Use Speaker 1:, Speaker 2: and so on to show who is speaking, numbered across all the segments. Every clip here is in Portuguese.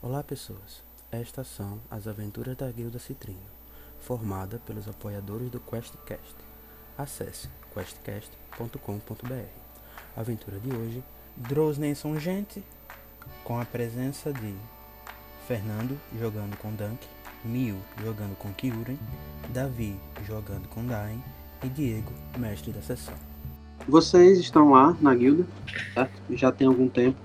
Speaker 1: Olá pessoas, estas são as aventuras da Guilda Citrino, formada pelos apoiadores do QuestCast. Acesse questcast.com.br. Aventura de hoje,
Speaker 2: Drosnen são gente, com a presença de Fernando jogando com Dunk, Mil jogando com Kyuren, Davi jogando com Dain e Diego, mestre da sessão.
Speaker 3: Vocês estão lá na guilda, certo? Já tem algum tempo,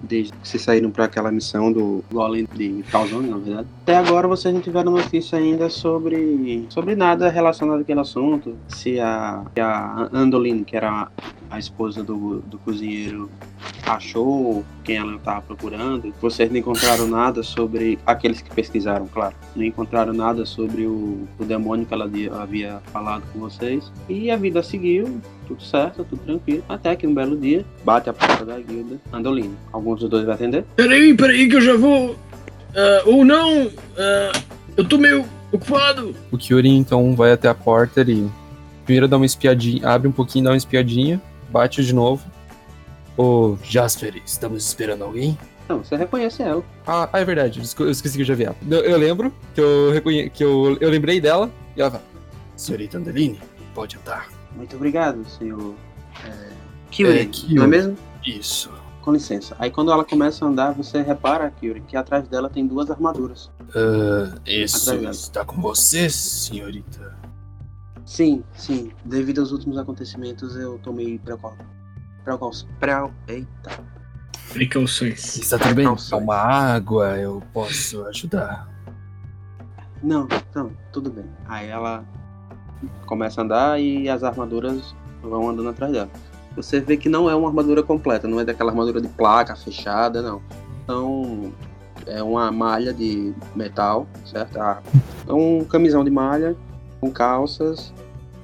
Speaker 3: desde que vocês saíram para aquela missão do Golem de Calzone, na verdade. Até agora vocês não tiveram notícia ainda sobre sobre nada relacionado àquele assunto. Se a, se a Andoline, que era a esposa do, do cozinheiro, achou quem ela estava procurando. Vocês não encontraram nada sobre aqueles que pesquisaram, claro. Não encontraram nada sobre o, o demônio que ela di- havia falado com vocês. E a vida seguiu, tudo certo, tudo tranquilo. Até que um belo dia bate a porta da guilda Andolino. Alguns dos dois vai atender?
Speaker 4: Peraí, peraí, que eu já vou. Ah, ou não! ah, eu tô meio ocupado!
Speaker 5: O Kyuri então vai até a porta, ele primeiro dá uma espiadinha, abre um pouquinho, dá uma espiadinha, bate de novo. Ô, Jasper, estamos esperando alguém?
Speaker 3: Não, você reconhece ela.
Speaker 5: Ah, ah, é verdade, descu- eu esqueci que eu já vi ela. Eu, eu lembro que eu reconhe... que eu, eu lembrei dela e ela fala: Senhorita Andeline, pode andar.
Speaker 3: Muito obrigado, senhor. É...
Speaker 5: Kyuri,
Speaker 3: não é
Speaker 5: Kyuri.
Speaker 3: mesmo?
Speaker 5: Isso.
Speaker 3: Com licença. Aí quando ela começa a andar, você repara, Kyuri, que atrás dela tem duas armaduras.
Speaker 5: Ah, isso
Speaker 3: Obrigado.
Speaker 5: está com você, senhorita.
Speaker 3: Sim, sim. Devido aos últimos acontecimentos, eu tomei precau... Precau... Preu... Eita.
Speaker 4: Precauções.
Speaker 5: Está tudo bem?
Speaker 3: Calções.
Speaker 5: Toma É água, eu posso ajudar.
Speaker 3: Não, não, tudo bem. Aí ela começa a andar e as armaduras vão andando atrás dela. Você vê que não é uma armadura completa, não é daquela armadura de placa fechada, não. Então, é uma malha de metal, certo? Ah, É um camisão de malha com calças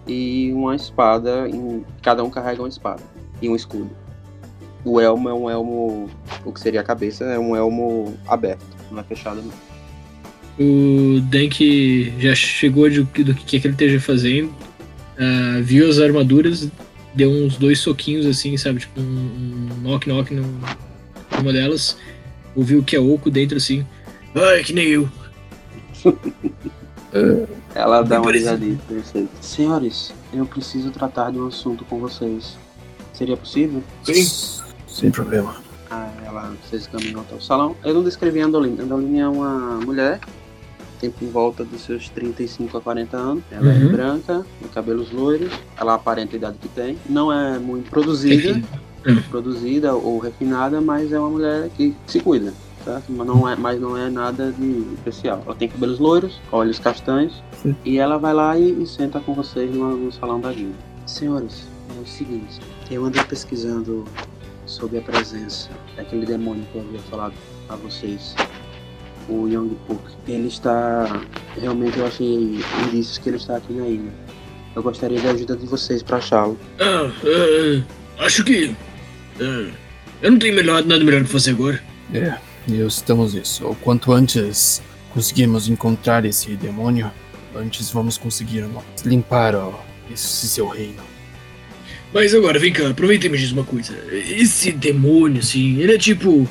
Speaker 3: e uma espada. em- cada um carrega uma espada e um escudo. O elmo é um elmo, o que seria a cabeça, é um elmo aberto, não é fechado não.
Speaker 4: O Dank já chegou de- do que, que ele esteja fazendo, ah, viu as armaduras, deu uns dois soquinhos assim, sabe? Tipo um knock-knock numa delas, ouviu que é oco dentro assim. Ai, que nem eu!
Speaker 3: Ela dá uma
Speaker 4: Parece-
Speaker 3: risadinha. perfeito. Senhores, eu preciso tratar de um assunto com vocês. Seria possível?
Speaker 5: Sem problema.
Speaker 3: Ah, ela, vocês caminham até o salão. Eu não descrevi a Andoline. A Andoline é uma mulher, tem por volta dos seus 35 a 40 anos. Ela é
Speaker 4: Uhum.
Speaker 3: branca, tem cabelos loiros, ela aparenta a idade que tem. Não é muito produzida, produzida ou refinada, mas é uma mulher que se cuida. Certo? Mas, não é, mas não é nada de especial. Ela tem cabelos loiros, olhos castanhos,
Speaker 5: Sim.
Speaker 3: e ela vai lá e, e senta com vocês no, no salão da guilda. Senhores, é o seguinte: eu andei pesquisando sobre a presença daquele demônio que eu havia falado a vocês, o Young Pook. Ele está. Realmente eu achei indícios que ele está aqui na ilha. Eu gostaria da ajuda de vocês para achá-lo.
Speaker 4: Ah, ah, acho que. ah, eu não tenho melhor, nada melhor pra fazer agora.
Speaker 5: É, e estamos nisso. O quanto antes conseguimos encontrar esse demônio, antes vamos conseguir nós limpar ó, esse seu reino.
Speaker 4: Mas agora, vem cá, aproveita e me diz uma coisa. Esse demônio, assim, ele é tipo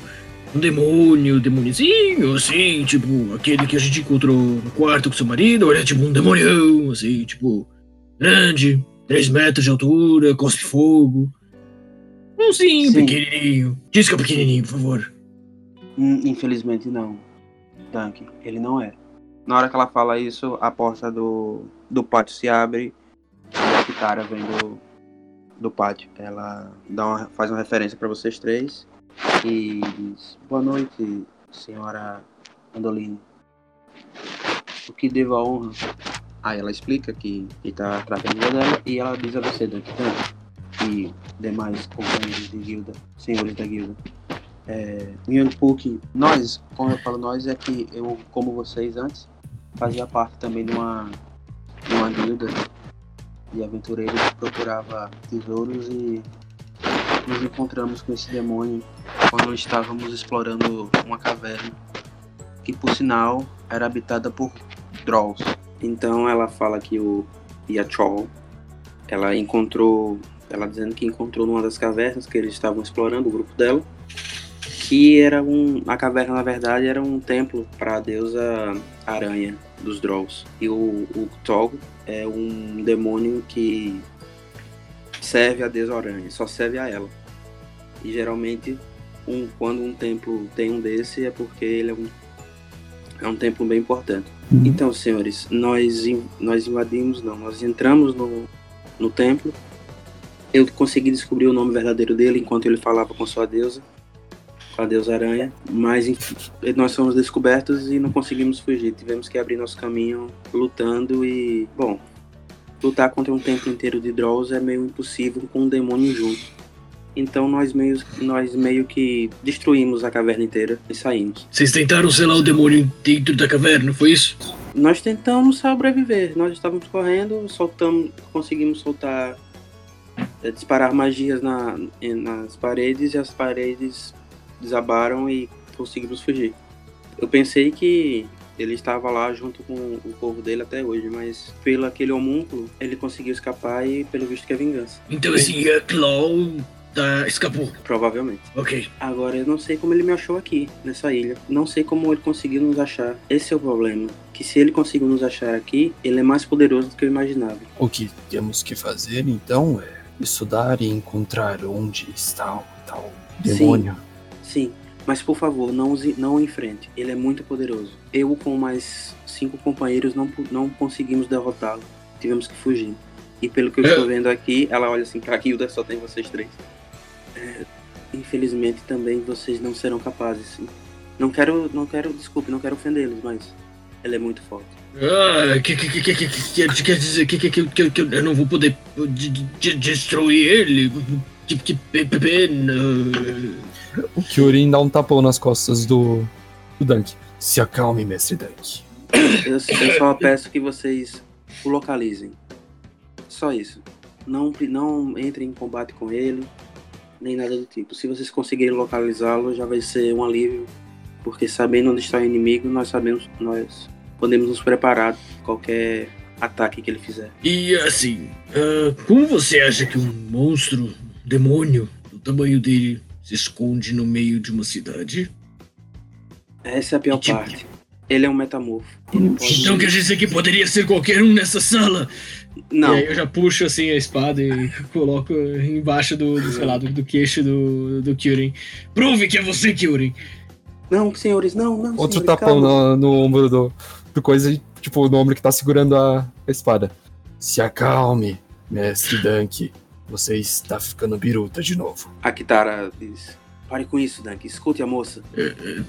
Speaker 4: um demônio, demôniozinho, assim, tipo aquele que a gente encontrou no quarto com seu marido, ou ele é tipo um demonião, assim, tipo, grande, 3 metros de altura, cospe fogo. Umzinho,
Speaker 3: Sim.
Speaker 4: pequenininho. Diz que é pequenininho, por favor.
Speaker 3: Hum, Infelizmente não. Dunk, ele não é. Na hora que ela fala isso, a porta do, do pátio se abre e a Kitara vem do, do pátio. Ela dá uma- faz uma referência para vocês três e diz: Boa noite, senhora Andolini. O que devo a honra? Aí ela explica que está tratando dela e ela diz a você, Dunk, Dunk e demais companheiros de guilda, senhores da guilda. É, Young Pook, nós, como eu falo nós, é que eu, como vocês antes, fazia parte também de uma, de uma guilda de aventureiros que procurava tesouros e nos encontramos com esse demônio quando estávamos explorando uma caverna que, por sinal, era habitada por Trolls. Então ela fala que o Yachol, ela encontrou, ela dizendo que encontrou numa das cavernas que eles estavam explorando, o grupo dela, que era um. A caverna, na verdade, era um templo para a deusa aranha dos Drolls. E o, o Togo é um demônio que serve a deusa aranha, só serve a ela. E geralmente, um, quando um templo tem um desse, é porque ele é um, é um templo bem importante. Então, senhores, nós, in- nós invadimos, não, nós entramos no, no templo. Eu consegui descobrir o nome verdadeiro dele enquanto ele falava com sua deusa, com a deusa aranha, mas enfim, nós fomos descobertos e não conseguimos fugir. Tivemos que abrir nosso caminho lutando e, bom, lutar contra um templo inteiro de Drolls é meio impossível com um demônio junto. Então nós meio, nós meio que destruímos a caverna inteira e saímos.
Speaker 6: Vocês tentaram selar o demônio dentro da caverna, foi isso?
Speaker 3: Nós tentamos sobreviver, nós estávamos correndo, soltamos, conseguimos soltar, eh, disparar magias na- em- nas paredes e as paredes desabaram e conseguimos fugir. Eu pensei que ele estava lá junto com o povo dele até hoje, mas pelo aquele homúnculo ele conseguiu escapar e pelo visto que é vingança,
Speaker 6: Então
Speaker 4: assim,
Speaker 6: esse eh, Claw tá, escapou.
Speaker 3: provavelmente.
Speaker 6: Ok.
Speaker 3: Agora eu não sei como ele me achou aqui, nessa ilha. Não sei como ele conseguiu nos achar. Esse é o problema. Que se ele conseguiu nos achar aqui, ele é mais poderoso do que eu imaginava.
Speaker 5: O que temos que fazer então é estudar e encontrar onde está o tal
Speaker 3: Sim.
Speaker 5: demônio.
Speaker 3: Sim, mas por favor, não, use- não o enfrente. Ele é muito poderoso. Eu com mais cinco companheiros não, pu- não conseguimos derrotá-lo. Tivemos que fugir. E pelo que eu
Speaker 6: É.
Speaker 3: estou vendo aqui, ela olha assim pra Hilda, só tem vocês três. É, infelizmente também vocês não serão capazes. Não quero, não quero, desculpe, não quero ofendê-los, mas ele é muito forte.
Speaker 6: Ah, que que que que que que- que- quer dizer que que que que que eu não vou poder de- de- destruir ele? Que, que pe- pe- pena.
Speaker 5: O Kyurin dá um tapão nas costas do, do Dunk. Se acalme, mestre Dunk.
Speaker 3: Eu, eu só peço que vocês o localizem. Só isso. Não, pri- não entrem em combate com ele, nem nada do tipo. Se vocês conseguirem localizá-lo, já vai ser um alívio. Porque sabendo onde está o inimigo, nós sabemos, nós podemos nos preparar para qualquer ataque que ele fizer.
Speaker 6: E assim, ah, como você acha que um monstro, demônio do tamanho dele se esconde no meio de uma cidade?
Speaker 3: Essa é a pior
Speaker 6: Tipo-
Speaker 3: parte. Ele é um metamorfo. Ele pode...
Speaker 6: Então quer dizer que poderia ser qualquer um nessa sala?
Speaker 3: Não,
Speaker 4: E aí eu já puxo assim a espada e coloco embaixo do, do, sei lá, do, do queixo do, do Kyurin.
Speaker 6: Prove que é você, Kyuri.
Speaker 3: não, senhores, não, não.
Speaker 5: Outro
Speaker 3: senhores,
Speaker 5: tapão
Speaker 3: calma.
Speaker 5: no, no ombro do, do coisa, e, tipo, no ombro que tá segurando a, a espada. Se acalme, mestre Dunk. Você está ficando biruta de novo.
Speaker 3: A Kitara diz: Pare com isso, Dunk. Escute a moça.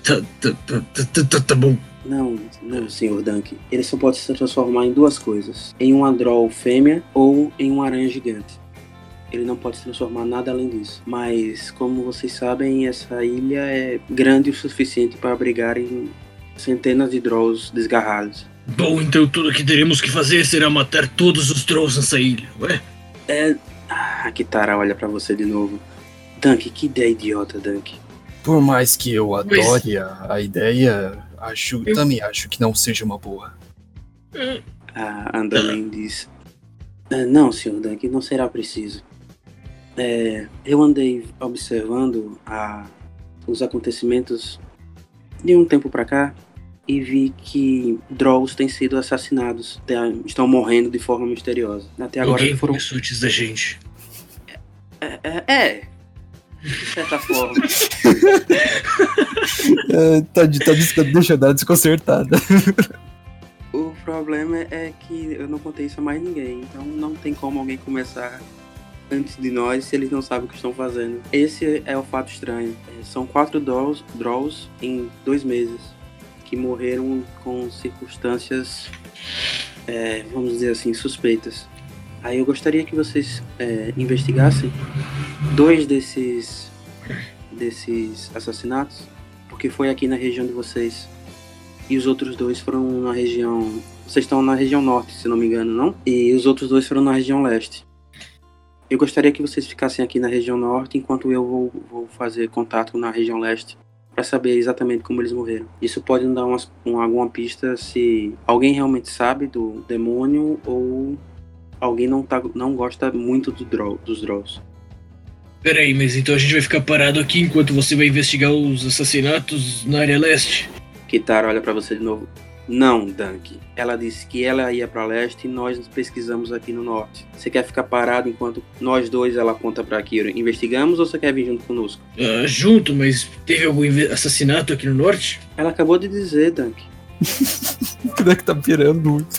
Speaker 6: Tá, tá, tá, tá, tá, tá, tá bom.
Speaker 3: Não, não, senhor Dunk. Ele só pode se transformar em duas coisas: em um androl fêmea ou em um aranha gigante. Ele não pode se transformar nada além disso. Mas, como vocês sabem, essa ilha é grande o suficiente para abrigarem centenas de Drolls desgarrados.
Speaker 6: Bom, então tudo que teremos que fazer será matar todos os trolls nessa ilha, ué?
Speaker 3: É. Ah, a Kitara olha para você de novo. Dunk, que ideia idiota, Dunk.
Speaker 5: Por mais que eu
Speaker 6: Mas-
Speaker 5: adore a, a ideia, acho, também acho que não seja uma boa.
Speaker 3: A Andalin diz: "Ah, Não, senhor Dunk, não será preciso. É, eu andei observando a- os acontecimentos de um tempo pra cá e vi que Drolls têm sido assassinados, te- estão morrendo de forma misteriosa. Até agora
Speaker 6: Alguém
Speaker 3: foram.
Speaker 6: começou antes da gente.
Speaker 3: É, é, é, de certa forma.
Speaker 5: É, tá, de- tá des- deixa eu dar desconcertada.
Speaker 3: O problema é que eu não contei isso a mais ninguém, então não tem como alguém começar antes de nós se eles não sabem o que estão fazendo. Esse é o fato estranho. É, São quatro draws, draws em dois meses que morreram com circunstâncias, é, vamos dizer assim, suspeitas. Aí eu gostaria que vocês é, investigassem dois desses desses assassinatos, porque foi aqui na região de vocês e os outros dois foram na região. Vocês estão na região norte, se não me engano, não? E os outros dois foram na região leste. Eu gostaria que vocês ficassem aqui na região norte, enquanto eu vou, vou fazer contato na região leste para saber exatamente como eles morreram. Isso pode dar umas, um- alguma pista se alguém realmente sabe do demônio ou alguém não, tá, não gosta muito do draw, dos draws.
Speaker 6: Peraí, mas então a gente vai ficar parado aqui enquanto você vai investigar os assassinatos na área leste?
Speaker 3: Kitara olha pra você de novo. Não, Dunk. Ela disse que ela ia pra leste e nós nos pesquisamos aqui no norte. Você quer ficar parado enquanto nós dois, ela aponta pra Kira, investigamos ou você quer vir junto conosco?
Speaker 6: Ah, junto, mas teve algum inve- assassinato aqui no norte?
Speaker 3: Ela acabou de dizer, Dunk.
Speaker 5: O Duck tá pirando muito.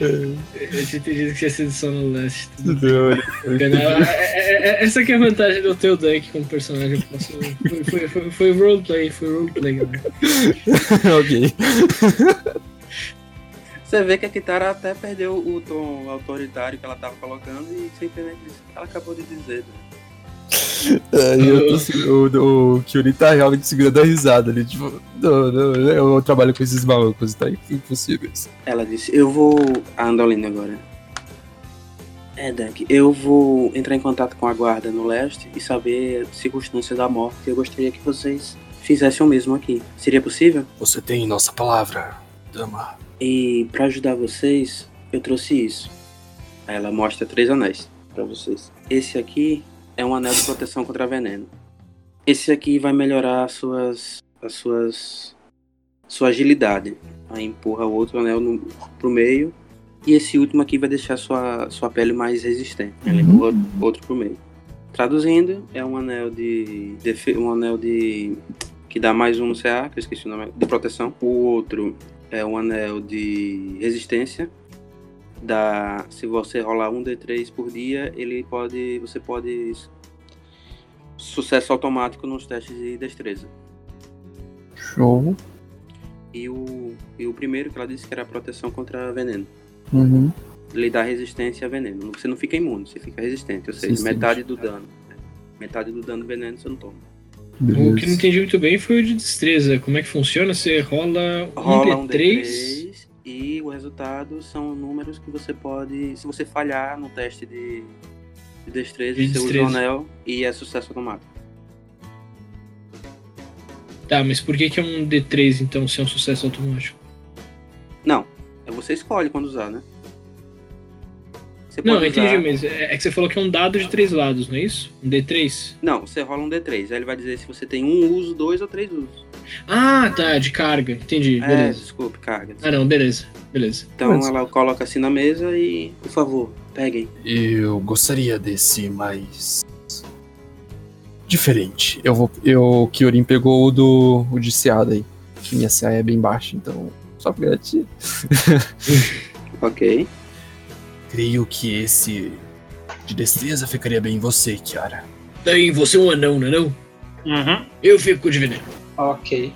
Speaker 4: Eu tinha entendido que tinha sido só no leste.
Speaker 5: Não,
Speaker 4: Cara, é- é- é- Essa que é a vantagem de eu ter o Dunk como personagem. Eu posso- Foi, foi, foi, foi roleplay, foi roleplay, né? galera.
Speaker 5: ok.
Speaker 3: Você vê que a Kitara até perdeu o tom autoritário que ela tava colocando e sem entender isso. Ela acabou de dizer, Dunk.
Speaker 5: É, e eu tô se- o, o Kyuri tá realmente segurando a risada ali. Tipo, não, não, eu trabalho com esses malucos, tá impossível isso.
Speaker 3: Ela disse, eu vou. A Andolina agora. É, Dunk, eu vou entrar em contato com a guarda no leste e saber a circunstância da morte. Eu gostaria que vocês fizessem o mesmo aqui. Seria possível?
Speaker 5: Você tem nossa palavra, dama.
Speaker 3: E pra ajudar vocês, eu trouxe isso. Aí ela mostra três anéis pra vocês. Esse aqui é um anel de proteção contra veneno. Esse aqui vai melhorar as suas as suas sua agilidade. Aí empurra o outro anel no, pro meio e esse último aqui vai deixar sua sua pele mais resistente. Ela empurra outro pro meio. Traduzindo, é um anel de defe- um anel de que dá mais um no CA, que eu esqueci o nome, de proteção. O outro é um anel de resistência. Dá, se você rolar um D3 por dia, ele pode. Você pode. Sucesso automático nos testes de destreza.
Speaker 5: Show.
Speaker 3: E o, e o primeiro que ela disse que era proteção contra veneno.
Speaker 5: Uhum.
Speaker 3: Ele dá resistência a veneno. Você não fica imune, você fica resistente. Ou seja,
Speaker 5: Resistente.
Speaker 3: metade do dano. né? Metade do dano veneno você não toma.
Speaker 4: O que eu não entendi muito bem foi o de destreza. Como é que funciona? Você rola um
Speaker 3: Rola um
Speaker 4: D3.
Speaker 3: D3 e o resultado são números que você pode. Se você falhar no teste de, de destreza,
Speaker 4: De
Speaker 3: você usa o
Speaker 4: destreza.
Speaker 3: anel e é sucesso automático.
Speaker 4: Tá, mas por que, que é um D3 então se é um sucesso automático?
Speaker 3: Não, é você escolhe quando usar, né? Você
Speaker 4: Não,
Speaker 3: pode
Speaker 4: eu entendi,
Speaker 3: usar-
Speaker 4: mas é, é que você falou que é um dado de três lados, não é isso? Um D3?
Speaker 3: Não, você rola um D3, aí ele vai dizer se você tem um uso, dois ou três usos.
Speaker 4: Ah, tá, de carga. Entendi,
Speaker 3: É,
Speaker 4: beleza.
Speaker 3: desculpe, carga.
Speaker 4: Ah, não, beleza, beleza.
Speaker 3: Então
Speaker 5: Mas-
Speaker 3: ela coloca assim na mesa e, por favor, peguem.
Speaker 5: Eu gostaria desse mais. Diferente. Eu vou. Eu, Kyorin pegou o do. o de Seada aí. Que minha Seada é bem baixa, então. Só pra garantir.
Speaker 3: Ok.
Speaker 5: Creio que esse. De destreza ficaria bem em você, Kiara.
Speaker 6: Daí você é um anão, não é não?
Speaker 7: Uhum.
Speaker 6: Eu fico com o de veneno.
Speaker 7: Ok.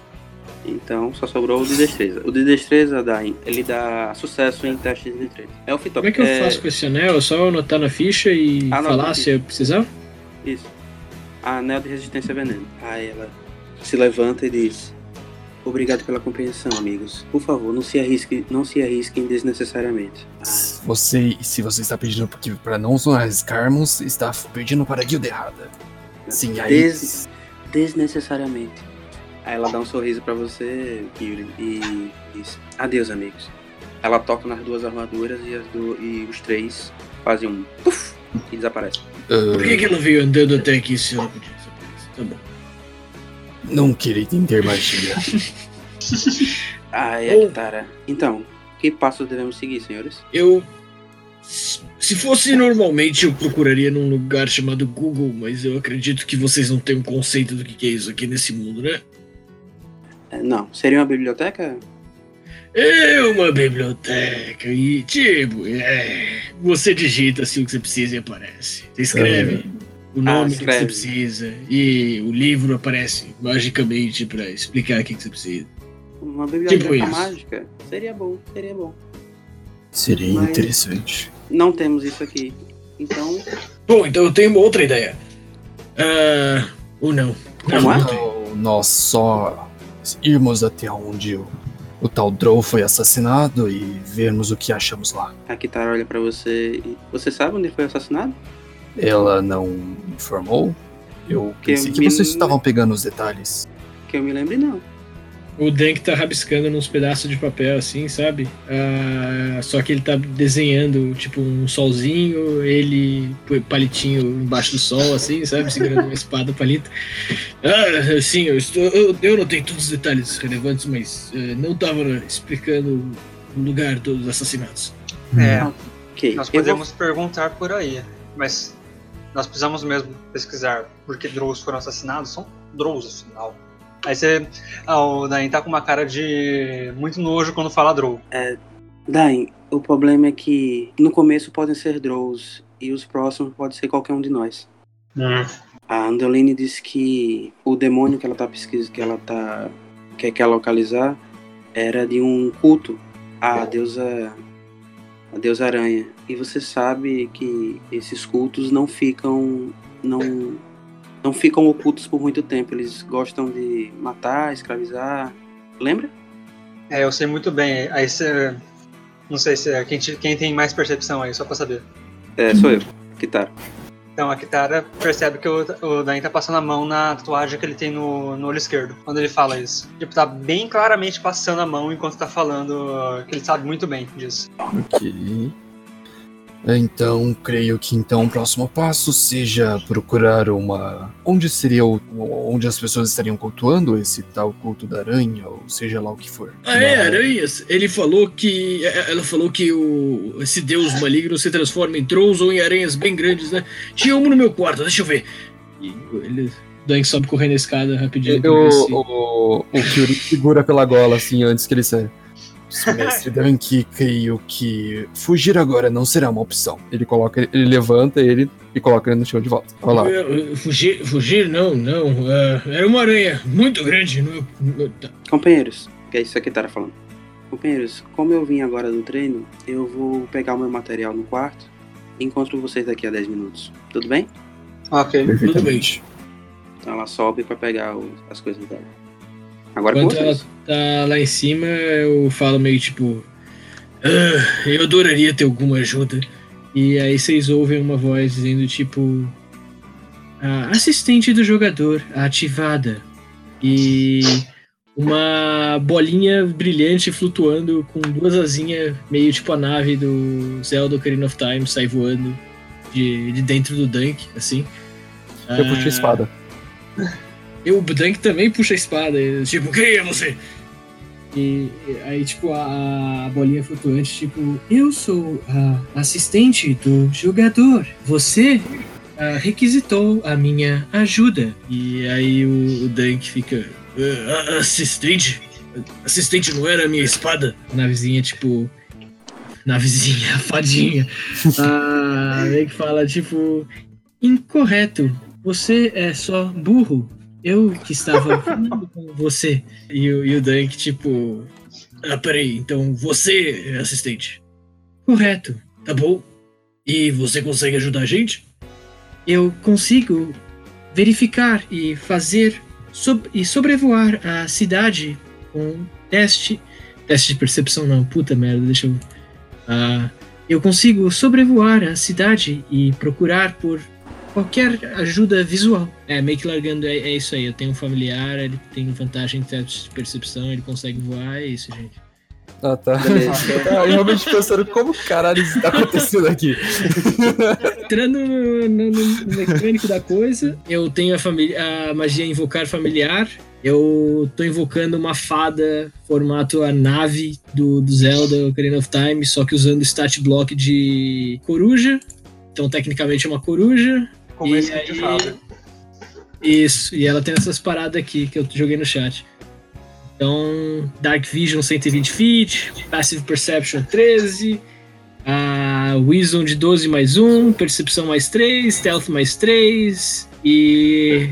Speaker 3: Então só sobrou o de destreza. O de destreza dá, em- ele dá sucesso em testes de destreza. É o fitop.
Speaker 4: Como é que eu faço com esse anel? É só anotar na ficha e
Speaker 3: Anota na
Speaker 4: falar
Speaker 3: ficha.
Speaker 4: se eu precisar?
Speaker 3: Isso. Anel de resistência a veneno. Aí ela se levanta e diz: Obrigado pela compreensão, amigos. Por favor, não se arrisquem, não se arrisquem desnecessariamente. Ah,
Speaker 5: Você, se você está pedindo porque- para não nos arriscarmos, está pedindo para a guilda errada. Sim, aí.
Speaker 3: Des- desnecessariamente. Aí ela dá um sorriso pra você, Kyuri, e diz: Adeus, amigos. Ela toca nas duas armaduras e, as do- e os três fazem um puff e desaparecem.
Speaker 6: Por
Speaker 5: ah,
Speaker 6: que, que ela veio andando até aqui se ela podia desaparecer? Tá bom.
Speaker 5: Não queria entender magia.
Speaker 3: Ai,
Speaker 6: Oh.
Speaker 3: Aktara. Então, que passos devemos seguir, senhores?
Speaker 6: Eu. Se fosse normalmente, eu procuraria num lugar chamado Google, mas eu acredito que vocês não têm um conceito do que que é isso aqui nesse mundo, né?
Speaker 3: É, Não, seria uma biblioteca?
Speaker 6: É uma biblioteca e, tipo, é, você digita assim o que você precisa e aparece. Você escreve o
Speaker 3: Ah,
Speaker 6: nome que
Speaker 3: escreve.
Speaker 6: você precisa e o livro aparece magicamente pra explicar o que que você precisa.
Speaker 3: Uma biblioteca
Speaker 6: Tipo isso.
Speaker 3: mágica? Seria bom, seria bom.
Speaker 5: Seria
Speaker 3: Mas-
Speaker 5: interessante.
Speaker 3: Não temos isso aqui. Então,
Speaker 6: Bom, então eu tenho uma outra ideia. Ah, ou não. Não,
Speaker 3: Como é?
Speaker 6: não tenho.
Speaker 5: Então, nós só irmos até onde o, o tal Drow foi assassinado e vermos o que achamos lá.
Speaker 3: a Kitara olha pra você e. Você sabe onde ele foi assassinado?
Speaker 5: Ela não informou? Eu
Speaker 3: Que
Speaker 5: pensei que
Speaker 3: me-
Speaker 5: vocês estavam pegando os detalhes.
Speaker 3: Que eu me lembre, não.
Speaker 4: O Dunk tá rabiscando nos pedaços de papel, assim, sabe? Ah, só que ele tá desenhando, tipo, um solzinho, ele p- palitinho embaixo do sol, assim, sabe? Segurando uma espada palito. Ah, sim, eu, estou, eu, eu notei todos os detalhes relevantes, mas eh, não tava explicando o lugar dos assassinatos.
Speaker 7: É,
Speaker 3: Ok.
Speaker 7: nós
Speaker 3: eu vou-
Speaker 7: podemos perguntar por aí, mas nós precisamos mesmo pesquisar por que Drows foram assassinados. São Drows, afinal. Aí você. Ah, o Dain tá com uma cara de muito nojo quando fala Drow.
Speaker 3: Dain, o problema é que no começo podem ser Drows e os próximos pode ser qualquer um de nós. A Andoline disse que o demônio que ela tá pesquisando, que ela tá que quer localizar, era de um culto à deusa a deusa aranha. E você sabe que esses cultos não ficam não não ficam ocultos por muito tempo. Eles gostam de matar, escravizar. Lembra?
Speaker 7: É, eu sei muito bem. Aí você. Não sei se é quem, te- quem tem mais percepção aí, só pra saber.
Speaker 3: É, sou eu. Que tá.
Speaker 7: Então a Kitara percebe que o, o Dain tá passando a mão na tatuagem que ele tem no, no olho esquerdo, quando ele fala isso. Tipo, tá bem claramente passando a mão enquanto tá falando, uh, que ele sabe muito bem disso.
Speaker 5: Ok. Então, creio que então o próximo passo seja procurar uma. Onde seria o... onde as pessoas estariam cultuando esse tal culto da aranha, ou seja lá o que for.
Speaker 6: Ah, é,
Speaker 4: né?
Speaker 5: Na-
Speaker 6: aranhas. Ele falou que. é, Ela falou que o, esse deus maligno se transforma em trolls ou em aranhas bem grandes, né? Tinha um no meu quarto, deixa eu ver. E ele,
Speaker 4: Dunk sobe correndo a escada rapidinho. pra ver se-
Speaker 5: O, o, o Kyuri segura pela gola, assim, antes que ele saia. Mestre Danke, creio que fugir agora não será uma opção. Ele coloca, ele levanta ele e coloca ele no chão de volta. Olha lá.
Speaker 6: Eu- eu- fugir, fugir, não, não. ah, era uma aranha muito grande. No meu, no- tá.
Speaker 3: Companheiros, que é isso aqui que Tara falando. Companheiros, como eu vim agora do treino, eu vou pegar o meu material no quarto e encontro vocês daqui a 10 minutos. Tudo bem?
Speaker 7: Ok.
Speaker 5: Perfeitamente.
Speaker 3: Então ela sobe pra pegar o- as coisas dela. Agora com
Speaker 4: Enquanto ela
Speaker 3: vocês.
Speaker 4: tá lá em cima, eu falo meio tipo.
Speaker 6: Ah, eu adoraria ter alguma ajuda.
Speaker 4: E aí vocês ouvem uma voz dizendo tipo. "A assistente do jogador ativada. E uma bolinha brilhante flutuando com duas asinhas, meio tipo a nave do Zelda Ocarina of Time, sai voando de, de dentro do Dunk, assim.
Speaker 5: Eu puxo
Speaker 6: Ah.
Speaker 5: a espada.
Speaker 4: E o Dunk também puxa a espada, e, tipo,
Speaker 6: Quem é você?
Speaker 4: E aí, tipo, a, a bolinha flutuante, tipo, eu sou a assistente do jogador. Você ah, requisitou a minha ajuda.
Speaker 6: E aí o, o Dunk fica. "Ah, a- assistente? Assistente não era a minha espada?
Speaker 4: A navezinha, tipo. Navezinha, a fadinha. Ah, meio que fala, tipo. Incorreto. Você é só burro. Eu que estava falando com você.
Speaker 6: E, o- e o Dunk, tipo. Ah, peraí, então você é assistente.
Speaker 4: Correto.
Speaker 6: Tá bom? E você consegue ajudar a gente?
Speaker 4: Eu consigo verificar e fazer sob- e sobrevoar a cidade com teste. Teste de percepção não, puta merda, deixa eu. Ah, eu consigo sobrevoar a cidade e procurar por qualquer ajuda visual. É, meio que largando, é, é isso aí. Eu tenho um familiar, ele tem vantagem em teste de percepção, ele consegue voar, é isso, gente.
Speaker 5: Ah, tá. Ah, eu realmente pensando como caralho isso tá acontecendo aqui.
Speaker 4: Entrando no, no- no- no mecânico da coisa, eu tenho a, famili- a magia invocar familiar. Eu tô invocando uma fada formato a nave do, do Zelda Ocarina of Time, só que usando stat block de coruja. Então, tecnicamente é uma coruja.
Speaker 7: Como
Speaker 4: E
Speaker 7: esse que te
Speaker 4: aí-
Speaker 7: fala.
Speaker 4: Isso, e ela tem essas paradas aqui que eu joguei no chat. Então, Dark Vision 120 feet, Passive Perception 13, a Wisdom de 12 mais 1, Percepção mais 3, Stealth mais 3, e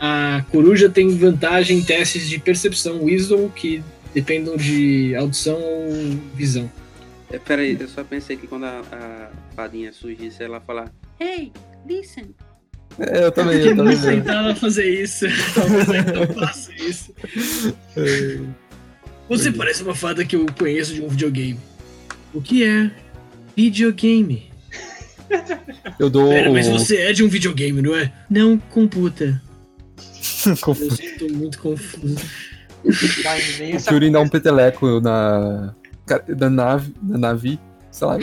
Speaker 4: a, a Coruja tem vantagem em testes de Percepção Wisdom que dependam de audição ou visão.
Speaker 3: É, peraí, eu só pensei que quando a, a fadinha surgisse, ela ia falar.
Speaker 8: Hey, listen.
Speaker 5: É, eu também, eu
Speaker 4: Eu não
Speaker 5: também.
Speaker 4: aceitava fazer isso, talvez ainda eu faça isso.
Speaker 6: Você parece uma fada que eu conheço de um videogame.
Speaker 4: O que é videogame?
Speaker 5: Eu dou
Speaker 6: Pera, mas
Speaker 5: o-
Speaker 6: você é de um videogame, não é?
Speaker 4: Não computa.
Speaker 5: Confu-
Speaker 4: Eu tô muito confuso.
Speaker 7: Da
Speaker 5: O
Speaker 7: imensa
Speaker 5: Kyurin dá
Speaker 6: é
Speaker 5: um peteleco na, na nave, na nave, sei lá,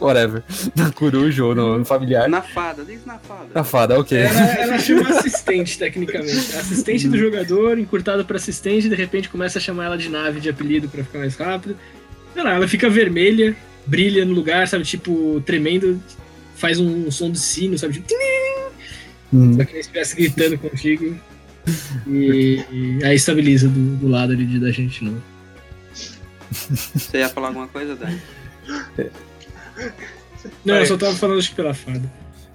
Speaker 5: whatever, na coruja ou no, no familiar.
Speaker 3: Na fada, diz na fada.
Speaker 5: Na fada, ok.
Speaker 4: Ela, ela chama assistente, tecnicamente. É Assistente do jogador, encurtada pra assistente, de repente começa a chamar ela de nave de apelido pra ficar mais rápido. Sei lá, ela fica vermelha, brilha no lugar, sabe? Tipo, tremendo, faz um som de sino, sabe? Tipo, "Tim",
Speaker 5: Hum.
Speaker 4: só que não estivesse gritando contigo. E, e aí estabiliza do, do lado ali de- da gente, não.
Speaker 3: Você ia falar alguma coisa, Dani?
Speaker 4: Não, eu só tava falando acho que pela fada.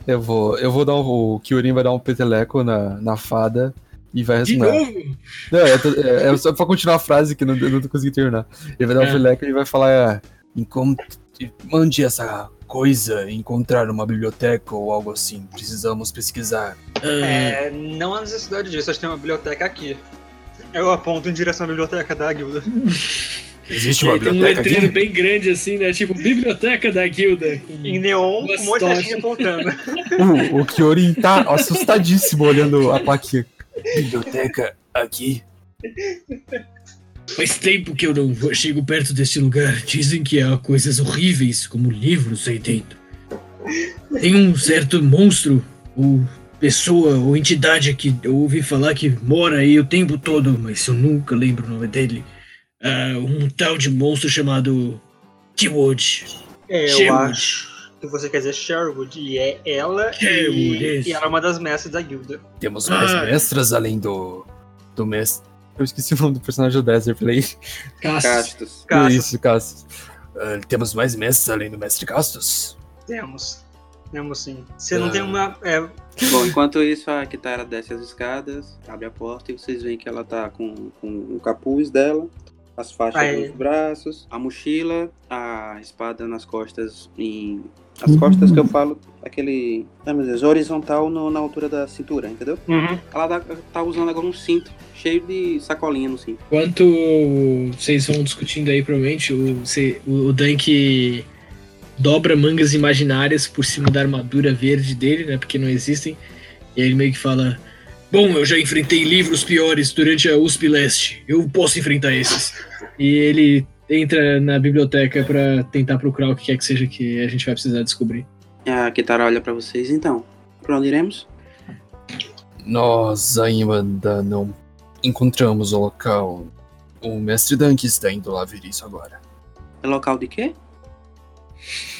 Speaker 5: Eu vou, eu vou dar um, o Kyurin vai dar um peteleco na, na fada e vai
Speaker 4: De
Speaker 5: ressonar.
Speaker 4: novo?
Speaker 5: Não, eu tô- é, é só pra continuar a frase que eu não, eu não consegui terminar. Ele vai
Speaker 4: É.
Speaker 5: dar um peteleco e vai falar: "Encontre- mande essa coisa, encontrar uma biblioteca ou algo assim. Precisamos pesquisar.
Speaker 7: É, não há necessidade disso, acho que tem uma biblioteca aqui. Eu aponto em direção à biblioteca da guilda.
Speaker 5: Existe
Speaker 4: E
Speaker 5: uma
Speaker 4: aí tem um
Speaker 5: biblioteca
Speaker 4: letreiro
Speaker 5: aqui?
Speaker 4: bem grande assim, né? Tipo, biblioteca da guilda.
Speaker 7: Em neon,
Speaker 4: Duas
Speaker 7: um monte de
Speaker 4: tochas.
Speaker 7: gente apontando.
Speaker 5: O, o Kyurin tá assustadíssimo olhando a plaquinha. Biblioteca aqui?
Speaker 6: Faz tempo que eu não vou- chego perto deste lugar. Dizem que há coisas horríveis, como livros aí dentro. Tem um certo monstro, ou pessoa, ou entidade que eu ouvi falar que mora aí o tempo todo, mas eu nunca lembro o nome dele. Ah, um tal de monstro chamado Keywood.
Speaker 7: É, eu
Speaker 6: Sherwood.
Speaker 7: acho que você quer dizer Sherwood, e é ela
Speaker 6: Sherwood,
Speaker 7: e,
Speaker 6: isso.
Speaker 7: e ela é uma das mestras da guilda.
Speaker 5: Temos mais
Speaker 6: Ah.
Speaker 5: mestras além do, do mestre. Eu esqueci o nome do personagem do Desert Play.
Speaker 4: Cass.
Speaker 3: Castos.
Speaker 7: Caso
Speaker 5: Isso, Cassius. Ah, temos mais mestres além do mestre Castos?
Speaker 7: temos. Temos sim. Você não
Speaker 5: Ah.
Speaker 7: tem uma. É,
Speaker 3: Bom, enquanto isso, a Kitara desce as escadas, abre a porta e vocês veem que ela tá com, com o capuz dela, as faixas
Speaker 7: Aí.
Speaker 3: nos braços, a mochila, a espada nas costas em. As costas que eu falo, aquele. Ai meu Deus, horizontal no- na altura da cintura, entendeu?
Speaker 7: Uhum.
Speaker 3: Ela tá, tá usando agora um cinto cheio de sacolinha no cinto.
Speaker 4: Enquanto vocês vão discutindo aí, provavelmente, o, cê- o, o Dunk dobra mangas imaginárias por cima da armadura verde dele, né? Porque não existem. E aí ele meio que fala: Bom, eu já enfrentei livros piores durante a USP Leste. Eu posso enfrentar esses. E ele entra na biblioteca pra tentar procurar o que quer que seja que a gente vai precisar descobrir.
Speaker 3: A Kitara olha pra vocês, então. Pra onde iremos?
Speaker 5: Nós ainda não encontramos o local. O mestre Dunk está indo lá ver isso agora.
Speaker 3: É local de quê?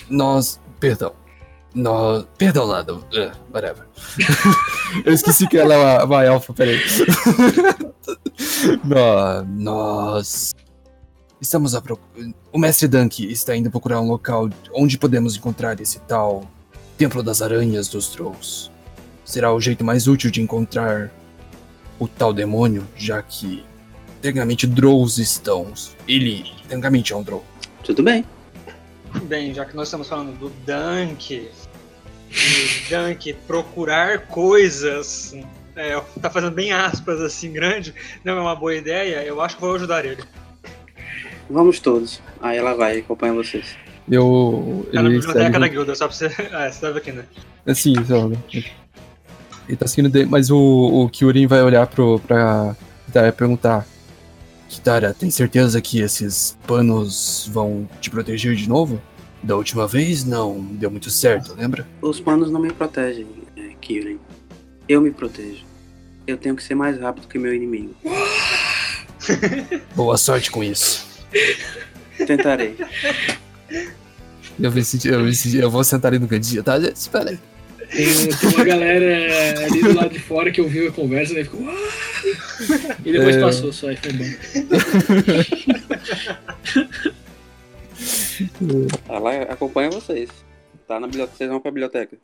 Speaker 5: Nós. Perdão. Nós. Perdão nada. eh, whatever. Eu esqueci que ela é uma, uma elfa, peraí. Nó- Nós. Estamos a procura. O mestre Dunk está indo procurar um local onde podemos encontrar esse tal Templo das Aranhas dos Trolls. Será o jeito mais útil de encontrar o tal demônio, já que tecnicamente Drolls estão. Ele tecnicamente é um Droll.
Speaker 3: Tudo bem.
Speaker 7: Bem, já que nós estamos falando do Dunk, e Dunk procurar coisas, é, tá fazendo bem aspas assim grande, não é uma boa ideia, eu acho que vou ajudar ele. Tá
Speaker 3: Vamos todos. Aí ela vai acompanha vocês.
Speaker 5: Eu.
Speaker 7: Tá na
Speaker 5: ele
Speaker 7: biblioteca
Speaker 5: segue-
Speaker 7: da guilda, só pra você. É, você tá vendo aqui, né?
Speaker 5: Assim, então. Ele tá seguindo dele, mas o, o Kyurin vai olhar pro, pra Kitara e perguntar: Kitara, tem certeza que esses panos vão te proteger de novo? Da última vez não deu muito certo, lembra?
Speaker 3: Os panos não me protegem, é, Kyuren. Eu me protejo. Eu tenho que ser mais rápido que meu inimigo.
Speaker 5: Boa sorte com isso.
Speaker 3: Tentarei.
Speaker 5: Eu, me senti- eu, me senti- eu vou sentar ali no cantinho, tá? gente? Espera aí.
Speaker 4: Tem, um, tem uma galera ali do lado de fora que ouviu a conversa né, e ficou. "Ah!" E depois
Speaker 5: É.
Speaker 4: passou só e foi embora.
Speaker 3: Ela Ah, acompanha vocês. Tá na biblioteca. Vocês vão pra biblioteca.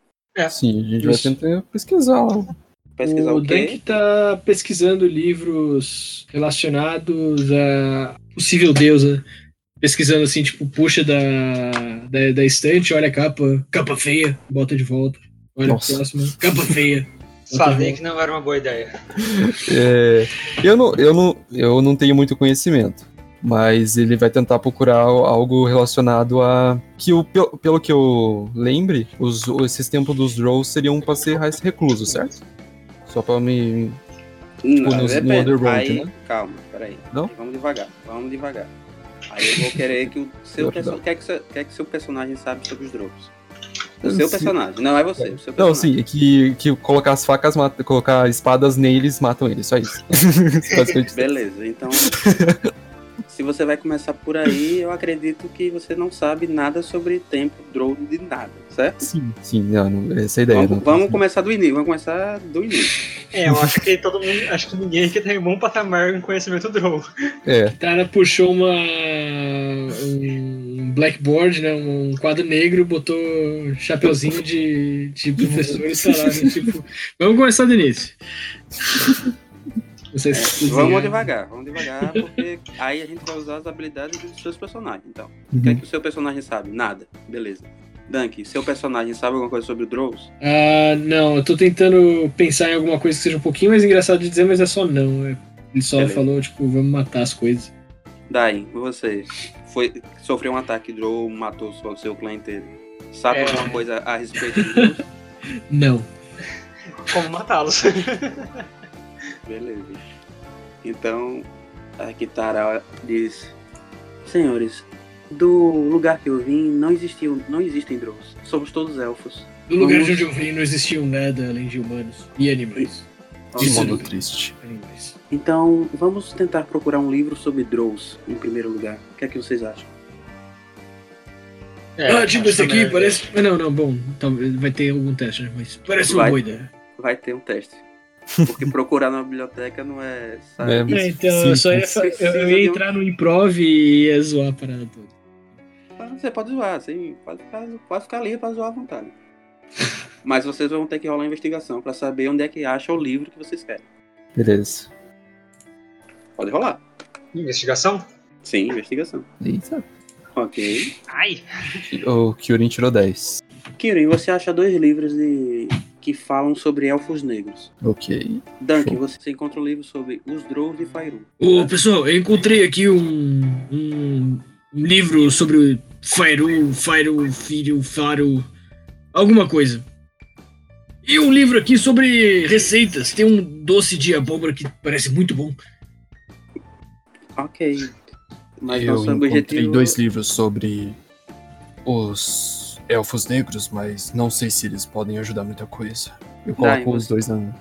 Speaker 5: Sim, a gente
Speaker 4: Isso.
Speaker 5: vai tentar pesquisar lá.
Speaker 3: Pesquisar
Speaker 4: o
Speaker 3: o, quê?
Speaker 4: Dank tá pesquisando livros relacionados a possível deusa. Pesquisando assim, tipo, puxa da, da, da estante, olha a capa, capa feia, bota de volta. Olha
Speaker 5: Nossa.
Speaker 4: o próximo, capa feia.
Speaker 7: Falei que não era uma boa ideia.
Speaker 5: É, eu, não, eu, não, eu não tenho muito conhecimento, mas ele vai tentar procurar algo relacionado a. Que o, pelo, pelo que eu lembre, os, um esses tempos dos Drows seriam pra ser mais recluso, certo? Só pra me.
Speaker 3: Não,
Speaker 5: Tipo, no- no
Speaker 3: depende.
Speaker 5: Underworld,
Speaker 3: aí,
Speaker 5: né?
Speaker 3: Calma, peraí.
Speaker 5: Não?
Speaker 3: Vamos devagar, vamos devagar. Aí eu vou querer que o seu
Speaker 5: Não,
Speaker 3: personagem.
Speaker 5: não.
Speaker 3: O que, é que seu- o que é que seu personagem sabe sobre os drops? O
Speaker 5: Eu
Speaker 3: seu
Speaker 5: sei.
Speaker 3: personagem, não é você. O seu
Speaker 5: Não,
Speaker 3: personagem.
Speaker 5: sim, é que, que colocar as facas, mata, colocar espadas neles, matam eles, só isso. Basicamente.
Speaker 3: Beleza, então. se você vai começar por aí, eu acredito que você não sabe nada sobre tempo, drone, de nada, certo?
Speaker 5: Sim, sim, não, não, essa é a ideia.
Speaker 3: vamos,
Speaker 5: não-
Speaker 3: vamos começar do início, vamos começar do início.
Speaker 7: É, eu acho que todo mundo. Acho que ninguém aqui tem um bom patamar em conhecimento do Drow.
Speaker 5: É,
Speaker 4: O cara puxou uma. um blackboard, né? Um quadro negro, botou um chapeuzinho de, de professor e sei lá, né, tipo. Vamos começar do início. Não sei se
Speaker 3: É, Vamos
Speaker 5: é.
Speaker 3: devagar, vamos devagar, porque aí a gente vai usar as habilidades dos seus personagens, então. O que é
Speaker 5: uhum.
Speaker 3: que o seu personagem sabe? Nada. Beleza. Dunk, seu personagem sabe alguma coisa sobre o Drows?
Speaker 4: Ah, não, eu tô tentando pensar em alguma coisa que seja um pouquinho mais engraçado de dizer, mas é só não. é- Ele só
Speaker 3: Beleza.
Speaker 4: falou, tipo, vamos matar as coisas.
Speaker 3: Dain, você foi, sofreu um ataque Drow, matou o seu clã inteiro. Sabe
Speaker 7: É.
Speaker 3: alguma coisa a respeito de Drows?
Speaker 4: Não.
Speaker 7: Como matá-los.
Speaker 3: Beleza. Então, a Kitara diz: Senhores, do lugar que eu vim, não existiam, não existem Drows. Somos todos elfos.
Speaker 4: No lugar
Speaker 3: Vamos.
Speaker 4: de onde eu vim não existiu nada além de humanos e animais.
Speaker 5: Que
Speaker 3: é
Speaker 4: Isso.
Speaker 5: modo triste.
Speaker 4: Animais.
Speaker 3: Então, vamos tentar procurar um livro sobre Drows em primeiro lugar. O que é que vocês acham? É,
Speaker 4: ah, tipo
Speaker 7: é
Speaker 4: esse aqui, parece. Ah, não, não, bom, talvez vai ter algum teste, né? Mas parece uma
Speaker 3: Vai.
Speaker 4: boa ideia.
Speaker 3: Vai ter um teste. Porque procurar na biblioteca não é. Sabe?
Speaker 5: É,
Speaker 4: É, então, eu só ia, fa- eu- eu
Speaker 3: Precisa de
Speaker 4: ia
Speaker 3: um-
Speaker 4: entrar no improv e ia zoar a parada toda.
Speaker 3: Mas Você pode zoar, assim, pode ficar, pode ficar livre pra zoar à vontade. Mas vocês vão ter que rolar a investigação pra saber onde é que acha o livro que vocês querem.
Speaker 5: Beleza.
Speaker 3: Pode rolar.
Speaker 7: Investigação?
Speaker 3: Sim, investigação.
Speaker 5: Eita.
Speaker 3: Ok.
Speaker 7: Ai!
Speaker 5: O Kyurin tirou 10.
Speaker 3: Kirin, você acha dois livros de... que falam sobre elfos negros.
Speaker 5: Ok.
Speaker 3: Dunk,
Speaker 5: Show.
Speaker 3: você encontra um livro sobre os Drows de Faerun.
Speaker 4: Ô, pessoal, eu encontrei aqui um, um livro sobre Fairu, Fairu, Filho, Faro, alguma coisa. E um livro aqui sobre receitas. Tem um doce de abóbora que parece muito bom.
Speaker 3: Ok. Mas
Speaker 5: eu
Speaker 3: nosso
Speaker 5: encontrei
Speaker 3: objetivo...
Speaker 5: dois livros sobre os elfos negros, mas não sei se eles podem ajudar muita coisa. Eu
Speaker 3: Daí,
Speaker 5: coloco os dois na.
Speaker 7: né?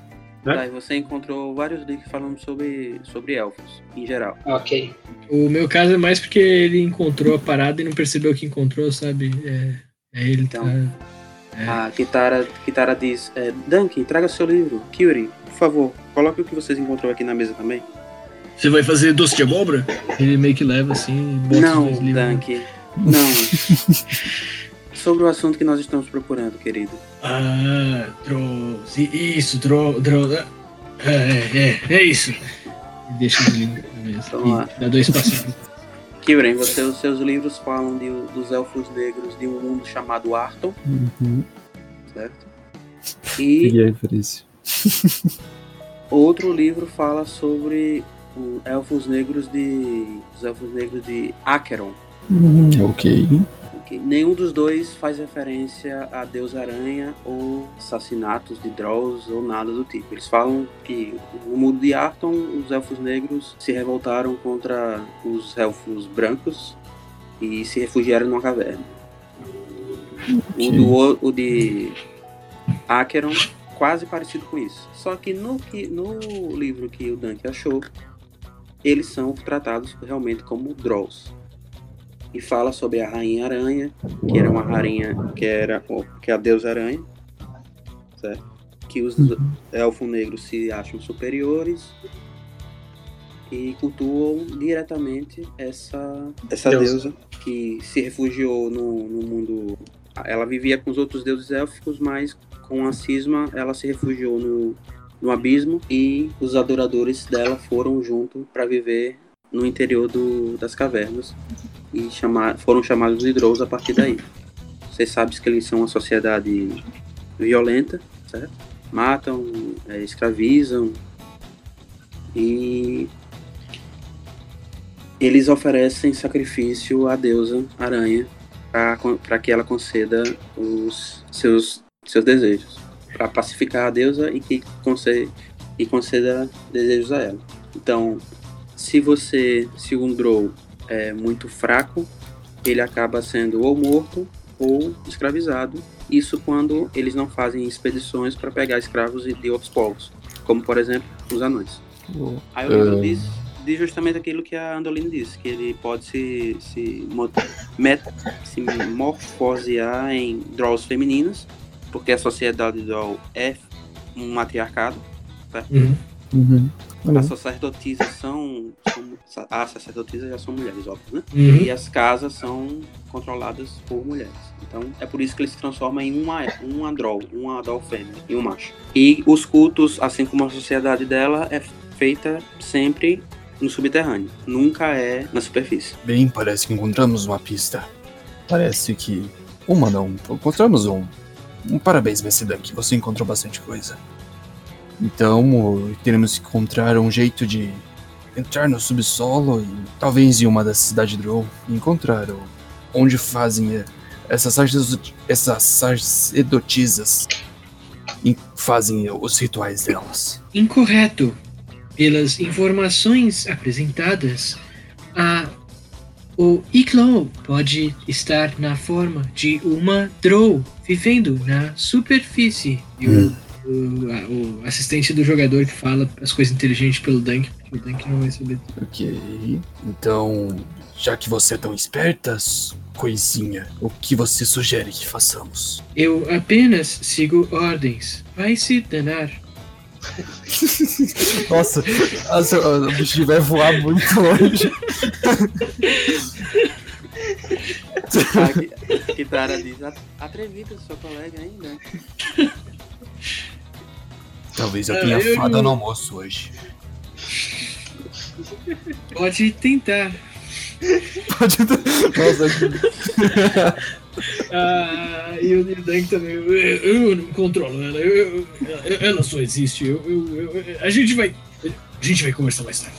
Speaker 3: Tá, e você encontrou vários livros falando sobre, sobre elfos, em geral.
Speaker 7: Ok.
Speaker 4: O meu caso é mais porque ele encontrou a parada e não percebeu que encontrou, sabe? É, é ele
Speaker 3: Então.
Speaker 4: tá.
Speaker 5: É.
Speaker 3: A Kitara, Kitara diz, é, Dunk, traga seu livro. Kyuri, por favor, coloque o que vocês encontrou aqui na mesa também.
Speaker 4: Você vai fazer doce de abóbora? Ele meio que leva assim e bota
Speaker 3: Não,
Speaker 4: os dois livros.
Speaker 3: Dunk, não. sobre o assunto que nós estamos procurando, querido.
Speaker 4: Ah, Drows. I- Isso, Drows. Dro... ah, É, é, é isso. E Deixa o livro na mesa.
Speaker 3: Vamos lá.
Speaker 4: E Dá dois passinhos.
Speaker 3: Kyren, você, os seus livros falam de- dos elfos negros de um mundo chamado Arton,
Speaker 5: Uhum.
Speaker 3: certo? E
Speaker 5: Peguei a referência.
Speaker 3: outro livro fala sobre o elfos negros de os elfos negros de Acheron.
Speaker 5: Hum, ok.
Speaker 3: ok? Nenhum dos dois faz referência a Deus Aranha ou assassinatos de Drolls ou nada do tipo. Eles falam que no mundo de Arton, os elfos negros se revoltaram contra os elfos brancos e se refugiaram numa caverna. O, do, o- o de Acheron, quase parecido com isso. Só que no, que no livro que o Dante achou, eles são tratados realmente como Drolls. E fala sobre a Rainha Aranha, que era uma rainha, que era o- que é a deusa aranha, certo? Que os elfos negros se acham superiores e cultuam diretamente essa, essa
Speaker 7: Deusa.
Speaker 3: deusa que se refugiou no, no mundo. Ela vivia com os outros deuses élficos, mas com a cisma ela se refugiou no, no abismo e os adoradores dela foram junto para viver no interior do, das cavernas e chamar, foram chamados de Drows a partir daí. Vocês sabem que eles são uma sociedade violenta, certo? Matam, eh, escravizam e eles oferecem sacrifício à deusa aranha para que ela conceda os seus, seus desejos, para pacificar a deusa e que conce- e conceda desejos a ela. Então, se você, se um Drow é muito fraco, ele acaba sendo ou morto ou escravizado. Isso quando eles não fazem expedições para pegar escravos de outros povos, como por exemplo os anões. Aí o livro
Speaker 5: Ah.
Speaker 3: diz, diz justamente aquilo que a Andoline disse, que ele pode se, se, mo- met, se morfosear em draws femininas, porque a sociedade draw é um matriarcado.
Speaker 6: Uhum.
Speaker 5: Uhum.
Speaker 3: As sacerdotisas são, são. As sacerdotisas já são mulheres, óbvio, né?
Speaker 6: Uhum.
Speaker 3: E as casas são controladas por mulheres. Então é por isso que ele se transforma em uma, um androl, um androl fêmea e um macho. E os cultos, assim como a sociedade dela, é feita sempre no subterrâneo. Nunca é na superfície.
Speaker 5: Bem, parece que encontramos uma pista. Parece que. Uma não. Encontramos um. Um parabéns, Messidunk. Você encontrou bastante coisa. Então, o- teremos que encontrar um jeito de entrar no subsolo e talvez em uma das cidades Drow e encontrar o- onde fazem eh, essas, sacerdo- essas sacerdotisas e fazem os rituais delas.
Speaker 4: Incorreto. Pelas informações apresentadas, a, o Iklon pode estar na forma de uma Drow vivendo na superfície. E o,
Speaker 3: Hum.
Speaker 4: o- a- o assistente do jogador que fala as coisas inteligentes pelo Dunk, porque o Dunk não vai saber.
Speaker 5: Ok. Então, já que você é tão esperta, s- coisinha, o que você sugere que façamos?
Speaker 4: Eu apenas sigo ordens. Vai se danar.
Speaker 5: Nossa, o bicho vai voar muito longe.
Speaker 3: A Kitara diz, atrevida, sua colega ainda.
Speaker 5: Talvez eu
Speaker 4: Ah,
Speaker 5: tenha
Speaker 4: eu
Speaker 5: fada
Speaker 4: não-
Speaker 5: no almoço hoje.
Speaker 4: Pode tentar.
Speaker 5: Pode. Nossa, é
Speaker 4: Ah, e o Dank também. Eu, eu não controlo ela. eu- eu- ela só existe. Eu, eu- eu- a gente vai. A gente vai conversar mais tarde.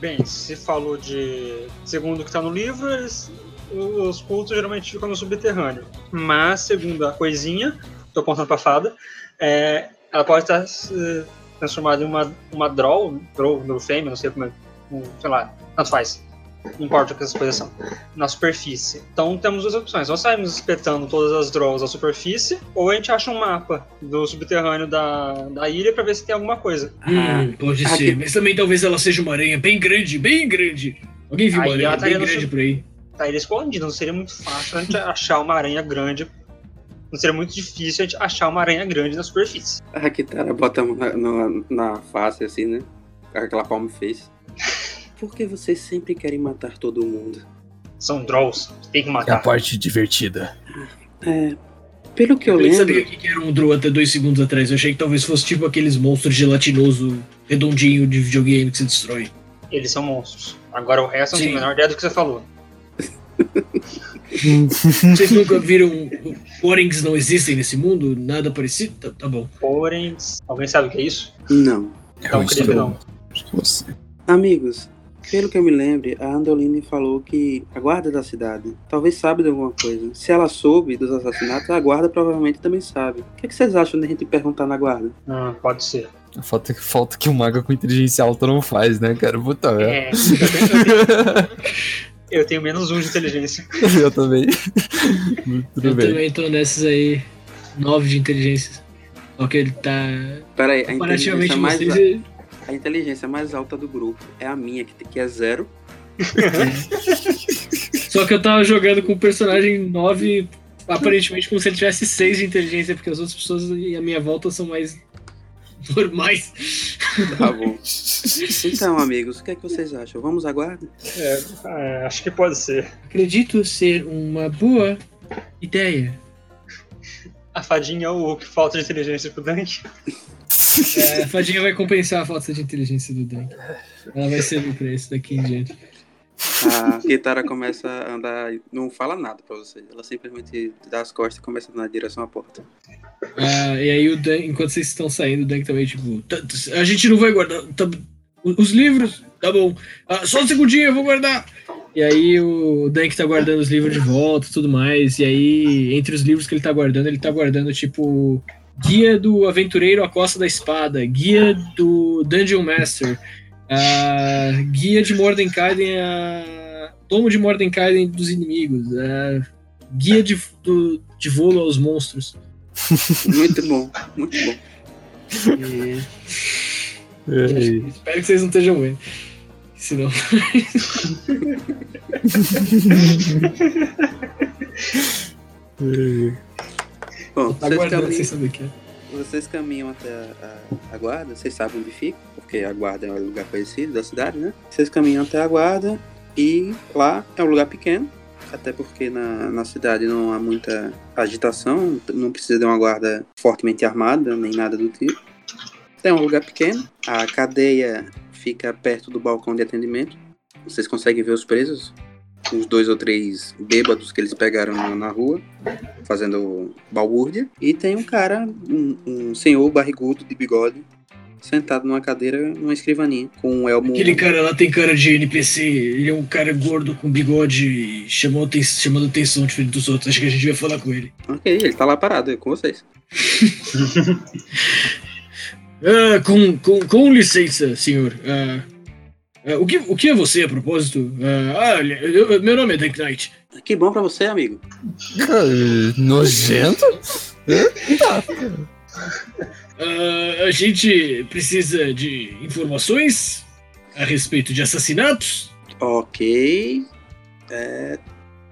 Speaker 7: Bem, se falou de. Segundo o que tá no livro, eles- os cultos geralmente ficam no subterrâneo. Mas, segundo a coisinha, tô contando pra fada, é, ela pode estar se transformada em uma, uma droll, droll, droll fêmea, não sei como é. um, Sei lá, tanto faz. Não importa o que essas coisas são. Na superfície. Então temos duas opções. Ou saímos espetando todas as drolls à superfície, ou a gente acha um mapa do subterrâneo da, da ilha pra ver se tem alguma coisa.
Speaker 4: Hum, pode
Speaker 3: ah,
Speaker 4: ser.
Speaker 3: que-
Speaker 4: Mas também talvez ela seja uma aranha bem grande, bem grande. Alguém viu
Speaker 7: Aí
Speaker 4: uma aranha
Speaker 7: ela tá
Speaker 4: bem
Speaker 7: indo
Speaker 4: grande
Speaker 7: su-
Speaker 4: por aí?
Speaker 7: tá ele escondido, não seria muito fácil a gente achar uma aranha grande. Não seria muito difícil a gente achar uma aranha grande na superfície.
Speaker 3: A Kitara bota a mão na, na- na face assim, né? Aquela palma fez. Por que vocês sempre querem matar todo mundo?
Speaker 7: São Drolls, tem que
Speaker 5: é a
Speaker 7: matar.
Speaker 5: parte divertida.
Speaker 3: É, pelo que eu
Speaker 4: nem sabia
Speaker 3: lembro,
Speaker 4: o que que era um Drow até dois segundos atrás. Eu achei que talvez fosse tipo aqueles monstros gelatinoso, redondinho de videogame que se destrói.
Speaker 7: Eles são monstros. Agora o resto eu não
Speaker 4: Sim.
Speaker 7: tenho a menor ideia do que você falou.
Speaker 4: Vocês nunca viram. Orings não existem nesse mundo? Nada parecido? Tá, tá bom.
Speaker 7: Porém, alguém sabe o que é isso?
Speaker 3: não.
Speaker 4: É
Speaker 7: Então,
Speaker 4: um
Speaker 5: Eu
Speaker 7: creio que não.
Speaker 5: Acho que você.
Speaker 3: Amigos, pelo que eu me lembre, a Andoline falou que a guarda da cidade talvez saiba de alguma coisa. Se ela soube dos assassinatos, a guarda provavelmente também sabe. O que, é que vocês acham da gente perguntar na guarda?
Speaker 7: Ah, pode ser.
Speaker 5: Falta, falta que o mago com inteligência alta não faz, né, cara? Puta merda.
Speaker 7: É, eu, tenho, eu tenho- eu tenho menos um de inteligência.
Speaker 5: eu também. Tudo
Speaker 4: eu
Speaker 5: bem.
Speaker 4: também tô nessas aí. nove de inteligência. Só que ele tá.
Speaker 3: Pera aí, a
Speaker 4: Comparativamente
Speaker 3: inteligência, mais,
Speaker 4: vocês.
Speaker 3: a,
Speaker 4: é-
Speaker 3: a inteligência mais alta do grupo é a minha, que, que é zero.
Speaker 4: Só que eu tava jogando com o personagem nove aparentemente como se ele tivesse seis de inteligência, porque as outras pessoas à minha volta são mais normais.
Speaker 3: Tá bom. Então, amigos, o que é que vocês acham? Vamos à guarda?
Speaker 7: É, é, acho que pode ser.
Speaker 4: Acredito ser uma boa ideia.
Speaker 7: A fadinha é o que falta de inteligência pro Dante.
Speaker 4: É, a fadinha vai compensar a falta de inteligência do Dan. Ela vai ser no preço daqui em diante.
Speaker 3: A Kitara começa a andar, e não fala nada pra vocês. Ela simplesmente dá as costas e começa a andar na direção à porta.
Speaker 4: Ah, e aí o Dan, enquanto vocês estão saindo, o Dan também, tipo, "Tá- a gente não vai guardar. tá- os livros? Tá bom. Ah, só um segundinho, eu vou guardar. E aí o Dan que tá guardando os livros de volta e tudo mais. E aí, entre os livros que ele tá guardando, ele tá guardando, tipo, Guia do Aventureiro à Costa da Espada, Guia do Dungeon Master, ah, Guia de Mordenkainen a Tomo de Mordenkainen dos Inimigos, ah, Guia de, do, de Volo aos Monstros.
Speaker 3: Muito bom, muito bom.
Speaker 4: E- É. Espero que vocês não estejam vendo. Senão.
Speaker 3: Bom,
Speaker 4: Tá
Speaker 6: tá
Speaker 3: vocês
Speaker 4: Aguardando sem
Speaker 3: caminham,
Speaker 4: saber o que é.
Speaker 3: vocês caminham até a, a- a guarda, vocês sabem onde fica, porque a guarda é um lugar conhecido da cidade, né? Vocês caminham até a guarda e lá é um lugar pequeno, até porque na, na cidade não há muita agitação, não precisa de uma guarda fortemente armada, nem nada do tipo. É um lugar pequeno, a cadeia fica perto do balcão de atendimento, vocês conseguem ver os presos, uns dois ou três bêbados que eles pegaram na- na rua fazendo balbúrdia. E tem um cara, um, um senhor barrigudo de bigode, sentado numa cadeira, numa escrivaninha, com um elmo.
Speaker 6: Aquele cara lá tem cara de NPC, ele é um cara gordo com bigode e chamou aten- chamando atenção diferente dos outros. Acho que a gente vai falar com ele.
Speaker 3: Ok, ele tá lá parado, é com vocês.
Speaker 6: Ah, com, com, com licença, senhor. Ah, ah, o, que, o que é você a propósito? Ah, ah, eu- eu- meu nome é Dank Knight.
Speaker 3: Que bom pra você, amigo.
Speaker 5: Cara, nojento?
Speaker 6: Ah, a gente precisa de informações a respeito de assassinatos.
Speaker 3: Ok. É...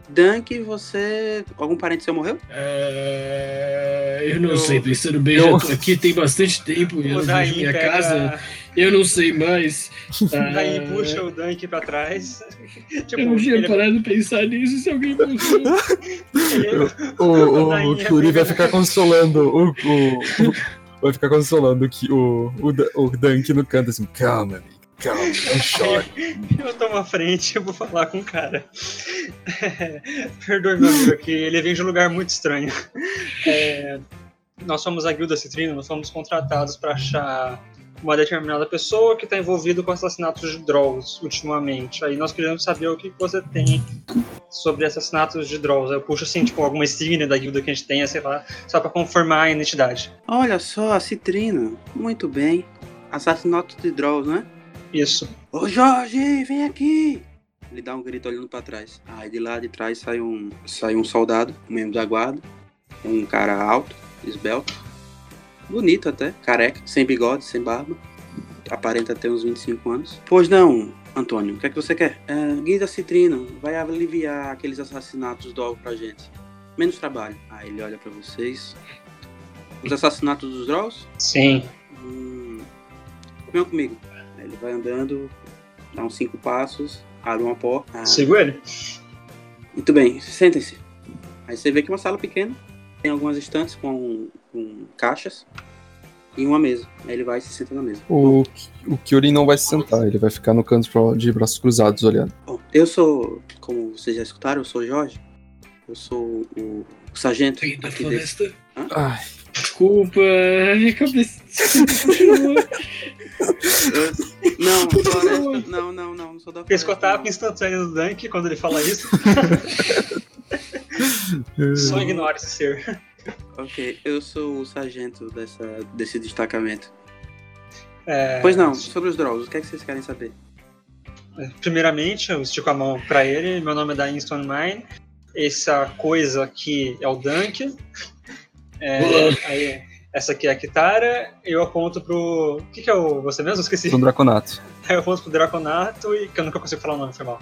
Speaker 3: Dunk, você. Algum parente seu morreu?
Speaker 6: Ah, eu não
Speaker 7: Eu-
Speaker 6: sei, pensando bem,
Speaker 5: eu-
Speaker 6: já tô aqui tem bastante tempo, eu
Speaker 7: O
Speaker 6: não vejo
Speaker 7: Daim
Speaker 6: minha
Speaker 7: pega-
Speaker 6: casa, eu não sei mais. Ah,
Speaker 7: Daí puxa o Dunk pra trás. tipo,
Speaker 6: eu não tinha
Speaker 7: ele- é
Speaker 6: parado de pensar nisso se alguém morreu.
Speaker 7: ele-
Speaker 5: O, o, o Kyuri vai ficar consolando. O, o- o- vai ficar consolando que o, o, Dan- o Dunk no canto assim. Calma, amigo. Calma, não chore.
Speaker 7: Eu tomo a frente, eu vou falar com o cara. Perdoe meu amigo aqui, ele vem de um lugar muito estranho. É, nós somos a Guilda Citrino, nós fomos contratados para achar uma determinada pessoa que está envolvida com assassinatos de Drolls ultimamente. Aí nós queremos saber o que que você tem sobre assassinatos de Drolls. Aí Eu puxo assim, tipo, alguma insígnia da guilda que a gente tenha, sei lá, só para confirmar a identidade.
Speaker 3: Olha só, a Citrina. Muito bem. Assassinato de Drolls, né?
Speaker 7: Isso.
Speaker 3: Ô Jorge, vem aqui! Ele dá um grito olhando pra trás. Aí de lá de trás sai um, sai um soldado, um membro da guarda. Um cara alto, esbelto. Bonito até, careca, sem bigode, sem barba. Aparenta ter uns 25 anos. Pois não, Antônio, o que é que você quer? É, Guida Citrino vai aliviar aqueles assassinatos do alvo pra gente. Menos trabalho. Aí ele olha pra vocês. Os assassinatos dos Drolls?
Speaker 7: Sim.
Speaker 3: Hum, vem comigo. Aí ele vai andando, dá uns cinco passos, abre uma porta. Ah,
Speaker 7: Sigo ele.
Speaker 3: muito bem, sentem-se. Aí você vê que é uma sala pequena, tem algumas estantes com, com caixas e uma mesa. Aí ele vai e se senta na mesa.
Speaker 5: O, o Kyuri não vai se sentar, ele vai ficar no canto pro- de braços cruzados olhando.
Speaker 3: Bom, eu sou, como vocês já escutaram, eu sou Jorge. Eu sou o, o sargento
Speaker 6: Rei da
Speaker 3: aqui desse.
Speaker 6: floresta.
Speaker 5: Ai,
Speaker 4: Desculpa, minha cabeça. Continua.
Speaker 3: Eu- Não, floresta, não, não, não, não sou da floresta.
Speaker 7: Pescotapa instantânea do Dunk quando ele fala isso. Só ignora esse ser.
Speaker 3: não. Ok, eu sou o sargento dessa, desse destacamento.
Speaker 7: É,
Speaker 3: Pois não, sobre os Drolls, o que é que vocês querem saber?
Speaker 7: Primeiramente, eu estico a mão pra ele. Meu nome é Dain Stone Mine. Essa coisa aqui é o Dunk. É, aí, essa aqui é a Kitara. Eu aponto pro. O que, que é o você mesmo? Eu Esqueci.
Speaker 5: são draconato.
Speaker 7: Eu aponto pro Draconato e que eu nunca consigo falar o nome, foi mal.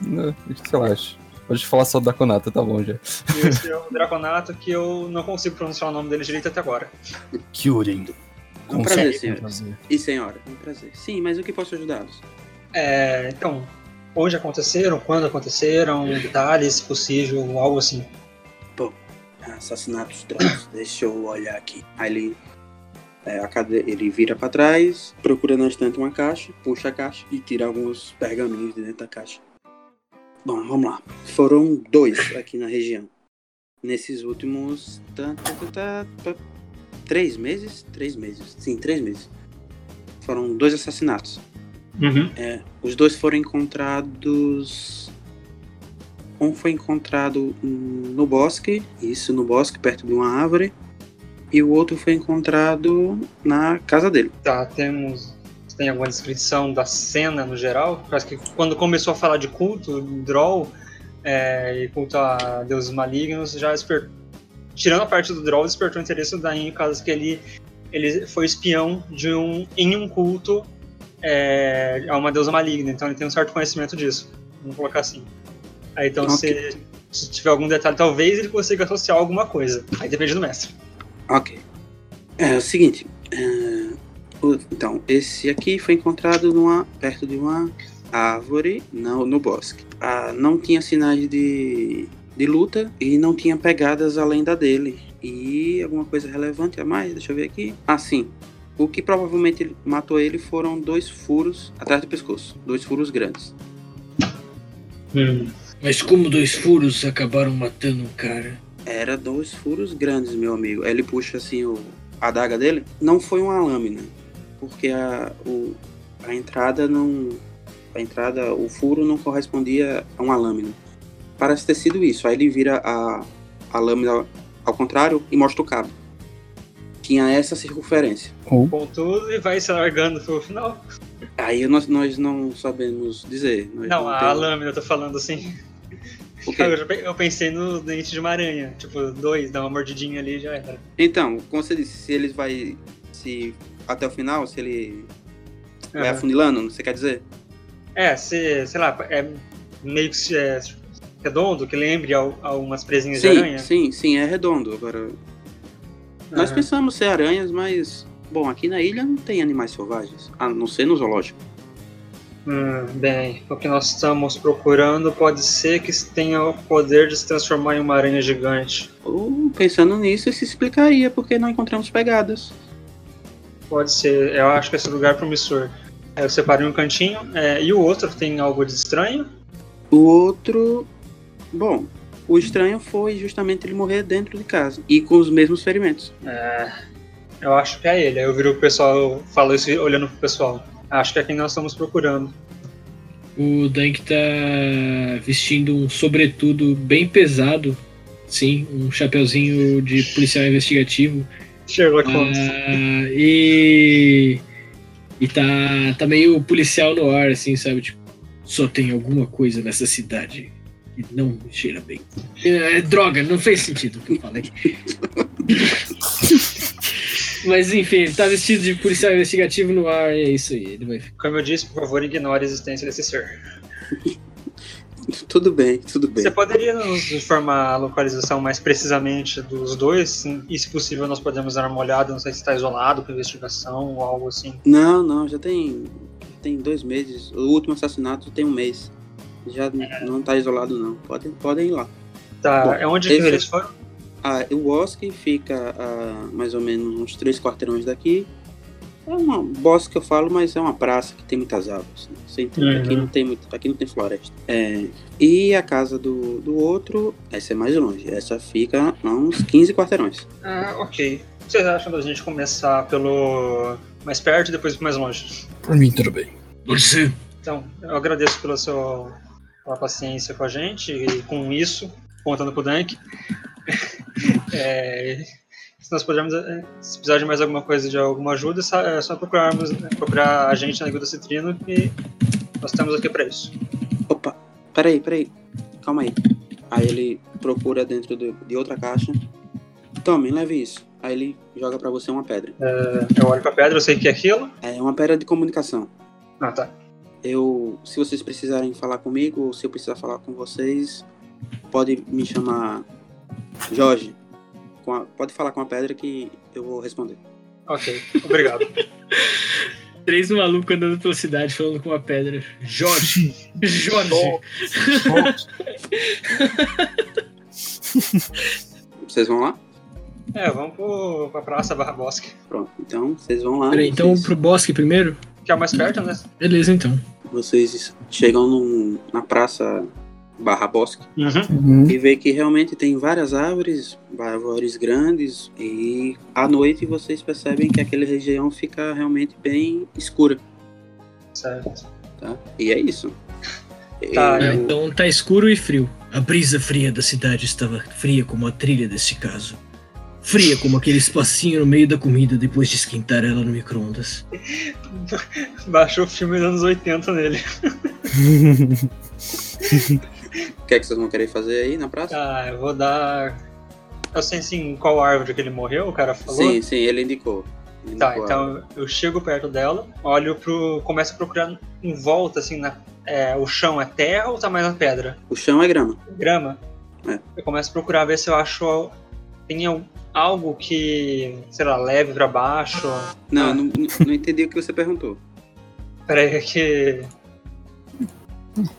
Speaker 5: Não, Né, Relaxa. Pode falar só do draconato, tá bom já.
Speaker 7: E esse é o Draconato que eu não consigo pronunciar o nome dele direito até agora.
Speaker 5: Kyuri.
Speaker 3: Um prazer,
Speaker 5: Consegue
Speaker 3: senhor.
Speaker 5: fazer.
Speaker 3: E senhora, um prazer. Sim, mas o que posso ajudá-los?
Speaker 7: É, então, onde aconteceram, quando aconteceram, detalhes, se possível, algo assim.
Speaker 3: Assassinatos trans. Deixa eu olhar aqui. Aí ele, é, a cade- ele vira pra trás, procura na estante uma caixa, puxa a caixa e tira alguns pergaminhos de dentro da caixa. Bom, vamos lá. Foram dois aqui na região. Nesses últimos. tá, tá, tá, tá, tá, três meses? Três meses. Sim, três meses. Foram dois assassinatos.
Speaker 7: Uhum.
Speaker 3: É, os dois foram encontrados. Um foi encontrado no bosque, isso, no bosque, perto de uma árvore. e o outro foi encontrado na casa dele.
Speaker 7: Tá, temos. Tem alguma descrição da cena no geral? Parece que quando começou a falar de culto, Droll é, e culto a deuses malignos, já despertou. Tirando a parte do Droll, despertou o interesse da Dain, caso que ele, ele foi espião de um, em um culto é, a uma deusa maligna, então ele tem um certo conhecimento disso. Vamos colocar assim. Aí então,
Speaker 3: Ok.
Speaker 7: se, se tiver algum detalhe, talvez ele consiga associar alguma coisa. Aí depende do mestre.
Speaker 3: Ok. É, o seguinte. é, o- então, esse aqui foi encontrado numa, perto de uma árvore no, no bosque. Ah, não tinha sinais de, de luta e não tinha pegadas além da dele. E alguma coisa relevante a mais? Deixa eu ver aqui. Ah, sim. O que provavelmente matou ele foram dois furos atrás do pescoço. Dois furos grandes.
Speaker 6: Mas como dois furos acabaram matando um cara?
Speaker 3: Era dois furos grandes, meu amigo. Aí ele puxa assim o, a adaga dele. Não foi uma lâmina, porque a, o, a entrada não. A entrada, o furo não correspondia a uma lâmina. Parece ter sido isso. Aí ele vira a, a lâmina ao contrário e mostra o cabo. Tinha essa circunferência.
Speaker 7: Contudo, e vai se largando pro final.
Speaker 3: Aí nós, nós não sabemos dizer. Nós
Speaker 7: Não, a
Speaker 3: temos-
Speaker 7: lâmina, eu tô falando assim.
Speaker 3: um- O quê?
Speaker 7: Ah, Eu, já pe- eu pensei no dente de uma aranha. Tipo, dois, dá uma mordidinha ali e já era.
Speaker 3: Então, como você disse, se ele vai. Se até o final, se ele vai
Speaker 7: Aham.
Speaker 3: afunilando, você quer dizer?
Speaker 7: É, se, sei lá, é meio que se- é redondo, que lembre al- algumas presinhas de
Speaker 3: Sim,
Speaker 7: aranha. Ah,
Speaker 3: sim, sim, é redondo. Agora, nós
Speaker 7: Aham.
Speaker 3: pensamos ser aranhas, mas. Bom, aqui na ilha não tem animais selvagens, a não ser no zoológico.
Speaker 7: Hum, bem, o que nós estamos procurando pode ser que tenha o poder de se transformar em uma aranha gigante.
Speaker 3: Ou, pensando nisso, isso explicaria porque não encontramos pegadas.
Speaker 7: Pode ser, eu acho que esse lugar é promissor. Aí eu separei um cantinho, é, e o outro tem algo de estranho.
Speaker 3: O outro. Bom, o estranho foi justamente ele morrer dentro de casa e com os mesmos ferimentos.
Speaker 7: É, eu acho que é ele. Aí eu viro o pessoal, eu falo isso olhando pro pessoal. Acho que é quem nós estamos procurando.
Speaker 4: O Dank tá vestindo um sobretudo bem pesado. Sim, um chapeuzinho de policial investigativo.
Speaker 7: Sherlock Holmes.
Speaker 4: Ah, e. E tá, tá meio policial no ar, assim, sabe? Tipo, só tem alguma coisa nessa cidade que não cheira bem. É, é droga, não fez sentido o que eu falei. Mas enfim, ele tá vestido de policial investigativo no ar, e é isso aí. Ele vai
Speaker 7: Como eu disse, por favor, ignore a existência desse ser.
Speaker 3: Tudo bem, tudo bem.
Speaker 7: Você poderia nos informar a localização mais precisamente dos dois? Sim. E se possível, nós podemos dar uma olhada, não sei se está isolado para investigação ou algo assim.
Speaker 3: Não, não, já tem. Tem dois meses. O último assassinato tem um mês. Já
Speaker 7: É.
Speaker 3: não tá isolado, não. Podem, podem ir lá.
Speaker 7: Tá,
Speaker 3: Bom,
Speaker 7: é onde
Speaker 3: esse-
Speaker 7: que eles foram?
Speaker 3: Ah, o bosque fica a mais ou menos uns três quarteirões daqui. É uma bosque que eu falo, mas é uma praça que tem muitas árvores. né? Você entende?
Speaker 7: Uhum.
Speaker 3: Aqui não tem muito, aqui não tem floresta. É, e a casa do, do outro, essa é mais longe. Essa fica a uns 15 quarteirões.
Speaker 7: Ah, ok. O que Vocês acham da gente começar pelo mais perto e depois mais longe?
Speaker 5: Por mim, tudo bem.
Speaker 6: Pode ser.
Speaker 7: Então, eu agradeço pela sua pela paciência com a gente e com isso, contando pro Dank. É, se nós pudermos, é, se precisar de mais alguma coisa, de alguma ajuda, é só- é só procurarmos, né, procurar a gente na Guilda Citrino que nós estamos aqui para isso.
Speaker 3: Opa, peraí, peraí. Calma aí. Aí ele procura dentro do- de outra caixa. Tome, leve isso. Aí ele joga pra você uma pedra.
Speaker 7: É, Eu olho pra pedra, eu sei que é aquilo.
Speaker 3: É uma pedra de comunicação.
Speaker 7: Ah, tá.
Speaker 3: Eu, se vocês precisarem falar comigo ou se eu precisar falar com vocês, pode me chamar Jorge. Com a- pode falar com a pedra que eu vou responder.
Speaker 7: Ok, obrigado.
Speaker 4: Três malucos andando pela cidade falando com uma pedra. Jorge! Jorge!
Speaker 3: Vocês vão lá?
Speaker 7: É, vamos pro, pra praça Barra Bosque,
Speaker 3: Pronto. Então, vocês vão lá.
Speaker 4: Peraí, então
Speaker 3: vocês,
Speaker 4: pro bosque primeiro?
Speaker 7: que é o mais perto, né?
Speaker 4: Beleza, então.
Speaker 3: vocês chegam num- na praça Barra Bosque
Speaker 7: Uhum.
Speaker 3: e vê que realmente tem várias árvores, árvores grandes e à noite vocês percebem que aquela região fica realmente bem escura,
Speaker 7: Certo.
Speaker 3: tá? E é isso.
Speaker 7: Tá,
Speaker 4: É,
Speaker 3: Eu-
Speaker 4: então tá escuro e frio.
Speaker 6: A brisa fria da cidade estava fria como a trilha desse caso.
Speaker 4: fria como aquele espacinho no meio da comida depois de esquentar ela no micro-ondas.
Speaker 7: Baixou o filme dos anos 80 nele.
Speaker 3: O que é que vocês vão querer fazer aí na praça?
Speaker 7: Ah, eu vou dar. Eu sei sim qual árvore que ele morreu, o cara falou.
Speaker 3: Sim, sim, ele indicou. Ele
Speaker 7: Tá,
Speaker 3: indicou a-
Speaker 7: então eu chego perto dela, olho pro. começo a procurar em volta, assim, na, é, o chão é terra ou tá mais na pedra?
Speaker 3: O chão é grama.
Speaker 7: Grama.
Speaker 3: É.
Speaker 7: Eu começo a procurar ver se eu acho. tem al- algo que. sei lá, leve pra baixo.
Speaker 3: Não,
Speaker 7: Ah.
Speaker 3: eu não, não- não entendi o que você perguntou.
Speaker 7: Peraí, que.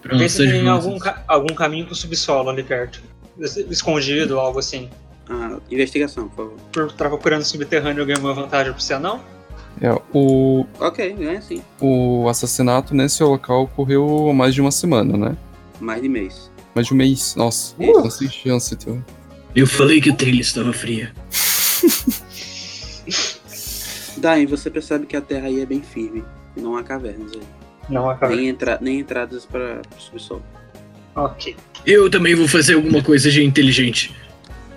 Speaker 4: Pra
Speaker 7: Pensa
Speaker 4: lançar
Speaker 7: que tem
Speaker 4: rosas.
Speaker 7: algum, ca- algum caminho pro subsolo ali perto. Es- Escondido, algo assim.
Speaker 3: Ah, investigação, por favor.
Speaker 7: Por estar procurando subterrâneo, eu ganho uma vantagem pra você, não?
Speaker 5: É, o,
Speaker 3: Ok, ganha sim.
Speaker 5: o assassinato nesse local ocorreu há mais de uma semana, né?
Speaker 3: Mais de mês.
Speaker 5: Mais de um mês. Nossa,
Speaker 3: Uh!
Speaker 5: não tem chance, teu.
Speaker 4: Eu falei que a trilha estava fria.
Speaker 3: Daí você percebe que a terra aí é bem firme. e Não há cavernas aí.
Speaker 7: Não, é cara.
Speaker 3: Nem, entra, nem entradas para o subsolo.
Speaker 7: Ok.
Speaker 4: Eu também vou fazer alguma coisa de inteligente.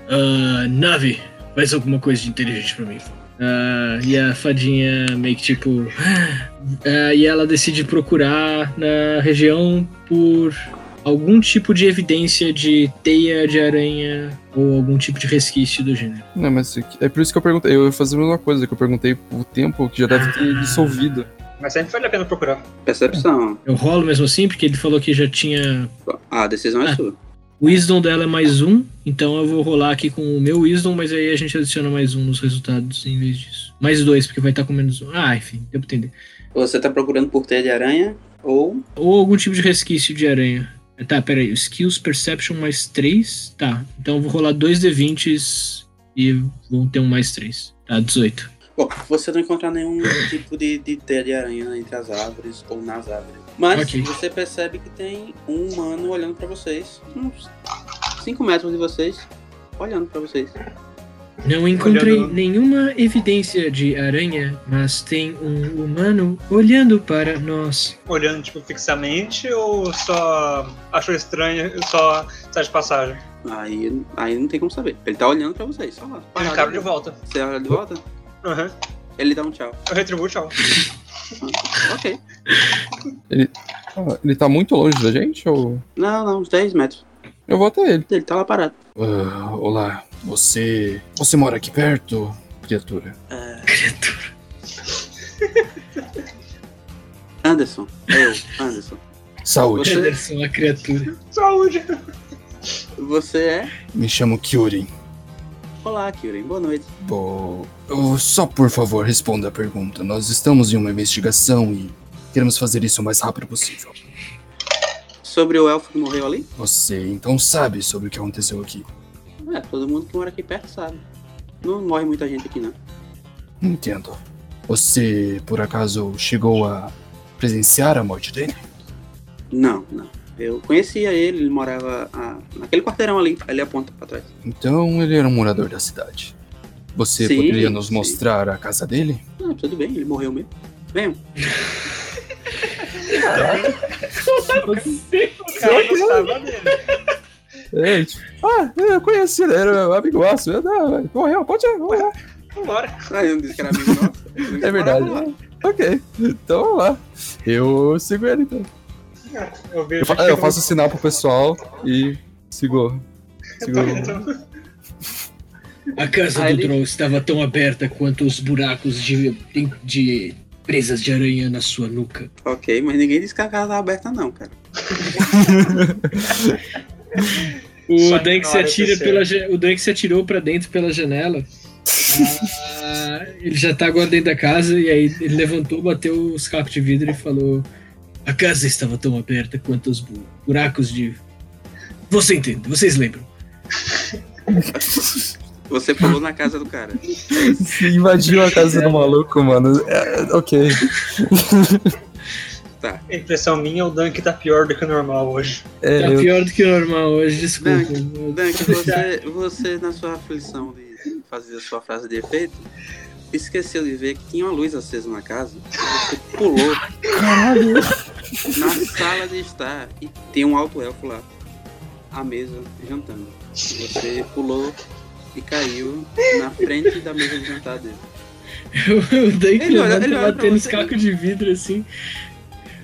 Speaker 4: Ah, nave, faz alguma coisa de inteligente pra mim. Ah, e a fadinha meio que tipo. ah, e ela decide procurar na região por algum tipo de evidência de teia de aranha ou algum tipo de resquício do gênero.
Speaker 5: Não, mas é que- é por isso que eu perguntei. Eu ia fazer a mesma coisa que eu perguntei o tempo que já deve ter dissolvido.
Speaker 7: Mas sempre vale a pena procurar.
Speaker 3: Percepção.
Speaker 4: Eu rolo mesmo assim, porque ele falou que já tinha.
Speaker 3: Ah, a decisão é
Speaker 4: Ah.
Speaker 3: sua.
Speaker 4: O Wisdom dela é mais um, então eu vou rolar aqui com o meu Wisdom, mas aí a gente adiciona mais um nos resultados em vez disso. Mais dois, porque vai estar com menos um. Ah, enfim, deu pra entender.
Speaker 3: Você tá procurando por teia de aranha ou
Speaker 4: Ou algum tipo de resquício de aranha. Tá, peraí. Skills Perception mais 3. Tá, então eu vou rolar dois D20s e vão ter um mais 3. Tá, 18.
Speaker 3: Bom, você não encontra nenhum tipo de, de teia de aranha entre as árvores ou nas árvores. Mas
Speaker 4: Ok.
Speaker 3: você percebe que tem um humano olhando pra vocês, uns 5 metros de vocês, olhando pra vocês.
Speaker 4: Não encontrei
Speaker 7: Olhando-
Speaker 4: nenhuma evidência de aranha, mas tem um humano olhando para nós.
Speaker 7: Olhando, tipo, fixamente ou só achou estranho e só sai de passagem?
Speaker 3: Aí, aí não tem como saber. Ele tá olhando pra vocês, só lá.
Speaker 7: Ele
Speaker 3: parado.
Speaker 7: cabe de volta.
Speaker 3: Você olha de volta,
Speaker 7: Aham.
Speaker 3: ele dá um tchau.
Speaker 7: Eu retribuo, tchau.
Speaker 3: Ok.
Speaker 5: Ah, ele tá muito longe da gente ou.
Speaker 3: Não, não, uns 10 metros.
Speaker 5: Eu vou até ele.
Speaker 3: Ele tá lá parado.
Speaker 9: Ah, olá, você. Você mora aqui perto, criatura?
Speaker 3: É, Anderson, eu, Anderson.
Speaker 9: Saúde,
Speaker 3: Você-
Speaker 4: Anderson, a é criatura.
Speaker 7: Saúde!
Speaker 3: Você é.
Speaker 9: me chamo Kyurin.
Speaker 3: Olá, Kyurem, boa noite.
Speaker 9: Bo- oh, Só por favor, responda a pergunta. Nós estamos em uma investigação e queremos fazer isso o mais rápido possível.
Speaker 3: Sobre o elfo que morreu ali?
Speaker 9: Você então sabe sobre o que aconteceu aqui.
Speaker 3: É, todo mundo que mora aqui perto sabe. Não morre muita gente aqui, não.
Speaker 9: Entendo. Você, por acaso, chegou a presenciar a morte dele?
Speaker 3: Não, não. Eu conhecia ele, ele morava ah, naquele quarteirão ali, ali aponta pra trás.
Speaker 9: Então ele era um morador da cidade. Você
Speaker 3: Sim,
Speaker 9: poderia nos
Speaker 3: sim.
Speaker 9: mostrar a casa dele?
Speaker 3: Ah, tudo bem, ele morreu mesmo. Venham.
Speaker 7: O cara gostava dele.
Speaker 5: É, tipo, ah, eu conheci ele, era um amigaço. Eu, ah, vai, Morreu, pode ir, morreu.
Speaker 7: Vambora.
Speaker 3: Ah, eu não disse que era amigo nosso.
Speaker 5: É verdade. né? Ok, então vamos lá. Eu sigo ele então.
Speaker 7: Eu
Speaker 5: Eu,
Speaker 7: vejo.
Speaker 5: fa- eu faço assim, sinal pro pessoal e sigo. sigo.
Speaker 7: Então,
Speaker 4: A
Speaker 5: Ah,
Speaker 4: casa
Speaker 3: Aí
Speaker 4: do
Speaker 3: ele-
Speaker 4: Troll estava tão aberta quanto os buracos de, de presas de aranha na sua nuca.
Speaker 3: Ok, mas ninguém disse que a casa tava aberta, não, cara.
Speaker 7: Só
Speaker 4: O
Speaker 7: que
Speaker 4: Dank
Speaker 7: na
Speaker 4: se
Speaker 7: hora
Speaker 4: atira
Speaker 7: aconteceu.
Speaker 4: pela ja- o Dank se atirou pra dentro pela janela. Ah, ele já tá agora dentro da casa e aí ele levantou, bateu os cacos de vidro e falou: "A casa estava tão aberta quanto os bu- buracos de Você entende? Vocês lembram?
Speaker 3: Você pulou na casa do cara.
Speaker 5: Se invadiu a casa do maluco, mano. É, ok.
Speaker 7: A impressão minha, o Dunk tá pior do que o normal hoje.
Speaker 5: É,
Speaker 4: Tá
Speaker 5: eu-
Speaker 4: pior do que o normal hoje, desculpa.
Speaker 3: Dunk, você, você, na sua aflição de fazer a sua frase de efeito, esqueceu de ver que tinha uma luz acesa na casa. Você pulou
Speaker 5: Caralho.
Speaker 3: na sala de estar e tem um alto elfo lá à mesa jantando. Você pulou e caiu na frente da mesa de jantar dele.
Speaker 4: O Dunk
Speaker 3: Ele olha-
Speaker 4: levanta
Speaker 3: ele olha pra
Speaker 4: batendo os
Speaker 3: você.
Speaker 4: cacos de vidro assim.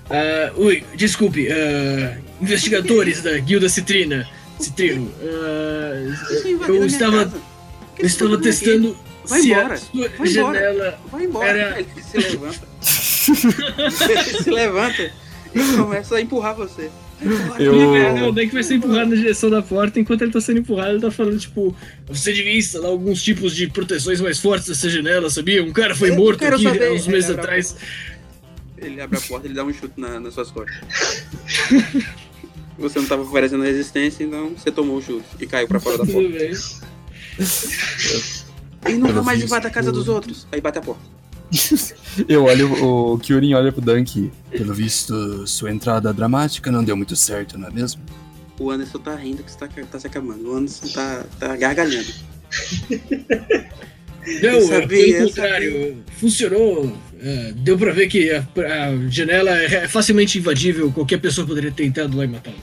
Speaker 4: Ah, ui, desculpe, ah, investigadores da Guilda Citrina. Citrino. ah,
Speaker 3: Vocês invadiram
Speaker 4: eu
Speaker 3: minha
Speaker 4: estava-
Speaker 3: casa. Por que
Speaker 4: eu
Speaker 3: vocês
Speaker 4: estava
Speaker 3: estão aqui?
Speaker 4: testando
Speaker 3: Vai
Speaker 4: se
Speaker 3: embora,
Speaker 4: a sua
Speaker 3: vai embora.
Speaker 4: janela.
Speaker 3: Vai embora.
Speaker 4: Era-
Speaker 3: Ele se levanta. ele se levanta e começa a empurrar você.
Speaker 4: Não, o
Speaker 10: Eu.
Speaker 4: Dunk vai ser empurrado na direção da porta. Enquanto ele tá sendo empurrado, ele tá falando, tipo, você devia instalar alguns tipos de proteções mais fortes nessa janela, sabia? Um cara foi
Speaker 3: Eu
Speaker 4: morto
Speaker 3: quero
Speaker 4: aqui
Speaker 3: saber.
Speaker 4: há uns meses
Speaker 3: Ele abre a
Speaker 4: atrás.
Speaker 3: Ele abre a porta, ele dá um chute na, nas suas costas. Você não tava oferecendo resistência, então você tomou o chute e caiu pra fora da porta.
Speaker 4: Tudo bem.
Speaker 3: E nunca
Speaker 5: Eu
Speaker 3: mais
Speaker 5: fiz
Speaker 3: invada a casa
Speaker 5: tudo.
Speaker 3: dos outros. Aí bate a porta.
Speaker 5: Eu olho, o Kyurin olha pro Dunk. Pelo visto, sua entrada dramática não deu muito certo, não é mesmo?
Speaker 3: O Anderson tá rindo que você tá, tá se acabando. O Anderson tá, tá gargalhando.
Speaker 4: Não,
Speaker 3: Eu sabia,
Speaker 4: pelo
Speaker 3: eu
Speaker 4: contrário, funcionou. É, deu pra ver que a, a janela é facilmente invadível, qualquer pessoa poderia ter entrado lá e matá-lo.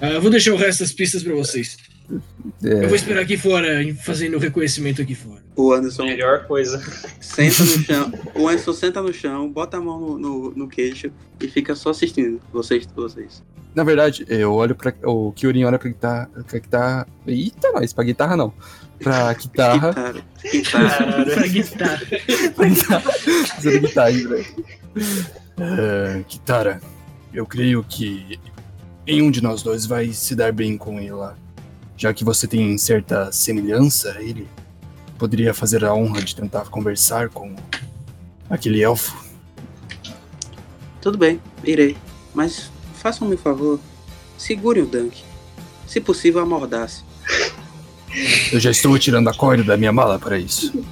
Speaker 4: Ah, eu vou deixar o resto das pistas pra vocês. Eu vou
Speaker 5: É,
Speaker 4: esperar aqui fora, em- fazendo o reconhecimento aqui fora.
Speaker 3: O Anderson
Speaker 7: Melhor coisa.
Speaker 3: senta no chão. O Anderson senta no chão, bota a mão no, no, no queixo e fica só assistindo vocês, vocês.
Speaker 5: na verdade, eu olho pra. O Kyurin olha pra guitarra. Pra guitarra eita, nós, pra guitarra não. Pra guitarra.
Speaker 3: Cara, que tá.
Speaker 4: Pra guitarra.
Speaker 5: Precisa de guitarra ainda. É, Kitara, eu creio que nenhum de nós dois vai se dar bem com ele lá. Já que você tem certa semelhança a ele, poderia fazer a honra de tentar conversar com aquele elfo.
Speaker 3: Tudo bem, irei. Mas façam-me um favor, segurem o Dunk. Se possível, amordace.
Speaker 5: Eu já estou tirando a corda da minha mala para isso.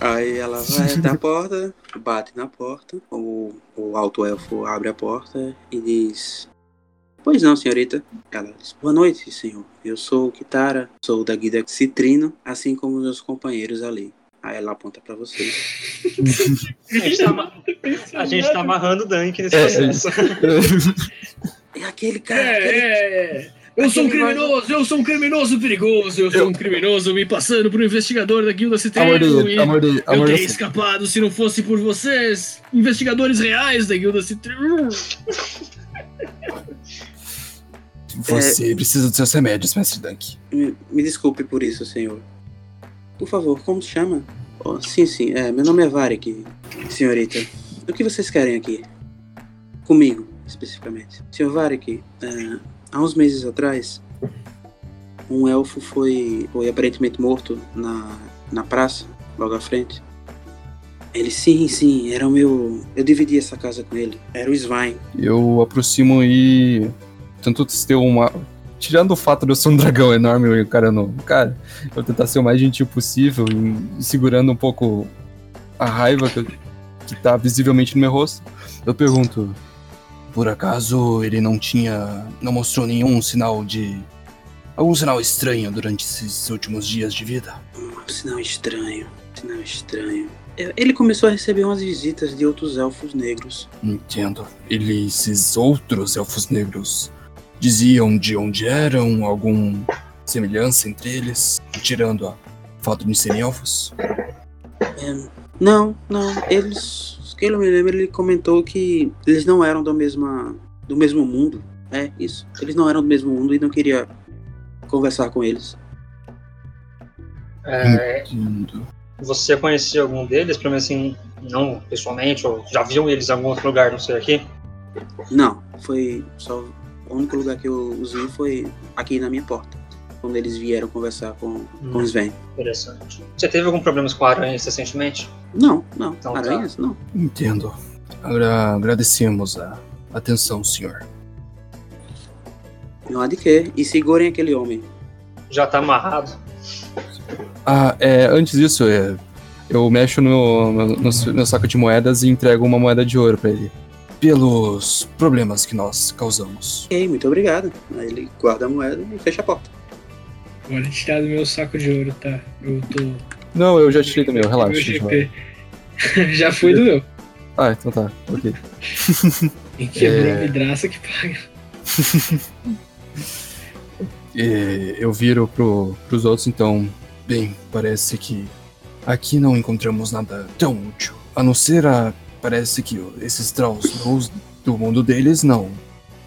Speaker 3: Aí ela vai até a porta, bate na porta, o, o alto elfo abre a porta e diz: Pois não, senhorita. Ela diz: Boa noite, senhor. Eu sou o Kitara, sou da guida Citrino, assim como meus companheiros ali. Aí ela aponta pra vocês.
Speaker 7: A gente tá, ama- a gente tá amarrando o Dunk nesse
Speaker 5: É,
Speaker 7: processo.
Speaker 3: É aquele cara, aquele
Speaker 4: É, é. Eu sou um
Speaker 3: Aquele
Speaker 4: criminoso, eu sou um criminoso perigoso, eu sou um criminoso me passando por um investigador da Guilda
Speaker 5: Amor
Speaker 4: Citrino
Speaker 5: dele,
Speaker 4: e
Speaker 5: amor dele,
Speaker 4: eu
Speaker 5: amor
Speaker 4: teria
Speaker 5: dele.
Speaker 4: escapado se não fosse por vocês, investigadores reais da Guilda Citrino.
Speaker 5: Você precisa dos seus remédios, mestre Dunk.
Speaker 3: Me, me desculpe por isso, senhor. Por favor, como se chama? Oh, sim, sim, é, meu nome é Varek, senhorita. O que vocês querem aqui? Comigo, especificamente. Senhor Varek, é, há uns meses atrás, um elfo foi, foi aparentemente morto na, na praça, logo à frente. Ele, sim, sim, era o meu. Eu dividi essa casa com ele. Era o Svein.
Speaker 5: Eu aproximo e tento ser uma. Tirando o fato de eu ser um dragão enorme e o cara não. Cara, eu tentar ser o mais gentil possível e segurando um pouco a raiva que, eu- que tá visivelmente no meu rosto. Eu pergunto: Por acaso ele não tinha. Não mostrou nenhum sinal de. Algum sinal estranho durante esses últimos dias de vida?
Speaker 3: Um sinal estranho, um sinal estranho. É, Ele começou a receber umas visitas de outros elfos negros.
Speaker 5: Entendo. Ele, esses outros elfos negros diziam de onde eram, alguma semelhança entre eles, tirando a foto de serem elfos.
Speaker 3: Não, não. Eles. Que eu me lembro, ele comentou que eles não eram da mesma. do mesmo mundo. É, isso. Eles não eram do mesmo mundo e não queria conversar com eles.
Speaker 7: É,
Speaker 5: Entendo.
Speaker 7: você conhecia algum deles? Pelo menos assim, não pessoalmente, ou já viu eles em algum outro lugar, não sei aqui?
Speaker 3: Não, foi só. O único lugar que eu usei foi aqui na minha porta. Quando eles vieram conversar com, com os Sven.
Speaker 7: Interessante. Você teve algum problema com aranhas recentemente?
Speaker 3: Não, não.
Speaker 7: Então tá.
Speaker 3: Aranhas? Não.
Speaker 5: Entendo. Agra agradecemos a atenção, senhor.
Speaker 3: Não há um de quê. E segurem aquele homem.
Speaker 7: Já tá amarrado?
Speaker 5: Ah, é, antes disso, é, eu mexo no, no, no- no saco de moedas e entrego uma moeda de ouro pra ele. Pelos problemas que nós causamos.
Speaker 3: Ok, muito obrigado. Aí ele guarda a moeda e fecha a porta.
Speaker 11: Olha, tirar do meu saco de ouro, tá? Eu tô.
Speaker 5: Não, eu já tirei do meu, relaxa.
Speaker 11: meu
Speaker 5: João.
Speaker 11: GP. Já foi do meu.
Speaker 5: Ah, então tá, ok.
Speaker 11: E quebrou
Speaker 5: É.
Speaker 11: a vidraça que paga.
Speaker 5: E É, eu viro pro, pros outros, então. Bem, parece que aqui não encontramos nada tão útil. A não ser a. Parece que esses Trolls do mundo deles não.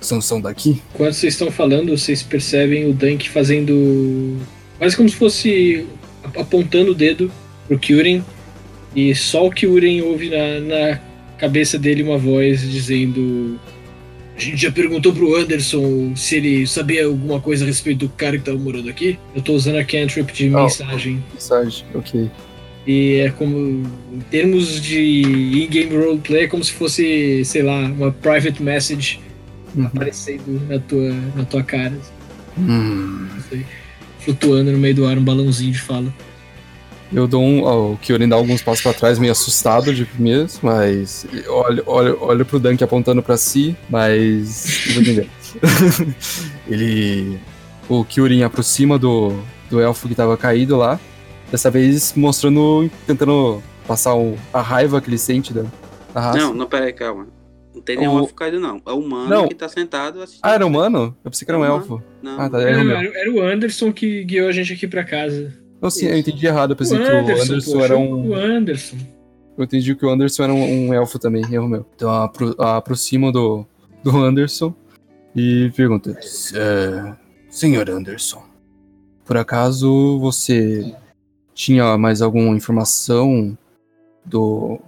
Speaker 5: São, são daqui?
Speaker 4: Enquanto vocês estão falando, vocês percebem o Dunk fazendo. Quase como se fosse ap- apontando o dedo pro Kyurem. E só o Kyurem ouve na, na cabeça dele uma voz dizendo. A gente já perguntou pro Anderson se ele sabia alguma coisa a respeito do cara que tava morando aqui. Eu tô usando a cantrip de
Speaker 5: Oh.
Speaker 4: mensagem.
Speaker 5: Mensagem, ok.
Speaker 4: E é como. Em termos de in-game roleplay, é como se fosse, sei lá, uma private message aparecendo na tua, na tua cara.
Speaker 5: Hum.
Speaker 4: flutuando no meio do ar um balãozinho de fala.
Speaker 5: Eu dou um. ó, o Kyorin dá alguns passos pra trás, meio assustado de mim mesmo, mas. Olho, olho, olho pro Dunk apontando pra si, mas. eu vou entender. Ele. O Kyorin aproxima do, do elfo que tava caído lá. Dessa vez mostrando. tentando passar o- a raiva que ele sente da, da raça.
Speaker 3: Não, não, peraí, calma. Não tem
Speaker 5: O-
Speaker 3: nenhum elfo caído, não. É o humano
Speaker 5: Não.
Speaker 3: que tá sentado assistindo.
Speaker 5: Ah, era humano? Eu pensei que era um
Speaker 4: Uhum.
Speaker 3: Humano.
Speaker 5: elfo.
Speaker 3: Não,
Speaker 5: Ah, tá. Era um...
Speaker 4: Era, era o Anderson que guiou a gente aqui pra casa.
Speaker 5: Não, sim, eu entendi errado. Eu
Speaker 4: O
Speaker 5: pensei que o
Speaker 4: Anderson,
Speaker 5: Anderson
Speaker 4: poxa,
Speaker 5: era um.
Speaker 4: O Anderson.
Speaker 5: Eu entendi que o Anderson era um, um elfo também, erro meu. Então apro aproxima do, do Anderson e pergunta: "É, Senhor Anderson, por acaso você tinha mais alguma informação do,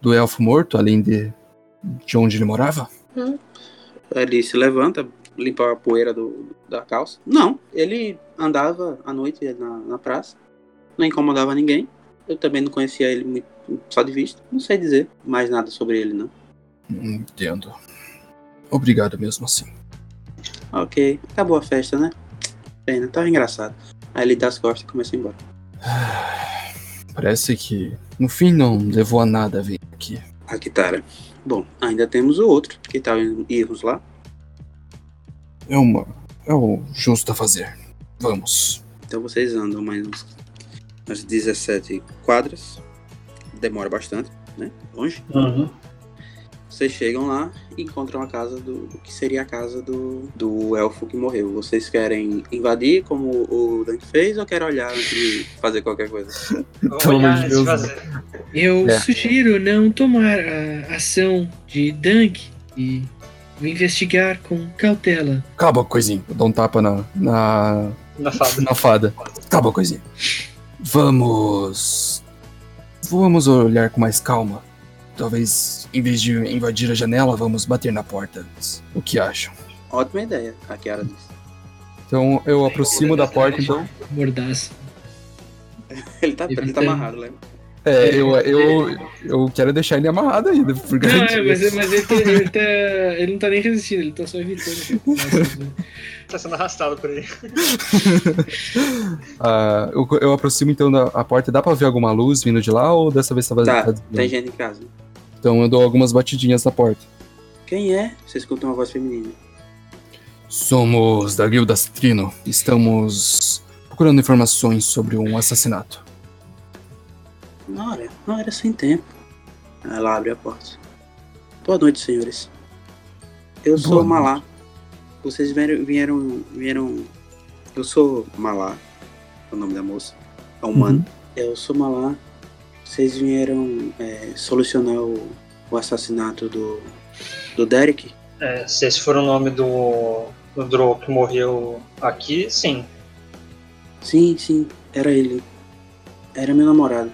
Speaker 5: do elfo morto, além de, de onde ele morava?
Speaker 3: Ele se levanta, limpa a poeira do, da calça. Não, ele andava à noite na, na praça, não incomodava ninguém. Eu também não conhecia ele muito, só de vista. Não sei dizer mais nada sobre ele, não.
Speaker 5: Entendo. Obrigado mesmo assim.
Speaker 3: Ok, acabou a festa, né? Pena, tava engraçado. Aí ele dá as costas e começa a ir embora.
Speaker 5: Parece que no fim não levou a nada a vir aqui.
Speaker 3: A Kitara. Bom, ainda temos o outro, que tá em Irmos lá.
Speaker 5: É uma. É o justo a fazer. Vamos.
Speaker 3: Então vocês andam mais uns, umas 17 quadras. Demora bastante, né? Longe. Vocês chegam lá e encontram a casa do, do que seria a casa do, do elfo que morreu. Vocês querem invadir como o Dante fez ou querem olhar antes de fazer qualquer coisa?
Speaker 5: Pelo amor de
Speaker 7: Olhar,
Speaker 5: Deus,
Speaker 7: desfazer.
Speaker 4: Eu
Speaker 5: É.
Speaker 4: sugiro não tomar a ação de Dunk e investigar com cautela.
Speaker 5: Acaba, coisinha. Eu dou um tapa na, na,
Speaker 7: Na fada.
Speaker 5: na fada. Acaba, coisinha. Vamos. Vamos olhar com mais calma. Talvez, em vez de invadir a janela, vamos bater na porta antes. O que acham?
Speaker 3: Ótima ideia, a Kiara disse.
Speaker 5: Então, eu aproximo da porta, então.
Speaker 4: Mordaça.
Speaker 3: Ele tá, ele tá amarrado, lembra?
Speaker 5: É, eu, eu, eu quero deixar ele amarrado ainda, por
Speaker 4: Não, é,
Speaker 5: garantia.
Speaker 4: mas, mas ele, tá- ele tá- ele não tá nem resistindo, ele tá só evitando. que aconteça, né?
Speaker 7: Tá sendo arrastado por aí.
Speaker 5: Ah, eu, eu aproximo, então, da a porta. Dá pra ver alguma luz vindo de lá ou dessa vez tava...
Speaker 3: Tá,
Speaker 5: tá
Speaker 3: tem gente em casa.
Speaker 5: Então, eu dou algumas batidinhas na porta.
Speaker 3: Quem é? Vocês escutam uma voz feminina.
Speaker 5: Somos da Guilda Citrino. Estamos procurando informações sobre um assassinato.
Speaker 3: Não era, não era sem tempo. Ela abre a porta. Boa noite, senhores. Eu sou
Speaker 5: Boa
Speaker 3: o Malá. Vocês vieram, vieram, vieram. Eu sou Malá, é o nome da moça. É
Speaker 5: Uhum.
Speaker 3: humano. Eu sou Malá. Vocês vieram é, solucionar o, o assassinato do, do Derek?
Speaker 7: É, se esse for o nome do, do Drow que morreu aqui, sim.
Speaker 3: Sim, sim, era ele. Era meu namorado.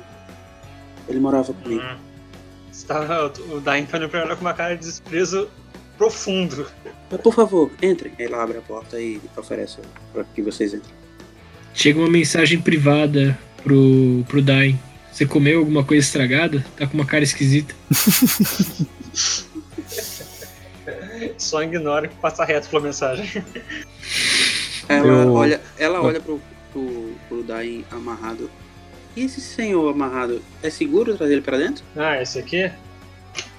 Speaker 3: Ele morava comigo.
Speaker 7: Hum. Você tá- o Dain tá olhando pra ela com uma cara de desprezo profundo.
Speaker 3: Mas, Por favor, entrem. Ela abre a porta e oferece para que vocês entrem.
Speaker 4: Chega uma mensagem privada pro, pro Dain. Você comeu alguma coisa estragada? Tá com uma cara esquisita.
Speaker 7: Só ignora que passa reto pela mensagem.
Speaker 3: Ela
Speaker 5: Eu-
Speaker 3: olha, ela olha pro, pro, pro Dain amarrado. E esse senhor amarrado, é seguro trazer ele pra dentro?
Speaker 7: Ah, esse aqui?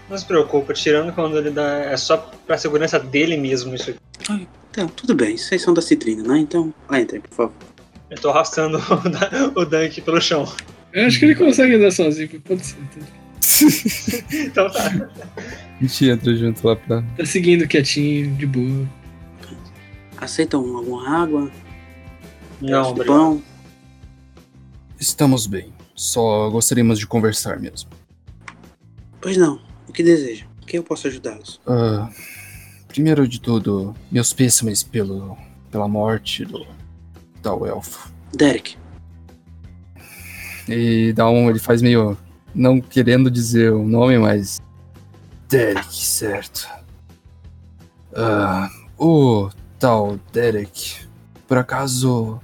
Speaker 7: Não se preocupa, tirando quando ele dá. É só pra segurança dele mesmo isso aqui.
Speaker 3: Então, tudo bem, vocês são da Citrina, né? Então, ah, entrem, por favor.
Speaker 7: Eu tô arrastando o Dan- o Dunk pelo chão.
Speaker 4: Eu acho que ele consegue andar sozinho, pode ser. Tá,
Speaker 7: Então tá.
Speaker 5: A gente entra junto lá pra.
Speaker 4: tá seguindo quietinho, de boa.
Speaker 3: Aceitam alguma água?
Speaker 7: Não,
Speaker 3: Um
Speaker 7: obrigado.
Speaker 3: pão?
Speaker 5: Estamos bem. Só gostaríamos de conversar mesmo.
Speaker 3: Pois não. O que desejam? O que eu posso ajudá-los?
Speaker 5: Ah, primeiro de tudo, meus pêsames pelo, pela morte do tal elfo.
Speaker 3: Derek,
Speaker 5: E dá um, ele faz meio não querendo dizer o nome, mas Derek, certo? Ah, o tal Derek, por acaso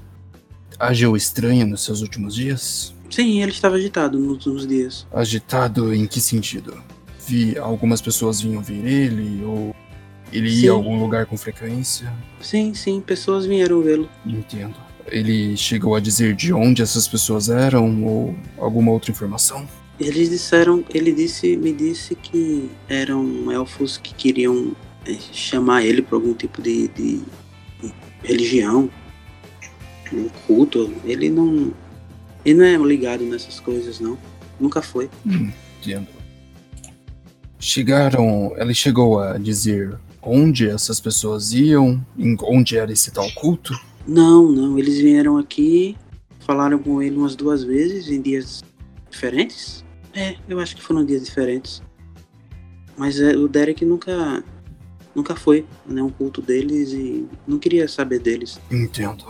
Speaker 5: agiu estranho nos seus últimos dias?
Speaker 3: sim, ele estava agitado nos últimos dias.
Speaker 5: Agitado em que sentido? Vi algumas pessoas vinham ver ele ou ele ia
Speaker 3: Sim.
Speaker 5: a algum lugar com frequência?
Speaker 3: Sim, sim, pessoas vieram vê-lo.
Speaker 5: Entendo. Ele chegou a dizer de onde essas pessoas eram ou alguma outra informação?
Speaker 3: Eles disseram, ele disse, me disse que eram elfos que queriam eh, chamar ele para algum tipo de, de hum, religião, um culto. Ele não, ele não é ligado nessas coisas não. Nunca foi.
Speaker 5: Entendo. Chegaram. Ela chegou a dizer onde essas pessoas iam, em- onde era esse tal culto?
Speaker 3: Não, não. Eles vieram aqui, falaram com ele umas duas vezes em dias diferentes. É, eu acho que foram dias diferentes. Mas é, o Derek nunca, nunca foi a nenhum culto deles e não queria saber deles.
Speaker 5: Entendo.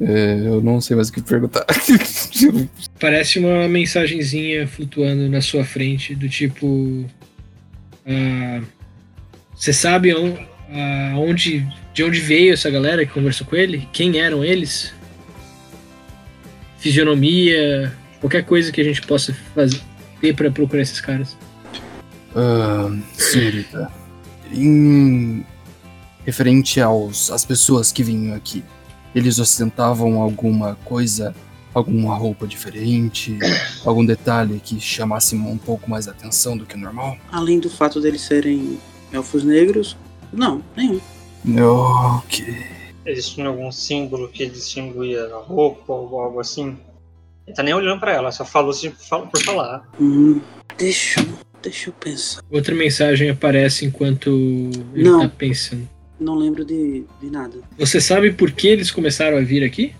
Speaker 5: É, eu não sei mais o que perguntar.
Speaker 4: Parece uma mensagenzinha flutuando na sua frente, do tipo. ah, Você sabe on- ah, onde, de onde veio essa galera que conversou com ele? Quem eram eles? Fisionomia, qualquer coisa que a gente possa fazer, ter pra procurar esses caras.
Speaker 5: Ah, senhorita, em referente aos às pessoas que vinham aqui, eles ostentavam alguma coisa, alguma roupa diferente, algum detalhe que chamasse um pouco mais atenção do que o normal?
Speaker 3: Além do fato deles serem elfos negros, não, nenhum.
Speaker 5: Ok.
Speaker 7: Existia algum símbolo que distinguia a roupa ou algo assim? Ele tá nem olhando pra ela, só falou se fala por falar.
Speaker 3: Hum, deixa, eu- deixa eu pensar.
Speaker 4: Outra mensagem aparece enquanto ele
Speaker 3: Não.
Speaker 4: tá pensando.
Speaker 3: Não lembro de, de nada.
Speaker 4: Você sabe por que eles começaram a vir aqui?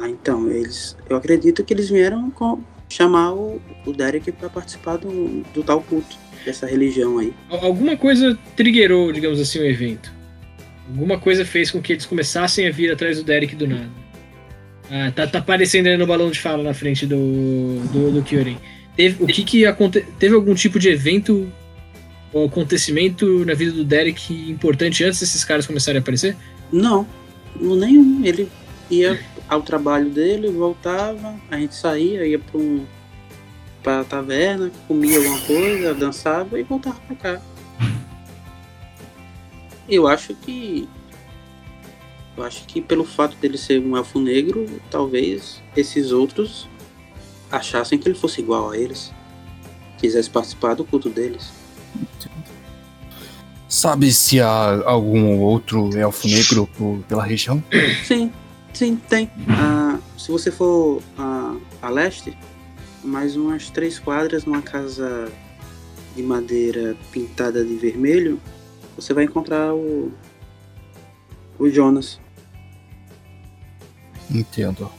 Speaker 3: Ah, então, eles. Eu acredito que eles vieram com- chamar o, o Derek pra participar do, do tal culto, dessa religião aí.
Speaker 4: Al- Alguma coisa triggerou, digamos assim, o evento. Alguma coisa fez com que eles começassem a vir atrás do Derek do nada. Ah, tá, tá aparecendo aí no balão de fala na frente do, do, do Kyoren. Teve, o que que aconte, teve algum tipo de evento ou acontecimento na vida do Derek importante antes desses caras começarem a aparecer?
Speaker 3: Não, não nenhum. Ele ia ao trabalho dele, voltava, a gente saía, ia pra, um, pra taverna, comia alguma coisa, dançava e voltava pra cá. Eu acho que. Eu acho que pelo fato dele ser um elfo negro, talvez esses outros achassem que ele fosse igual a eles. Quisesse participar do culto deles.
Speaker 5: Sabe se há algum outro elfo negro por- pela região?
Speaker 3: Sim, sim, tem. Ah, se você for ah, a, leste, mais umas três quadras numa casa de madeira pintada de vermelho, você vai encontrar o, o Jonas.
Speaker 5: Entendo.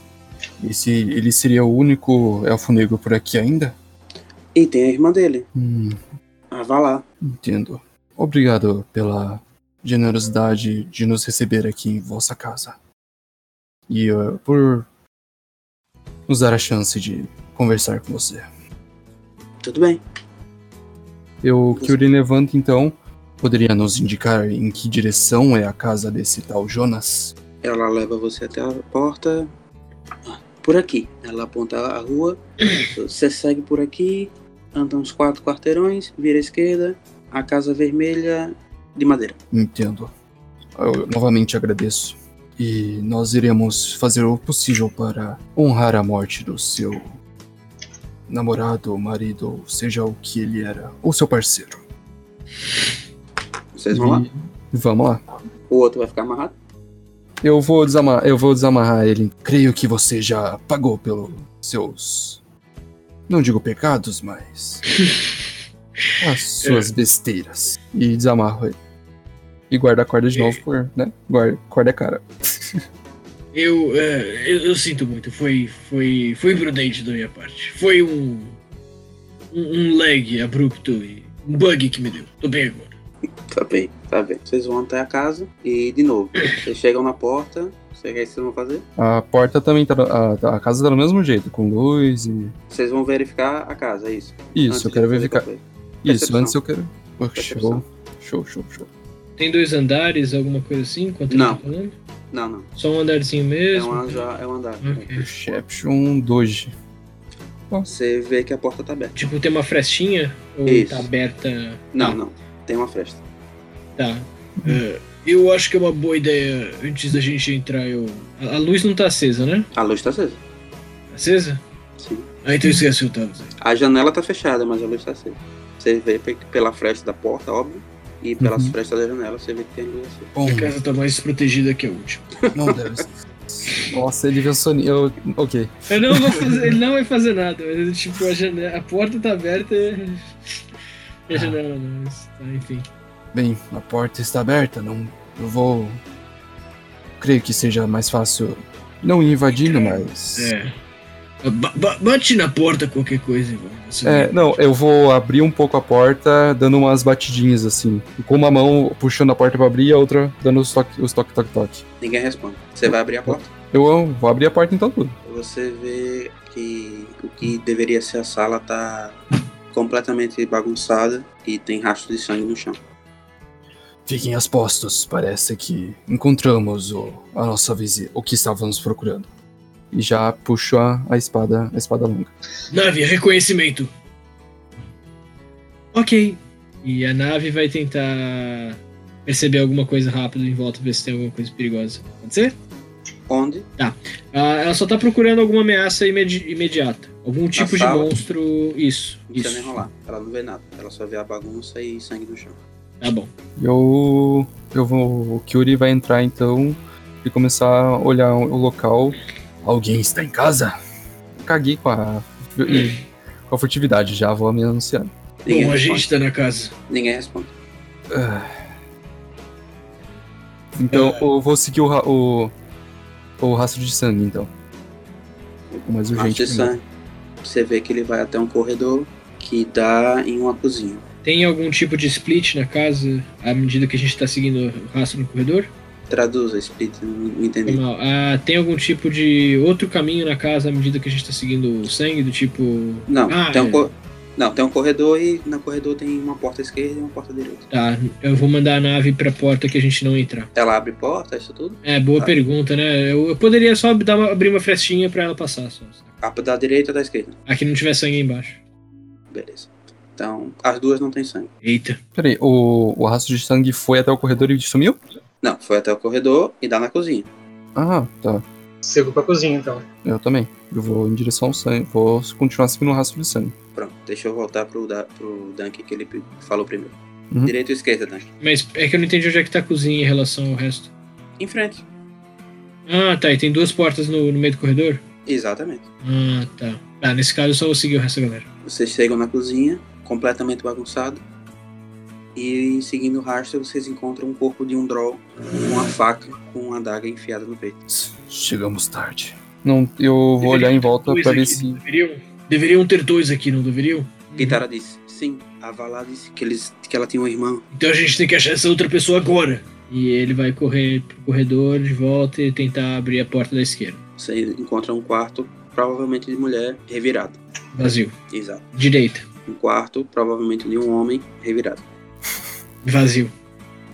Speaker 5: Esse, ele seria o único elfo negro por aqui ainda?
Speaker 3: E tem a irmã dele,
Speaker 5: Hum,
Speaker 3: a Valar.
Speaker 5: Entendo. Obrigado pela generosidade de nos receber aqui em vossa casa. E eh, por nos dar a chance de conversar com você.
Speaker 3: Tudo bem.
Speaker 5: Eu, Kyuri, levanta então. Poderia nos indicar em que direção é a casa desse tal Jonas?
Speaker 3: Ela leva você até a porta. Ah, Por aqui. Ela aponta a rua. Você segue por aqui. Anda uns quatro quarteirões. Vira à esquerda. A casa vermelha de madeira.
Speaker 5: Entendo. Eu novamente agradeço. E nós iremos fazer o possível para honrar a morte do seu namorado, marido, ou seja o que ele era, ou seu parceiro.
Speaker 3: Vocês vão lá?
Speaker 5: Vamos lá.
Speaker 3: O outro vai ficar amarrado?
Speaker 5: Eu vou desamarrar, eu vou desamarrar ele. Creio que você já pagou pelos seus não digo pecados,
Speaker 3: É.
Speaker 5: mas as suas besteiras. E desamarro ele. E guarda a corda
Speaker 3: É.
Speaker 5: de novo, por, né? Guarda, corda é cara.
Speaker 12: Eu, é, eu, eu sinto muito, foi, foi, foi imprudente da minha parte. Foi um, um, um lag abrupto e um bug que me deu. Tô bem agora.
Speaker 3: Tá bem, tá bem. Vocês vão até a casa e de novo. Vocês chegam na porta. Você quer que vocês vão fazer?
Speaker 5: A porta também tá. A, a casa tá do mesmo jeito, com luz e.
Speaker 3: Vocês vão verificar a casa, é isso.
Speaker 5: Isso, eu
Speaker 3: de fazer
Speaker 5: quero verificar.
Speaker 3: qualquer
Speaker 5: Isso,
Speaker 3: Percepção.
Speaker 5: antes eu quero. Oh,
Speaker 3: Percepção.
Speaker 5: show, show, show, show.
Speaker 4: Tem dois andares, alguma coisa assim? Enquanto
Speaker 3: Não.
Speaker 4: ele tá falando?
Speaker 3: coisa. Não, não.
Speaker 4: Só um andarzinho
Speaker 3: É
Speaker 4: mesmo?
Speaker 3: um azar, é um andar.
Speaker 4: Ok.
Speaker 5: Perception Doge.
Speaker 3: Você vê que a porta tá aberta.
Speaker 4: Tipo, tem uma frestinha? Ou
Speaker 3: Isso.
Speaker 4: tá aberta?
Speaker 3: Não, não. Tem uma fresta.
Speaker 4: Tá.
Speaker 12: É, eu acho que é uma boa ideia, antes da gente entrar, eu...
Speaker 4: A a luz não tá acesa, né? Tá
Speaker 3: A luz tá acesa.
Speaker 12: Acesa?
Speaker 3: Sim.
Speaker 12: Ah, então esquece o que eu tava dizendo.
Speaker 3: A janela tá fechada, mas a luz tá acesa. Você vê pe- pela fresta da porta, óbvio. E pelas
Speaker 5: Uhum.
Speaker 3: frestas da janela, você vê que tem luz acesa.
Speaker 4: Hum.
Speaker 13: Bom,
Speaker 12: A casa tá mais protegida que a última.
Speaker 13: não deve
Speaker 5: Nossa, ele viu Sony. Eu, ok.
Speaker 4: Eu não vou fazer, ele não vai fazer nada. Ele, tipo, a, janela, a porta tá aberta e-
Speaker 12: Ah.
Speaker 4: e a janela não. mas, tá, enfim.
Speaker 13: Bem, a porta está aberta, não. Eu vou. Creio que seja mais fácil. Não ir invadindo, mas.
Speaker 12: É. Ba- ba- bate na porta qualquer coisa, Ivan. Você
Speaker 5: É, não, eu vou abrir um pouco a porta, dando umas batidinhas assim. Com uma mão puxando a porta pra abrir e a outra dando os toque, os toque, toque, toque.
Speaker 3: Ninguém responde. Você vai abrir a porta.
Speaker 5: Eu vou abrir a porta então tudo.
Speaker 3: Você vê que o que deveria ser a sala tá completamente bagunçada e tem rastro de sangue no chão.
Speaker 13: Fiquem aos postos, parece que encontramos o, a nossa visita, o que estávamos procurando.
Speaker 5: E já puxo a, a espada, a espada longa.
Speaker 12: Nave, é reconhecimento.
Speaker 4: Ok. E a nave vai tentar perceber alguma coisa rápido em volta, ver se tem alguma coisa perigosa. Pode ser?
Speaker 3: Onde?
Speaker 4: Ah, ela só tá procurando alguma ameaça imedi- imediata. Algum tipo de
Speaker 3: sala?
Speaker 4: monstro. Isso.
Speaker 3: Não precisa nem
Speaker 4: Isso.
Speaker 3: rolar. Ela não vê nada. Ela só vê a bagunça e sangue no chão.
Speaker 4: Tá bom.
Speaker 5: Eu. Eu vou. O Kyuri vai entrar então e começar a olhar o local.
Speaker 13: Alguém está em casa?
Speaker 5: Caguei com a. Com a furtividade, já vou me anunciar.
Speaker 3: Ninguém
Speaker 12: Bom, a
Speaker 3: responde.
Speaker 12: gente tá na casa.
Speaker 3: Ninguém responde.
Speaker 5: Ah. Então
Speaker 3: É.
Speaker 5: eu vou seguir o, ra- o, o rastro de sangue, então. O mais
Speaker 3: Rastro
Speaker 5: urgente.
Speaker 3: de
Speaker 5: primeiro.
Speaker 3: sangue. Você vê que ele vai até um corredor que dá em uma cozinha.
Speaker 4: Tem algum tipo de split na casa à medida que a gente tá seguindo o rastro no corredor?
Speaker 3: Traduza, split, não não
Speaker 4: Foi
Speaker 3: entendi.
Speaker 4: mal. Ah, tem algum tipo de outro caminho na casa à medida que a gente tá seguindo o sangue? Do tipo.
Speaker 3: Não,
Speaker 4: Ah,
Speaker 3: tem um
Speaker 4: é.
Speaker 3: cor- não, tem um corredor e na corredor tem uma porta esquerda e uma porta direita.
Speaker 4: Tá, eu vou mandar a nave pra porta que a gente não entrar.
Speaker 3: Ela abre porta, isso tudo.
Speaker 4: É, boa
Speaker 3: Tá.
Speaker 4: pergunta, né? Eu, eu poderia só dar uma- abrir uma frestinha pra ela passar. Só.
Speaker 3: A da direita ou da esquerda?
Speaker 4: Aqui não tiver sangue embaixo.
Speaker 3: Beleza. Então, as duas não tem sangue.
Speaker 4: Eita.
Speaker 5: Peraí, o, o rastro de sangue foi até o corredor e sumiu?
Speaker 3: Não, foi até o corredor e dá na cozinha.
Speaker 5: Ah, tá.
Speaker 7: Sigo pra cozinha, então.
Speaker 5: Eu também. Eu vou em direção ao sangue. Vou continuar seguindo o rastro de sangue.
Speaker 3: Pronto, deixa eu voltar pro, da, pro Dunk que ele pe- falou primeiro.
Speaker 5: Uhum.
Speaker 3: Direita ou esquerda, Dunk?
Speaker 4: Mas é que eu não entendi onde é que tá a cozinha em relação ao resto.
Speaker 3: Em frente.
Speaker 4: Ah, tá. E tem duas portas no, no meio do corredor?
Speaker 3: Exatamente.
Speaker 4: Ah, tá. Tá, nesse caso eu só vou seguir o resto da galera.
Speaker 3: Vocês chegam na cozinha, completamente bagunçado. E seguindo o rastro, vocês encontram um corpo de um droll com uma faca com uma adaga enfiada no peito.
Speaker 13: Chegamos tarde.
Speaker 5: Não, eu vou olhar em volta
Speaker 12: Dois
Speaker 5: pra ver
Speaker 12: aqui,
Speaker 5: se.
Speaker 12: Deveriam, deveriam ter dois aqui, não deveriam?
Speaker 3: Kitara disse: Sim, a Valá disse que, eles, que ela tinha um irmão.
Speaker 12: Então a gente tem que achar essa outra pessoa agora.
Speaker 4: E ele vai correr pro corredor de volta e tentar abrir a porta da esquerda.
Speaker 3: Vocês encontram um quarto, provavelmente de mulher, revirado.
Speaker 4: Vazio.
Speaker 3: Exato.
Speaker 4: Direita.
Speaker 3: Um quarto, provavelmente de um homem, revirado.
Speaker 4: Vazio.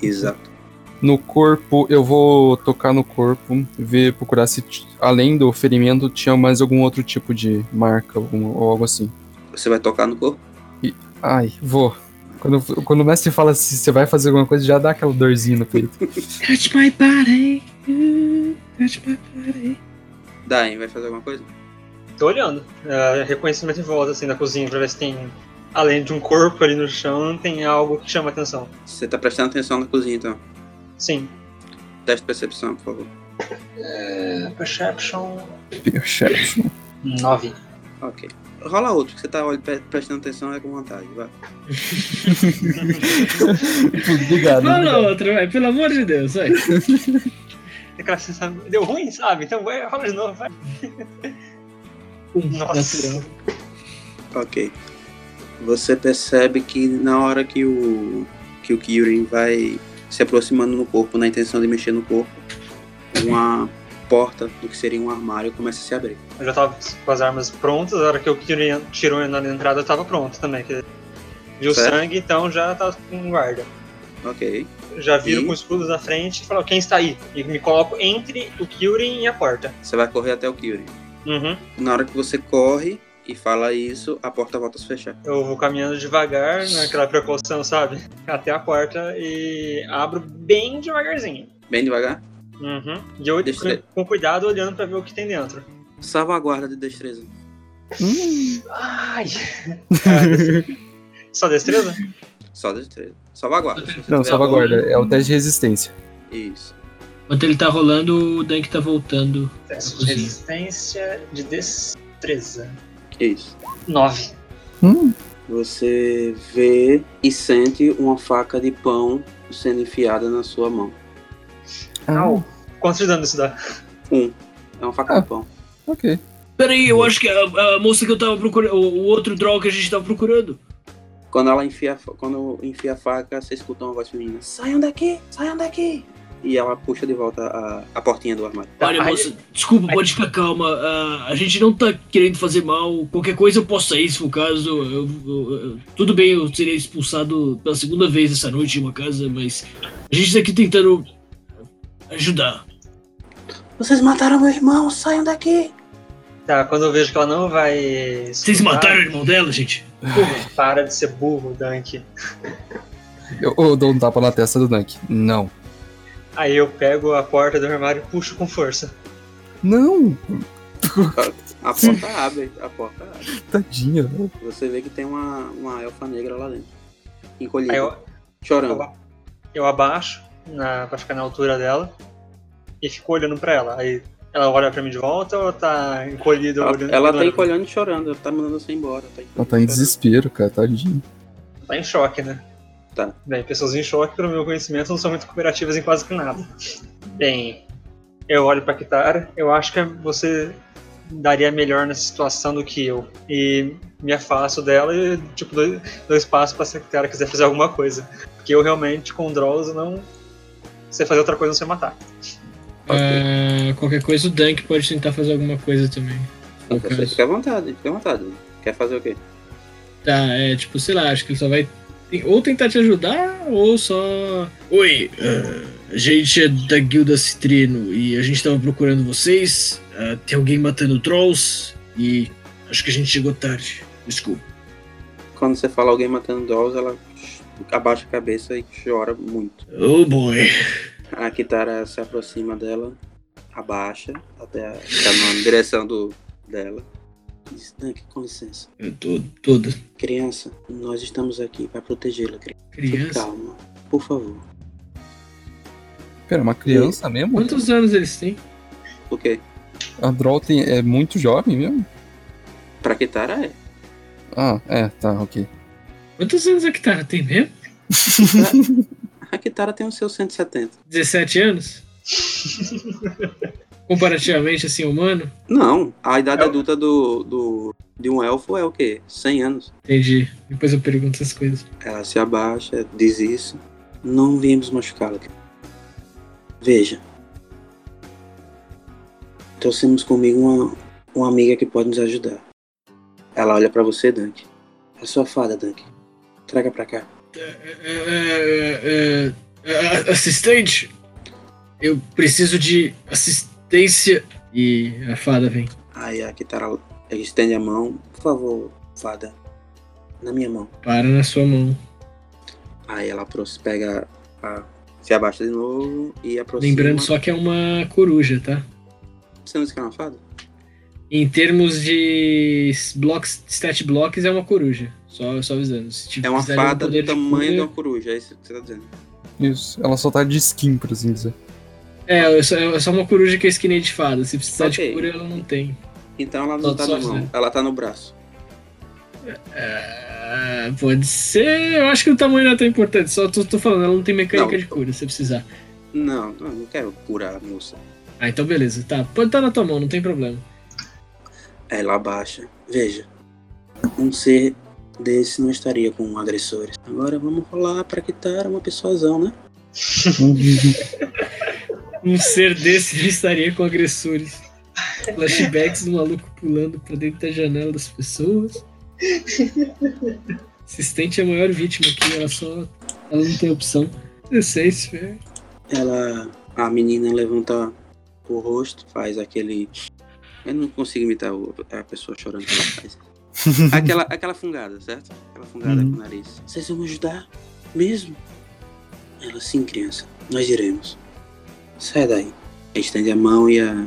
Speaker 3: Exato.
Speaker 5: No corpo, eu vou tocar no corpo, ver, procurar se t- além do ferimento tinha mais algum outro tipo de marca algum- ou algo assim.
Speaker 3: Você vai tocar no corpo?
Speaker 5: Ai, vou. Quando, quando o mestre fala se você vai fazer alguma coisa, já dá aquela dorzinha no peito.
Speaker 4: Touch my body. uh, Touch my body.
Speaker 3: Daí, vai fazer alguma coisa?
Speaker 7: Tô olhando. É, reconhecimento de voz, assim, da cozinha, pra ver se tem. Além de um corpo ali no chão, tem algo que chama atenção.
Speaker 3: Você tá prestando atenção na cozinha, então.
Speaker 7: Sim.
Speaker 3: Teste de percepção, por favor.
Speaker 7: Perception
Speaker 5: Perception.
Speaker 7: 9.
Speaker 3: Ok. Rola outro, que você tá olha, pre- prestando atenção, é com vantagem. Vai.
Speaker 5: Obrigado.
Speaker 4: Fala outro, vai, pelo amor de Deus, vai.
Speaker 7: Aquela sensação, deu ruim, sabe? Então vai, rola de novo, vai.
Speaker 4: Um,
Speaker 7: Nossa.
Speaker 4: natural.
Speaker 3: Ok. Você percebe que na hora que o que o Kyurin vai se aproximando no corpo, na intenção de mexer no corpo, uma porta do que seria um armário começa a se abrir.
Speaker 7: Eu já tava com as armas prontas, a hora que eu tirei- tirou na entrada eu tava pronto também. Que viu
Speaker 3: Certo.
Speaker 7: sangue, então já tava com guarda.
Speaker 3: Ok.
Speaker 7: Já viro
Speaker 3: E?
Speaker 7: com os escudos na frente e falo, quem está aí? E me coloco entre o Kyurin e a porta.
Speaker 3: Você vai correr até o Kyurin.
Speaker 7: Uhum.
Speaker 3: Na hora que você corre e fala isso, a porta volta a se fechar.
Speaker 7: Eu vou caminhando devagar, naquela precaução, sabe? Até a porta e abro bem devagarzinho.
Speaker 3: Bem devagar.
Speaker 7: Uhum. E eu
Speaker 3: Deixa eu-
Speaker 7: com, com cuidado olhando pra ver o que tem dentro.
Speaker 3: Salva a guarda de destreza.
Speaker 5: Hum,
Speaker 7: Ai! Cara, Só destreza?
Speaker 3: Só destreza. Salva a guarda. se você
Speaker 8: Não,
Speaker 3: tiver.
Speaker 8: salvaguarda. É o teste de resistência.
Speaker 3: Isso.
Speaker 6: Enquanto ele tá rolando, o Dunk tá voltando.
Speaker 7: Teste de resistência de destreza.
Speaker 3: Isso.
Speaker 7: 9.
Speaker 3: Você vê e sente uma faca de pão sendo enfiada na sua mão.
Speaker 5: Ah,
Speaker 7: Au. Quanto de dano isso dá?
Speaker 3: É uma faca
Speaker 8: Ah.
Speaker 3: de pão.
Speaker 8: ok.
Speaker 6: Peraí, eu acho que a, a moça que eu tava procurando. O, o outro draw que a gente tava procurando.
Speaker 3: Quando ela enfia, a fa- quando enfia a faca, você escuta uma voz feminina: saiam daqui, saiam daqui! E ela puxa de volta a, a portinha do armário.
Speaker 6: Olha,
Speaker 7: Ai.
Speaker 6: moça, desculpa, pode ficar calma. ah, a gente não tá querendo fazer mal. Qualquer coisa eu posso sair, se for o caso. Eu- eu- eu- tudo bem, eu serei expulsado pela segunda vez essa noite de uma casa, mas a gente tá aqui tentando ajudar.
Speaker 3: Vocês mataram meu irmão, saiam daqui!
Speaker 7: Tá, quando eu vejo que ela não vai.
Speaker 6: Vocês
Speaker 7: escutar,
Speaker 6: mataram o irmão dela, gente?
Speaker 7: porra, Para de ser burro, Dunk.
Speaker 8: Eu, eu dou um tapa na testa do Dunk. Não.
Speaker 7: Aí eu pego a porta do armário e puxo com força.
Speaker 8: Não!
Speaker 3: A porta abre, a porta abre.
Speaker 8: Tadinha. velho.
Speaker 3: Você vê que tem uma, uma elfa negra lá dentro. Encolhida,
Speaker 7: Aí eu,
Speaker 3: chorando.
Speaker 7: eu, eu abaixo na, pra ficar na altura dela e fico olhando pra ela. Aí ela olha pra mim de volta ou ela tá encolhida
Speaker 3: Ela,
Speaker 7: olhando
Speaker 3: ela tá
Speaker 7: ignorando?
Speaker 3: encolhendo e chorando, ela tá mandando você embora. Tá
Speaker 8: Ela tá em desespero, cara. Tadinha.
Speaker 7: Tá em choque, né?
Speaker 3: Tá.
Speaker 7: Bem, pessoas em choque, pelo meu conhecimento, não são muito cooperativas em quase que nada. Bem, eu olho pra Kitara, eu acho que você daria melhor nessa situação do que eu. E me afasto dela e, tipo, dou, dou espaço pra se a Kitara quiser fazer alguma coisa. Porque eu realmente, com Droz, não sei fazer outra coisa não sei matar.
Speaker 4: Ah, qualquer coisa, o Dunk pode tentar fazer alguma coisa também.
Speaker 3: Não,
Speaker 4: No
Speaker 3: você
Speaker 4: caso.
Speaker 3: fica à vontade, fica à vontade. Quer fazer o quê?
Speaker 4: Tá, é tipo, sei lá, acho que ele só vai tem- ou tentar te ajudar ou só.
Speaker 6: Oi, ah, a gente é da Guilda Citrino e a gente tava procurando vocês. Ah, tem alguém matando trolls e acho que a gente chegou tarde. Desculpa.
Speaker 3: Quando você fala alguém matando dolls, ela ch- abaixa a cabeça e chora muito.
Speaker 6: Oh boy.
Speaker 3: A Kitara se aproxima dela, abaixa até a, tá na direção do, dela. Diz, Dunk, com licença.
Speaker 6: Eu tô toda
Speaker 3: Criança, nós estamos aqui para protegê-la. Criança, Fique
Speaker 4: Criança.
Speaker 3: calma, por favor.
Speaker 8: Pera, uma criança mesmo?
Speaker 4: Quantos anos eles têm?
Speaker 3: O quê?
Speaker 8: A Droll tem- é muito jovem mesmo?
Speaker 3: Pra Kitara é.
Speaker 8: Ah, é, tá, ok.
Speaker 4: Quantos anos a Kitara tem mesmo?
Speaker 3: A Kitara tem os seus 170.
Speaker 4: 17 anos? Comparativamente, assim, humano?
Speaker 3: Não, a idade
Speaker 7: É o-
Speaker 3: adulta do, do, de um elfo é o quê? 100 anos.
Speaker 4: Entendi. Depois eu pergunto essas coisas.
Speaker 3: Ela se abaixa, diz isso. Não viemos machucá-la. Veja. Trouxemos comigo uma, uma amiga que pode nos ajudar. Ela olha pra você, Dunk. É sua fada, Dunk. Traga pra cá.
Speaker 4: é,
Speaker 6: É, é, é, é, assistente, eu preciso de assistência.
Speaker 4: E a fada vem.
Speaker 3: Aí a Kitara estende a mão. Por favor, fada. Na minha mão.
Speaker 4: Para na sua mão.
Speaker 3: Aí ela apro- pega a- Se abaixa de novo e aproxima.
Speaker 4: Lembrando só que é uma coruja, tá?
Speaker 3: Você não disse que é uma fada?
Speaker 4: Em termos de s- blocks, stat blocks, é uma coruja. Só, só avisando. Se tiver
Speaker 3: É uma
Speaker 4: precisar de um
Speaker 3: fada
Speaker 4: poder
Speaker 3: do
Speaker 4: de
Speaker 3: tamanho de
Speaker 4: cura-
Speaker 3: uma coruja, é isso que você tá dizendo.
Speaker 8: Isso. Ela só tá de skin, por assim dizer.
Speaker 4: É, é só, é só uma coruja que é skinhead de fada. Se precisar
Speaker 3: Ok.
Speaker 4: de cura, ela não tem.
Speaker 3: Então ela não
Speaker 4: Todo
Speaker 3: tá na
Speaker 4: sorte,
Speaker 3: mão,
Speaker 4: né?
Speaker 3: ela tá no braço.
Speaker 4: Ah, pode ser. Eu acho que o tamanho não é tão importante. Só tô, tô falando, ela não tem mecânica
Speaker 3: Não.
Speaker 4: de cura, se precisar.
Speaker 3: Não, não, não quero curar a moça.
Speaker 4: Ah, então beleza. Tá, pode estar na tua mão, não tem problema.
Speaker 3: Ela abaixa. Veja, um ser desse não estaria com agressores. Agora vamos rolar pra quitar uma persuasão, né?
Speaker 4: Um ser desse estaria com agressores. Flashbacks do maluco pulando pra dentro da janela das pessoas. Assistente é a maior vítima aqui, ela só. Ela não tem opção. 16, Fer.
Speaker 3: Ela, a menina levanta o rosto, faz aquele. Eu não consigo imitar o- a pessoa chorando que ela faz. Aquela, aquela fungada, certo? Aquela fungada com o nariz. Vocês vão me ajudar? Mesmo? Ela, sim, criança. Nós iremos. Sai daí. Estende a mão e a,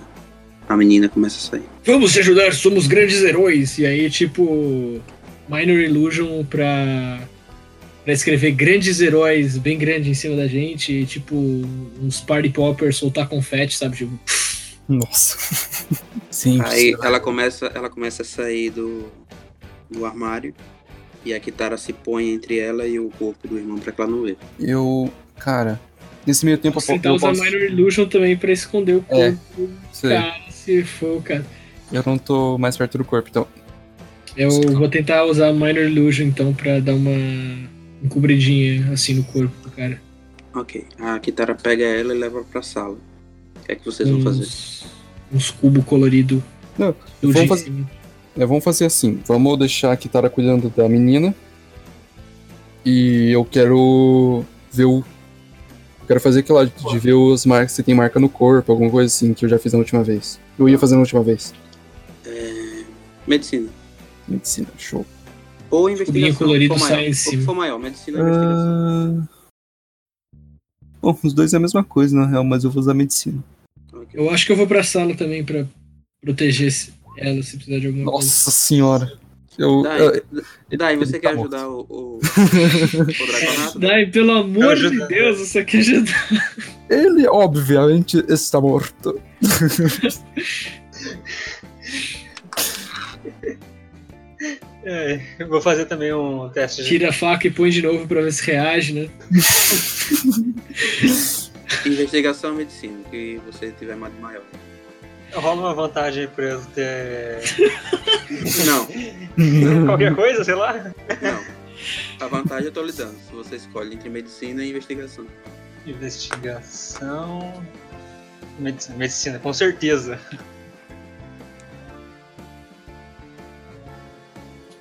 Speaker 3: a menina começa a sair.
Speaker 4: Vamos te ajudar, somos grandes heróis. E aí, tipo, Minor Illusion pra, pra escrever grandes heróis bem grande em cima da gente. E, tipo, uns party poppers soltar confete, sabe? Tipo,
Speaker 8: Nossa. Sim,
Speaker 3: Aí ela começa, ela começa a sair do, do armário. E a Kitara se põe entre ela e o corpo do irmão pra que ela não veja.
Speaker 8: eu. Cara, nesse meio tempo eu, po-
Speaker 4: tentar
Speaker 8: eu
Speaker 4: usar
Speaker 8: posso.
Speaker 4: tá Minor Illusion também pra esconder o
Speaker 8: É,
Speaker 4: corpo,
Speaker 8: Sei,
Speaker 4: cara, se for o caso.
Speaker 8: eu não tô mais perto do corpo, então.
Speaker 4: Eu vou tentar usar Minor Illusion então pra dar uma encobridinha assim no corpo do cara.
Speaker 3: Ok. A Kitara pega ela e leva pra sala. O que é que vocês vão fazer?
Speaker 4: Uns- Uns cubos coloridos.
Speaker 8: Não, vamos fazer- É, vamos fazer assim. Vamos deixar a Kitara cuidando da menina. E eu quero ver o. Eu quero fazer aquilo lá de, de ver os marcas, se tem marca no corpo, alguma coisa assim, que eu já fiz na última vez. Eu ia fazer na última vez.
Speaker 3: É, medicina.
Speaker 8: Medicina, show.
Speaker 3: Ou investigação.
Speaker 4: Cubinho colorido
Speaker 3: o que for maior,
Speaker 4: sai em
Speaker 3: o que
Speaker 4: cima.
Speaker 3: for maior, medicina ou investigação.
Speaker 8: Ah, Bom, os dois é a mesma coisa, na real, mas eu vou usar medicina.
Speaker 3: Ok.
Speaker 4: Eu acho que eu vou pra sala também pra proteger se- ela se precisar de alguma coisa.
Speaker 8: Nossa senhora. Eu, eh,
Speaker 3: Dai,
Speaker 8: eu-
Speaker 3: Dai, você
Speaker 8: ele
Speaker 3: quer
Speaker 8: tá morto.
Speaker 3: ajudar o, o, o Draconato?
Speaker 4: Dai, pelo amor
Speaker 7: ajudo.
Speaker 4: de Deus, você aqui ajuda.
Speaker 8: ele, obviamente, está morto.
Speaker 7: É, eu vou fazer também um teste de
Speaker 4: Tira a faca e põe de novo pra ver se reage, né?
Speaker 3: Investigação ou medicina, o que você tiver mais maior.
Speaker 7: Rola uma vantagem pra eu ter.
Speaker 3: Não,
Speaker 7: qualquer coisa, sei lá.
Speaker 3: não. A vantagem eu tô lhe dando. Se você escolhe entre medicina e investigação.
Speaker 7: Investigação. Medicina, medicina, com certeza.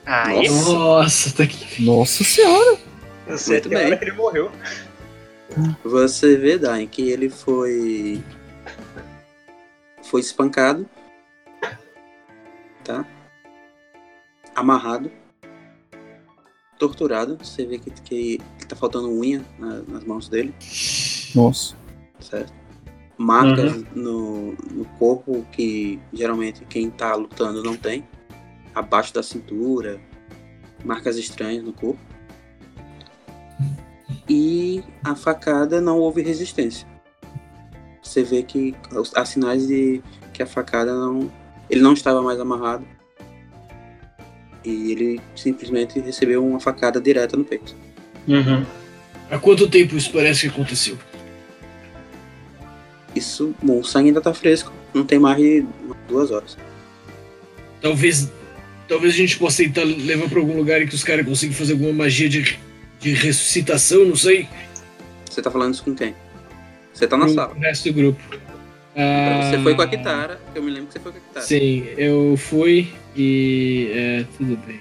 Speaker 7: Ah,
Speaker 3: Nossa.
Speaker 7: isso?
Speaker 4: Nossa, tá aqui.
Speaker 8: Nossa senhora.
Speaker 7: Eu sei
Speaker 3: Muito
Speaker 7: até a
Speaker 3: bem.
Speaker 7: hora que ele morreu.
Speaker 3: Você vê, Dai, que ele foi. Foi espancado. Tá? Amarrado. Torturado. Você vê que, que, que tá faltando unha na- nas mãos dele,
Speaker 8: Nossa.
Speaker 3: certo? Marcas no, no corpo que geralmente quem tá lutando não tem. Abaixo da cintura. Marcas estranhas no corpo. E a facada não houve resistência. Você vê que os- há sinais de que a facada não. Ele não estava mais amarrado. E ele simplesmente recebeu uma facada direta no peito.
Speaker 7: Uhum,
Speaker 4: Há quanto tempo isso parece que aconteceu?
Speaker 3: Isso, bom, o sangue ainda tá fresco. Não tem mais de duas horas.
Speaker 4: Talvez. Talvez a gente possa tentar levar pra algum lugar em que os caras consigam fazer alguma magia de, de ressuscitação, não sei.
Speaker 3: Você tá falando isso com quem? Você tá na
Speaker 4: pro
Speaker 3: sala.
Speaker 4: resto do grupo. Ah,
Speaker 3: Então Você foi com a Kitara, que eu me lembro que você foi com a Kitara.
Speaker 4: Sim, eu fui e. É, tudo bem.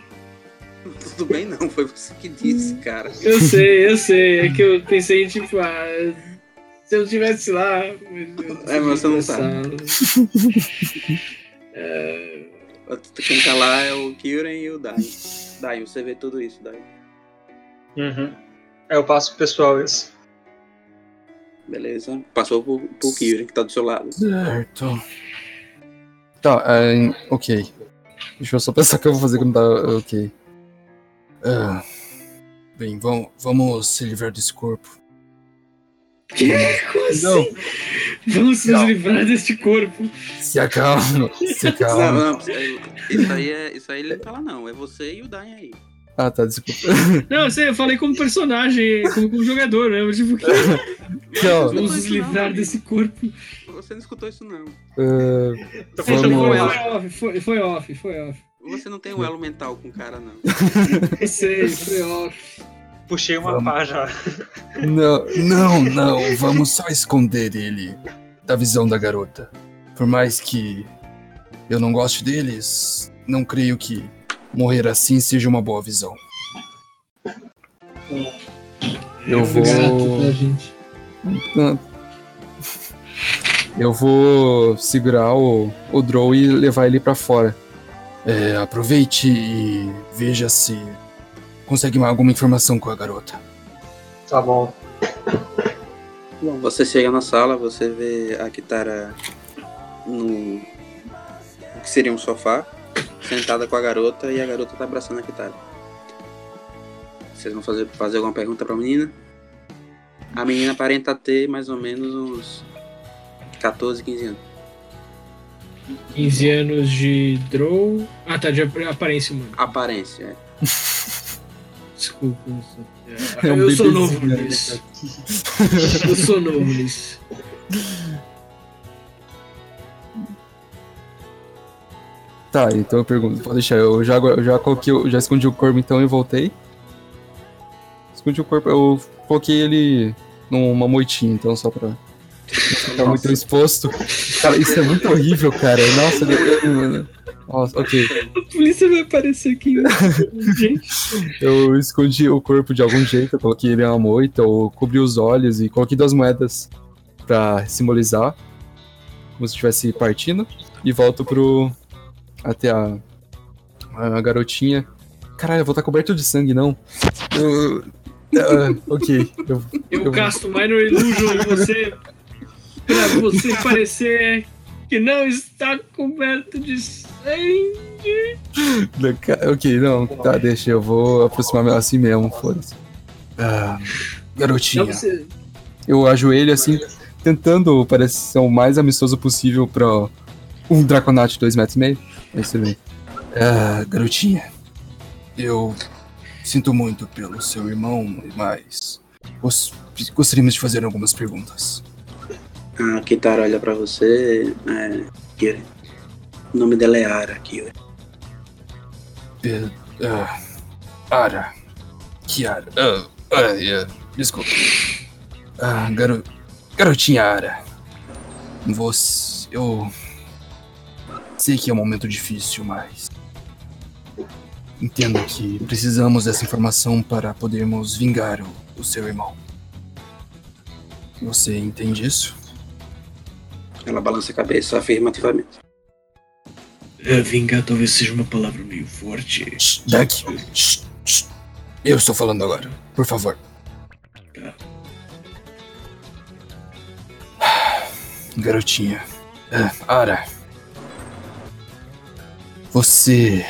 Speaker 3: Tudo bem, não. Foi você que disse,
Speaker 4: Hum.
Speaker 3: cara.
Speaker 4: Eu sei, eu sei. É que eu pensei, tipo, ah, se eu tivesse lá. mas eu
Speaker 3: É, mas você não
Speaker 4: essa- É,
Speaker 3: Quem tá lá é o Kyuren e o Dai. Dai, você vê tudo isso, Dai.
Speaker 7: Uhum. Aí eu passo pro pessoal isso.
Speaker 3: Beleza. Passou pro, pro Kyuren, que tá do seu lado.
Speaker 5: Certo.
Speaker 8: Tá, é, ok. Deixa eu só pensar o que eu vou fazer quando tá. Ok.
Speaker 5: Ah, bem, vamos, vamos se livrar desse corpo.
Speaker 4: que? Como assim?
Speaker 8: Não.
Speaker 4: Vamos nos
Speaker 5: Não.
Speaker 4: livrar deste corpo.
Speaker 5: Se acalma, se
Speaker 3: Não,
Speaker 5: acalma.
Speaker 3: não, isso aí é. Isso aí ele não tá lá, não. É você e o Dain aí.
Speaker 8: Ah, tá, desculpa.
Speaker 4: Não, eu sei, eu falei como personagem, como, como jogador, né? Mas, tipo, que
Speaker 8: Não,
Speaker 4: vamos nos
Speaker 3: isso não,
Speaker 4: livrar
Speaker 3: Gabi.
Speaker 4: desse corpo.
Speaker 3: Você não escutou isso, não.
Speaker 8: ah,
Speaker 7: Tô
Speaker 4: Foi,
Speaker 7: fechando com
Speaker 4: foi
Speaker 7: ela.
Speaker 4: off, foi, foi off, foi off.
Speaker 3: Você não tem o elo mental com o cara, não.
Speaker 4: Eu sei, foi off.
Speaker 7: Puxei uma
Speaker 8: Vamos.
Speaker 7: pá já.
Speaker 8: não,
Speaker 5: Não, não, vamos só esconder ele da visão da garota. Por mais que eu não goste deles, não creio que morrer assim seja uma boa visão.
Speaker 8: eu vou.
Speaker 4: Gato pra gente.
Speaker 8: Eu vou segurar o, o Drow e levar ele pra fora.
Speaker 5: É, aproveite e veja se consegue mais alguma informação com a garota.
Speaker 7: Tá bom.
Speaker 3: Bom, você chega na sala, você vê a Kitara no, no que seria um sofá, sentada com a garota e a garota tá abraçando a Kitara. Vocês vão fazer, fazer alguma pergunta pra menina? A menina aparenta ter mais ou menos uns 14, 15 anos.
Speaker 4: 15 anos de draw. Ah, tá, de ap- aparência humana.
Speaker 3: Aparência, é.
Speaker 4: Desculpa. eu sou-
Speaker 8: É um
Speaker 4: eu sou novo
Speaker 8: bebezinho, né,
Speaker 4: nisso. Eu sou novo nisso.
Speaker 8: Tá, então eu pergunto. Pode deixar, eu já, eu já coloquei, eu já escondi o corpo então e voltei. Escondi o corpo, eu coloquei ele numa moitinha, então, só pra não ficar muito exposto. Cara, isso é muito horrível, cara. Nossa, eu- eu- mano. Nossa, ok.
Speaker 4: A polícia vai aparecer aqui. né? Gente,
Speaker 8: Eu escondi o corpo de algum jeito, eu coloquei ele em uma moita, eu cobri os olhos e coloquei duas moedas pra simbolizar, como se estivesse partindo, e volto pro. até a. a garotinha. Caralho, eu vou estar coberto de sangue, não. Eu- Ah, ok. Eu,
Speaker 4: eu casto Minor Illusion em você pra você parecer que não está coberto de sangue.
Speaker 8: ok, não, tá, deixa, eu vou aproximar assim mesmo, foda-se.
Speaker 5: Ah,
Speaker 4: Não,
Speaker 5: garotinha,
Speaker 4: você-
Speaker 8: Eu ajoelho assim, tentando parecer o mais amistoso possível pra um Draconate 2,5 metros e meio. É Aí você vem.
Speaker 5: ah, garotinha, eu sinto muito pelo seu irmão, mas gos- gostaríamos de fazer algumas perguntas.
Speaker 3: A Kitara olha pra você, é, Kira. O nome dela é Ara, Kira.
Speaker 5: Pe- ah, Ara, Kiara, ah, ah, é, desculpa. Ah, garo- garotinha Ara, você, eu sei que é um momento difícil, mas entendo que precisamos dessa informação para podermos vingar o, o seu irmão. Você entende isso?
Speaker 3: Ela balança a cabeça afirmativamente.
Speaker 6: É, vingar talvez seja uma palavra meio forte.
Speaker 5: Shh, Daqui. Shh, shh. Eu estou falando agora, por favor. Ah, Garotinha. Ah, Ara. Você.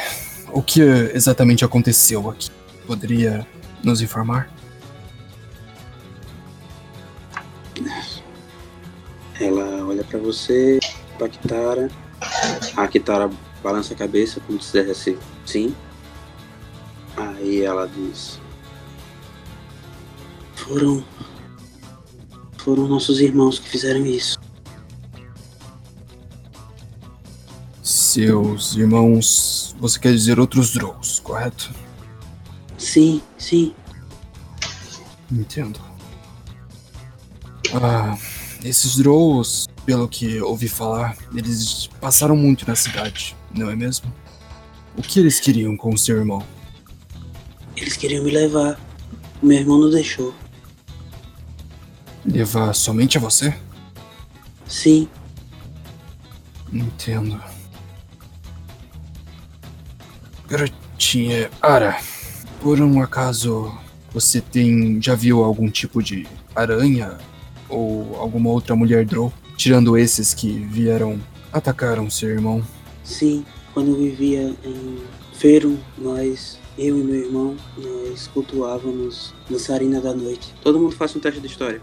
Speaker 5: O que eh, exatamente aconteceu aqui? Poderia nos informar?
Speaker 3: Ela olha pra você, pra Kitara. A Kitara balança a cabeça como se dissesse sim. Aí ela diz: Foram. Foram nossos irmãos que fizeram isso.
Speaker 5: Seus irmãos. Você quer dizer outros Drows, correto?
Speaker 3: Sim, sim.
Speaker 5: Entendo. Ah, esses Drows, pelo que ouvi falar, eles passaram muito na cidade, não é mesmo? O que eles queriam com o seu irmão?
Speaker 3: Eles queriam me levar. Meu irmão não deixou.
Speaker 5: Levar somente a você?
Speaker 3: Sim,
Speaker 5: Entendo. Garotinha, Ara, por um acaso você tem já viu algum tipo de aranha ou alguma outra mulher drow, tirando esses que vieram atacaram seu irmão?
Speaker 3: Sim, quando eu vivia em Ferum, nós, eu e meu irmão, nós cultuávamos dançarina da noite. Todo mundo faz um teste de história.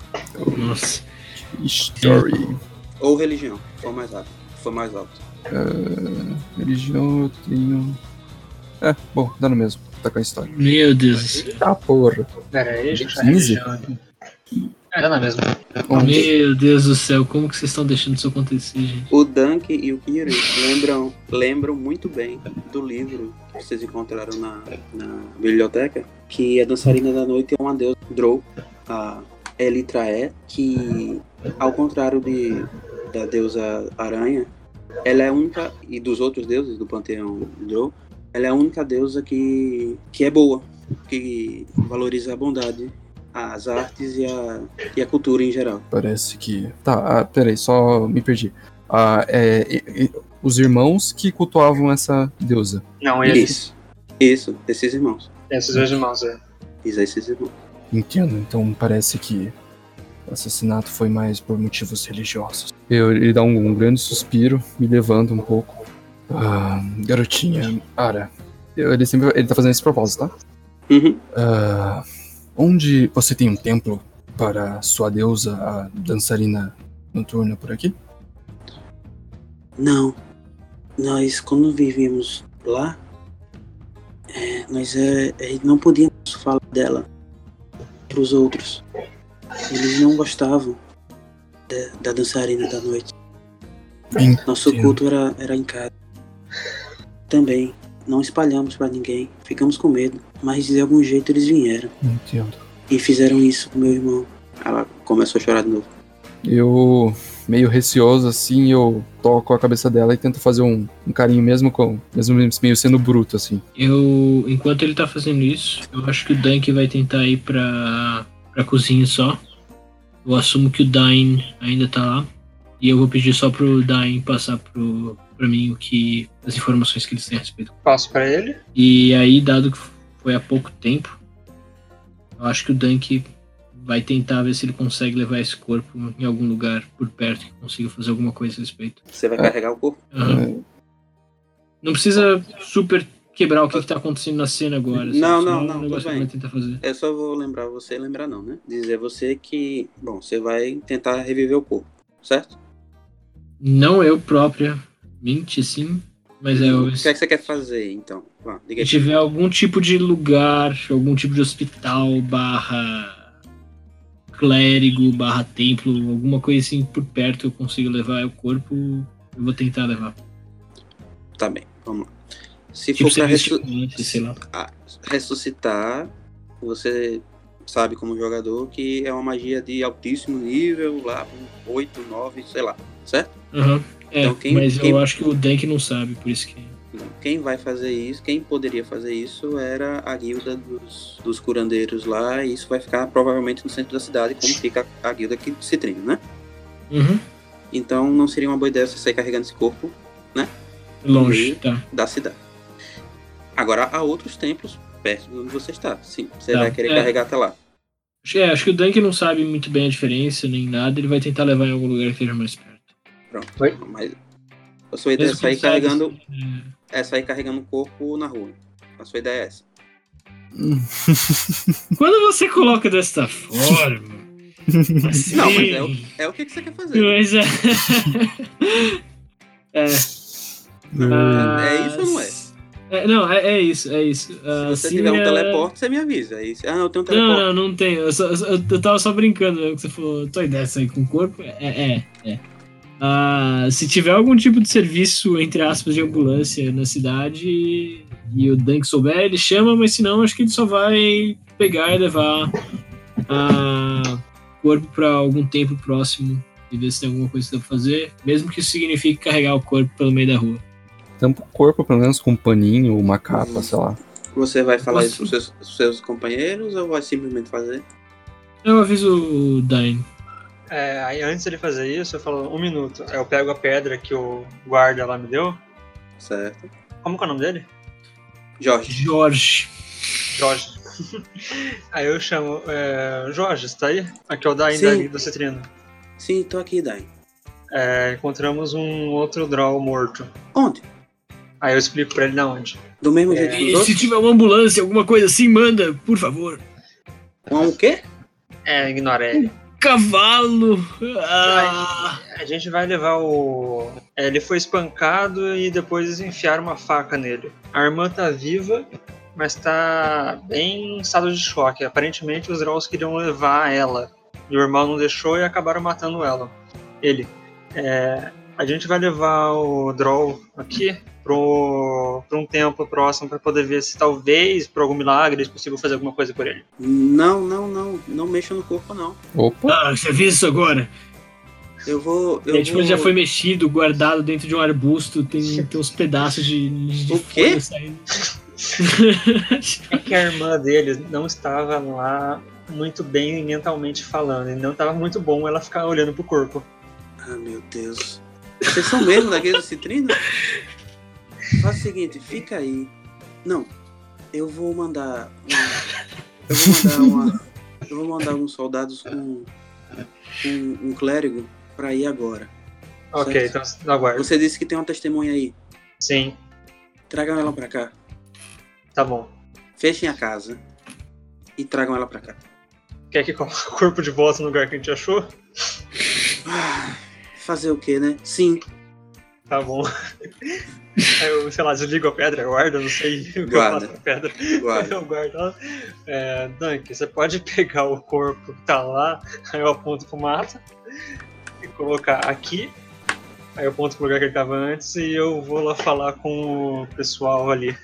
Speaker 6: Nossa.
Speaker 8: Story.
Speaker 3: Ou religião, se for mais rápido. se for mais alto.
Speaker 5: Religião eu tenho. É, bom, dá no mesmo. Tá com a história.
Speaker 4: Meu Deus.
Speaker 5: Tá, porra.
Speaker 7: Pera aí, deixa eu
Speaker 5: 15?
Speaker 7: É, não é mesmo?
Speaker 5: Onze.
Speaker 4: Meu Deus do céu, como que vocês estão deixando isso acontecer, gente?
Speaker 3: O Dunk e o Kiri lembram, lembram muito bem do livro que vocês encontraram na, na biblioteca, que a dançarina da noite é uma deusa, Drow, a Elitrae, que, ao contrário de, da deusa aranha, ela é a única, e dos outros deuses do panteão Drow, ela é a única deusa que, que é boa, que valoriza a bondade, as artes e a, e a cultura em geral.
Speaker 5: Parece que. Tá, ah, peraí, só me perdi. Ah, é, e- e- os irmãos que cultuavam essa deusa.
Speaker 7: Não, ele.
Speaker 3: Isso, isso, esses irmãos.
Speaker 7: Esses dois irmãos, é.
Speaker 3: Isso, esses irmãos.
Speaker 5: Entendo, então parece que o assassinato foi mais por motivos religiosos. Eu, ele dá um, um grande suspiro, me levanta um pouco. Ah, garotinha, Ara, eu- ele sempre ele tá fazendo esse propósito, tá?
Speaker 3: Uhum.
Speaker 5: Ah, onde você tem um templo para sua deusa, a dançarina noturna por aqui?
Speaker 3: Não. Nós, quando vivíamos lá, é, nós é, é, não podíamos falar dela para os outros. Eles não gostavam da- da dançarina da noite.
Speaker 5: Em-
Speaker 3: Nosso
Speaker 5: Sim.
Speaker 3: culto era, era em casa. Também. Não espalhamos para ninguém. Ficamos com medo. Mas de algum jeito eles vieram.
Speaker 5: Entendo.
Speaker 3: E fizeram isso com meu irmão. Ela começou a chorar de novo.
Speaker 5: Eu, meio receoso assim, eu toco a cabeça dela e tento fazer um, um carinho mesmo com. Mesmo meio sendo bruto, assim.
Speaker 4: Eu, enquanto ele tá fazendo isso, eu acho que o Dunk vai tentar ir pra, pra cozinha só. Eu assumo que o Dain ainda tá lá. E eu vou pedir só pro Dain passar pro, pra mim o que, as informações que eles têm a respeito.
Speaker 7: Passo pra ele.
Speaker 4: E aí, dado que foi há pouco tempo, eu acho que o Dunk vai tentar ver se ele consegue levar esse corpo em algum lugar por perto que consiga fazer alguma coisa a respeito.
Speaker 3: Você vai carregar o corpo?
Speaker 4: Aham. Não precisa super quebrar o que, que tá acontecendo na cena agora. assim,
Speaker 3: Não,
Speaker 4: só
Speaker 3: não,
Speaker 4: um
Speaker 3: não,
Speaker 4: negócio
Speaker 3: tudo
Speaker 4: que
Speaker 3: bem.
Speaker 4: vai tentar fazer.
Speaker 3: Eu só vou lembrar você, lembrar não, né? Dizer você que, bom, você vai tentar reviver o corpo, certo?
Speaker 4: Não eu própria, mente sim, mas é
Speaker 3: o
Speaker 4: eu.
Speaker 3: que é que você quer fazer, então? Vá, diga
Speaker 4: Se
Speaker 3: aí.
Speaker 4: tiver algum tipo de lugar, algum tipo de hospital, barra clérigo, barra templo, alguma coisa assim por perto que eu consigo levar o corpo, eu vou tentar levar.
Speaker 3: Tá bem, vamos lá. Se
Speaker 4: Tipo,
Speaker 3: for pra
Speaker 4: serviço
Speaker 3: ressu-
Speaker 4: de ambulância, sei lá.
Speaker 3: ah, ressuscitar, você sabe como jogador que é uma magia de altíssimo nível, lá, 8, 9, sei lá, certo?
Speaker 4: Aham. É,
Speaker 3: Então, quem-
Speaker 4: mas
Speaker 3: quem-
Speaker 4: eu acho que o Dank não sabe, por isso que.
Speaker 3: Não, Quem vai fazer isso, quem poderia fazer isso era a guilda dos, dos curandeiros lá, e isso vai ficar provavelmente no centro da cidade, como fica a, a guilda que se treina, né?
Speaker 4: Uhum.
Speaker 3: Então não seria uma boa ideia você sair carregando esse corpo
Speaker 4: Longe,
Speaker 3: Uhum.
Speaker 4: tá.
Speaker 3: da cidade. Agora há outros templos perto de onde você está. Sim, você
Speaker 4: Tá,
Speaker 3: vai querer
Speaker 4: é.
Speaker 3: carregar até lá.
Speaker 4: Acho que- É, acho que o Dank não sabe muito bem a diferença nem nada, ele vai tentar levar em algum lugar que esteja mais perto.
Speaker 3: Pronto.
Speaker 7: Oi?
Speaker 3: Mas a sua ideia é
Speaker 4: Mesmo que
Speaker 3: sair
Speaker 4: ele saiba,
Speaker 3: carregando,
Speaker 4: assim, é,
Speaker 3: é sair carregando o corpo na rua. A sua ideia é essa.
Speaker 4: Quando você coloca desta forma. assim,
Speaker 3: Não, mas é o, é o que que você quer fazer.
Speaker 4: Mas é. é. Hum.
Speaker 3: é isso ou não é?
Speaker 4: é não, é, é isso, é isso.
Speaker 3: Se
Speaker 4: Ah,
Speaker 3: você
Speaker 4: assim,
Speaker 3: tiver um
Speaker 4: é-
Speaker 3: teleporte, você me avisa. Aí, você- ah, eu tenho um teleporte.
Speaker 4: Não, não, não tenho. Eu, só- eu, só- eu tava só brincando né, que você falou. Tua ideia de sair com o corpo? É, é, é. Ah, se tiver algum tipo de serviço, entre aspas, de ambulância na cidade e o Dunk souber, ele chama, mas se não, acho que ele só vai pegar e levar ah, o corpo pra algum tempo próximo e ver se tem alguma coisa que dá pra fazer, mesmo que isso signifique carregar o corpo pelo meio da rua.
Speaker 5: Tampa o corpo, pelo menos, com um paninho, uma capa, sei lá.
Speaker 3: Você vai falar
Speaker 4: Posso-
Speaker 3: isso pros seus, pros seus companheiros ou vai simplesmente fazer?
Speaker 4: Eu aviso o Dain.
Speaker 7: É, aí antes dele fazer isso, eu falo um minuto. Aí eu pego a pedra que o guarda lá me deu.
Speaker 3: Certo.
Speaker 7: Como que é o nome dele?
Speaker 3: Jorge,
Speaker 4: Jorge.
Speaker 7: Jorge. aí eu chamo. É, Jorge, você tá aí? Aqui é o Dain
Speaker 3: Sim.
Speaker 7: da Liga do Citrino.
Speaker 3: sim, tô aqui, Dai.
Speaker 7: É, encontramos um outro Draw morto.
Speaker 3: Onde?
Speaker 7: Aí eu explico pra ele da onde.
Speaker 3: Do mesmo
Speaker 7: É,
Speaker 3: jeito que os
Speaker 4: E se
Speaker 3: outros?
Speaker 4: tiver uma ambulância, alguma coisa assim, manda, por favor.
Speaker 3: Um o quê?
Speaker 7: É, ignora ele.
Speaker 6: cavalo. Ah,
Speaker 7: A gente vai levar o. é, ele foi espancado e depois enfiaram uma faca nele. A irmã tá viva, mas tá bem em estado de choque. Aparentemente os Drolls queriam levar ela. E o irmão não deixou e acabaram matando ela. Ele. É, a gente vai levar o Droll aqui pro, pra um tempo próximo pra poder ver se talvez, por algum milagre, eles consigam fazer alguma coisa por ele.
Speaker 3: Não, não, não. Não mexa no corpo, não.
Speaker 8: Opa,
Speaker 6: ah, você viu isso agora?
Speaker 3: Eu vou. Eu
Speaker 6: é, tipo,
Speaker 3: vou...
Speaker 6: ele já foi mexido, guardado dentro de um arbusto, tem, tem uns pedaços de, de
Speaker 3: O quê?
Speaker 6: folha saindo.
Speaker 7: É que a irmã dele não estava lá muito bem mentalmente falando. E não estava muito bom ela ficar olhando pro corpo.
Speaker 3: Ah, meu Deus. Vocês são mesmo da Guilda Citrina? Faz o seguinte, fica aí. Não, eu vou mandar. um- eu vou mandar uma. Eu vou mandar uns soldados com, com um clérigo pra ir agora.
Speaker 7: Ok,
Speaker 3: Certo.
Speaker 7: então não aguardo.
Speaker 3: Você disse que tem uma testemunha aí.
Speaker 7: Sim,
Speaker 3: Tragam ela pra cá.
Speaker 7: tá bom.
Speaker 3: Fechem a casa e tragam ela pra cá.
Speaker 7: Quer que coloque o corpo de volta no lugar que a gente achou?
Speaker 3: Ah, Fazer o quê, né? Sim,
Speaker 7: Tá bom. Aí eu, sei lá, desligo a pedra, guardo, não sei o que eu
Speaker 3: Guarda.
Speaker 7: faço com a pedra.
Speaker 3: guarda.
Speaker 7: Eu guardo ela. É, Dunk, você pode pegar o corpo que tá lá, aí eu aponto pro mato e colocar aqui. Aí eu aponto pro lugar que ele tava antes e eu vou lá falar com o pessoal ali.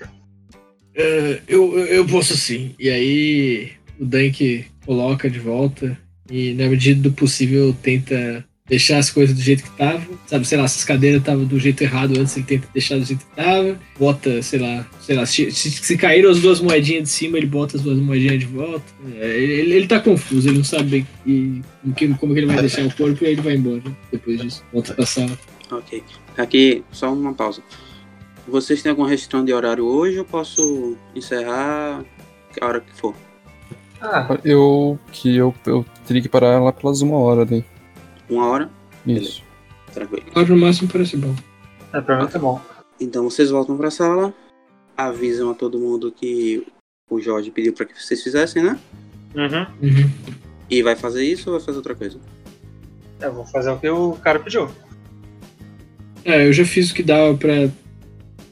Speaker 6: É, eu, eu- eu posso sim. E aí o Dank coloca de volta e, na medida do possível, tenta deixar as coisas do jeito que estavam. Sabe, sei lá, se as cadeiras estavam do jeito errado antes, ele tenta deixar do jeito que tava. Bota, sei lá, sei lá, se, se, se caíram as duas moedinhas de cima, ele bota as duas moedinhas de volta. É, ele, ele- ele tá confuso, ele não sabe bem e, em que- como que ele vai deixar o corpo e aí ele vai embora né, depois disso. Volta pra sala.
Speaker 3: Ok. Aqui, só uma pausa. Vocês têm alguma restrição de horário hoje? Eu posso encerrar a hora que for.
Speaker 7: Ah,
Speaker 8: eu que eu, eu teria que parar lá pelas uma hora daí.
Speaker 3: Uma hora?
Speaker 8: Isso.
Speaker 3: Tranquilo.
Speaker 4: Agora no máximo parece bom.
Speaker 7: é, pra mim tá bom.
Speaker 3: Então vocês voltam pra sala, avisam a todo mundo que o Jorge pediu pra que vocês fizessem, né?
Speaker 7: Uhum.
Speaker 4: Uhum.
Speaker 3: E vai fazer isso ou vai fazer outra coisa?
Speaker 7: É, Eu vou fazer o que o cara pediu.
Speaker 4: É, eu já fiz o que dava pra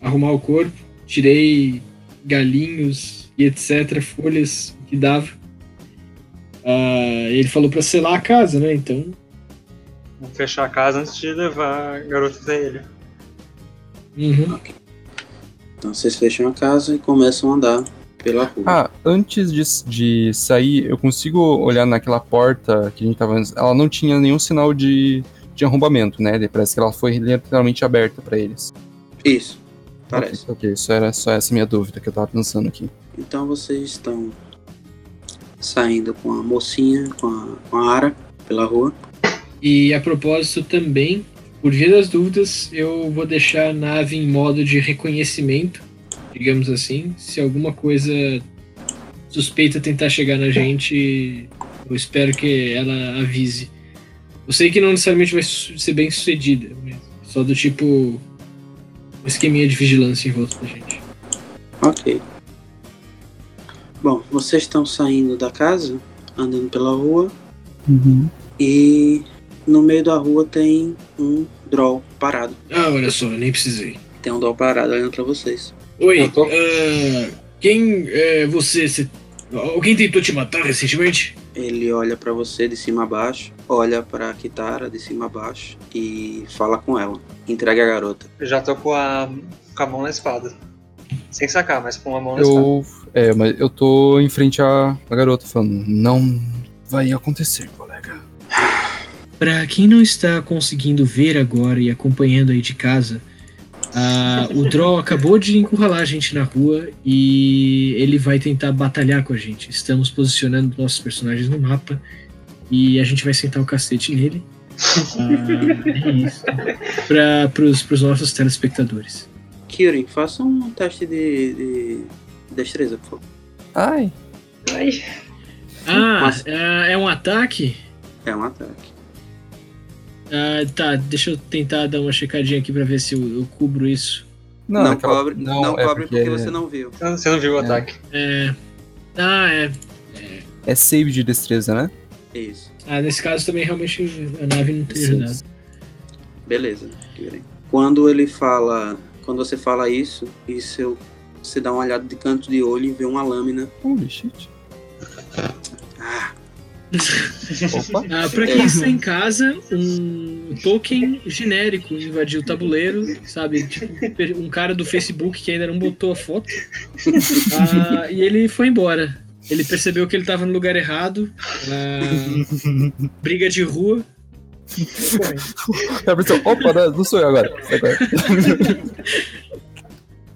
Speaker 4: arrumar o corpo, tirei galinhos e etc, folhas que dava. Ah, ele falou pra selar a casa, né? Então,
Speaker 7: Vou fechar a casa antes de levar a garota até ele.
Speaker 4: uhum.
Speaker 3: Então vocês fecham a casa e começam a andar pela rua.
Speaker 8: Ah, antes de, de sair, eu consigo olhar naquela porta que a gente tava antes. Ela não tinha nenhum sinal de, de arrombamento, né? Parece que ela foi literalmente aberta pra eles.
Speaker 3: Isso. Parece.
Speaker 8: Ok, ok, só era só essa minha dúvida que eu tava pensando aqui.
Speaker 3: Então vocês estão saindo com a mocinha, com a, com a Ara, pela rua.
Speaker 4: E a propósito também, por via das dúvidas, eu vou deixar a nave em modo de reconhecimento, digamos assim. Se alguma coisa suspeita tentar chegar na gente, eu espero que ela avise. Eu sei que não necessariamente vai su- ser bem sucedida, mas só do tipo um esqueminha de vigilância em volta da gente.
Speaker 3: Ok. Bom, vocês estão saindo da casa, andando pela rua, e no meio da rua tem um droll parado.
Speaker 4: Ah, olha só, nem precisei.
Speaker 3: Tem um droll parado olhando pra vocês.
Speaker 6: Oi,
Speaker 7: Eu tô-
Speaker 6: ah, quem
Speaker 4: eh,
Speaker 6: é você? Você- Alguém tentou te matar recentemente?
Speaker 3: Ele olha pra você de cima a baixo, olha pra Kitara de cima a baixo e fala com ela. Entrega a garota.
Speaker 7: Eu já tô com a, com a mão na espada. Sem sacar, mas com a mão na espada.
Speaker 8: Eu. É, mas eu tô em frente à, à garota falando. Não vai acontecer, colega.
Speaker 4: Para quem não está conseguindo ver agora e acompanhando aí de casa, ah, o Draw acabou de encurralar a gente na rua e ele vai tentar batalhar com a gente. Estamos posicionando nossos personagens no mapa e a gente vai sentar o cacete nele. é Ah, para os nossos telespectadores.
Speaker 3: Kyrin, faça um teste de, de destreza, por favor.
Speaker 8: Ai.
Speaker 4: Ah,
Speaker 3: Mas-
Speaker 4: ah, é um ataque?
Speaker 3: É um ataque.
Speaker 4: Ah, tá, deixa eu tentar dar uma checadinha aqui para ver se eu- eu cubro isso.
Speaker 3: Não,
Speaker 8: aquela-
Speaker 3: cobre, não,
Speaker 8: é
Speaker 3: cobre porque, você não viu.
Speaker 7: Você não- Você não viu o
Speaker 8: É.
Speaker 7: ataque.
Speaker 4: É. Ah, é.
Speaker 8: É save de destreza, né?
Speaker 3: Isso.
Speaker 4: Ah, nesse caso também realmente a nave não tem ajudado.
Speaker 3: Beleza. Kyurem. Quando ele fala. Quando você fala isso, isso você dá uma olhada de canto de olho e vê uma lâmina.
Speaker 8: Holy shit.
Speaker 3: Ah,
Speaker 8: Opa.
Speaker 4: Ah, pra quem está em casa, um token genérico invadiu o tabuleiro, sabe? Tipo, per- um cara do Facebook que ainda não botou a foto. Ah, e ele foi embora. Ele percebeu que ele tava no lugar errado. ah, briga de rua.
Speaker 8: É, pessoal, opa, não, não sou eu agora. Sai pra lá.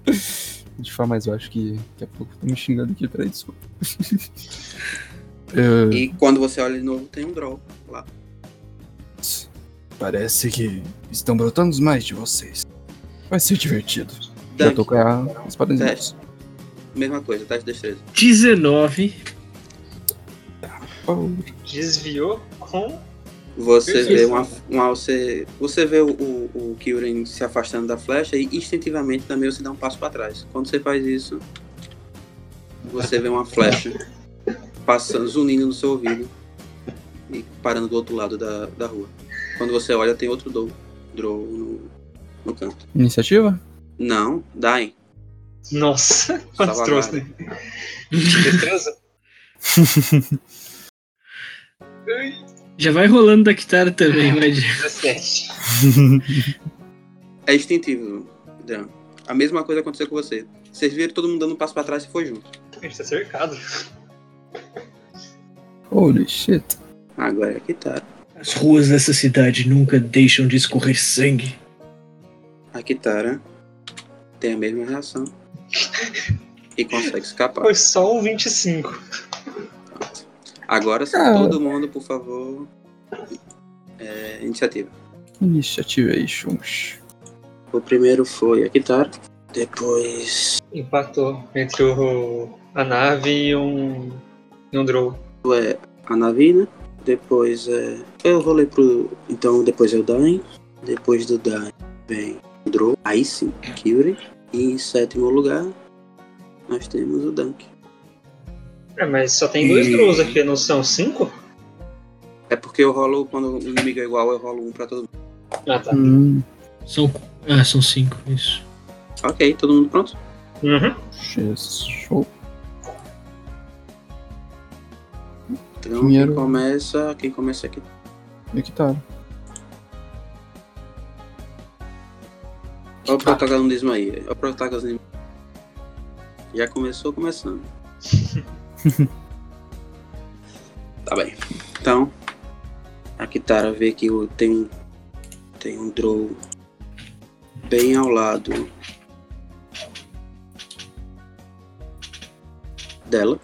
Speaker 8: Deixa eu falar mais, eu acho que daqui a pouco estão me xingando aqui, peraí, desculpa. É,
Speaker 3: e quando você olha de novo, tem um draw lá.
Speaker 5: Parece que estão brotando mais de vocês. Vai ser divertido.
Speaker 8: já
Speaker 3: Dunk,
Speaker 8: tô com a espada de
Speaker 3: Teste. mesma coisa, teste de destreza.
Speaker 4: 19.
Speaker 8: Oh,
Speaker 7: Desviou com.
Speaker 3: Você
Speaker 7: Perfeito.
Speaker 3: vê uma, uma você, você vê o, o, o Kyurem se afastando da flecha e instintivamente também você dá um passo para trás. Quando você faz isso, você vê uma flecha passando, zunindo no seu ouvido e parando do outro lado da, da rua. Quando você olha, tem outro do, draw no, no canto.
Speaker 8: Iniciativa?
Speaker 3: Não, Dain.
Speaker 7: Nossa, quantos
Speaker 3: Salvador.
Speaker 7: trouxe, né? Destreza? Ai,
Speaker 4: Já vai rolando da guitarra também, mas
Speaker 7: 17.
Speaker 3: É instintivo, Dan. A mesma coisa aconteceu com você. Vocês viram todo mundo dando um passo para trás e foi junto.
Speaker 7: A gente tá cercado.
Speaker 8: Holy shit.
Speaker 3: Agora é que tá.
Speaker 4: as ruas dessa cidade nunca deixam de escorrer sangue.
Speaker 3: A Kitara tem a mesma reação e consegue escapar.
Speaker 7: Foi só um 25.
Speaker 3: Agora, se
Speaker 8: Ah.
Speaker 3: todo mundo, por favor, é, iniciativa.
Speaker 8: Iniciativa aí, Shunsh.
Speaker 3: O primeiro foi a Kitara, depois
Speaker 7: Empatou entre o, a nave e um. E um draw.
Speaker 3: é a Navina, depois é. Eu vou ler pro. Então, depois é o Dain, depois do Dain vem o Drow, aí sim, Kyuri, e em sétimo lugar nós temos o Dunk.
Speaker 7: É, mas só tem dois
Speaker 3: E-
Speaker 7: draws aqui, não são cinco?
Speaker 3: É porque eu rolo, quando o inimigo é igual, eu rolo um pra todo mundo.
Speaker 7: Ah, tá.
Speaker 8: Hum,
Speaker 4: São. Ah, são cinco, isso.
Speaker 3: Ok, todo mundo pronto?
Speaker 7: Uhum.
Speaker 8: Jesus. Show.
Speaker 3: Então,
Speaker 8: Primeiro.
Speaker 3: quem começa, quem começa aqui.
Speaker 8: E que tá.
Speaker 3: Olha o protagonismo aí. Olha o protagonismo. Já começou começando. tá bem. Então, a Kitara vê que o- tem, um- tem um draw bem ao lado dela.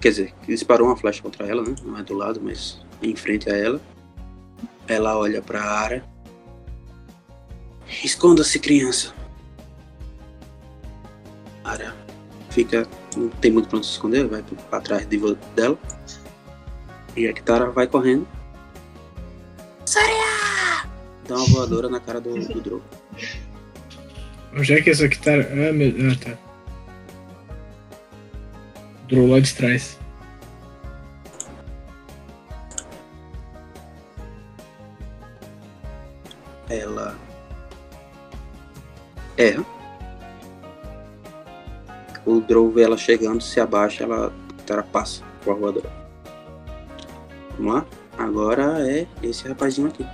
Speaker 3: Quer dizer, que disparou uma flecha contra ela, né? Não é do lado, mas em frente a ela. Ela olha pra Ara. Esconda-se, criança. Ara fica. Não tem muito pra onde se esconder, vai pra trás de vo- dela. E a Kitara vai correndo. Saria! Dá uma voadora na cara do, do Drogo.
Speaker 4: Onde é que essa guitarra. Ah, meu. Ah, tá. Drow lá de trás.
Speaker 3: Ela. Erra. O Drow vê ela chegando, se abaixa, ela ultrapassa com a voadora. Vamos lá? Agora é esse rapazinho aqui.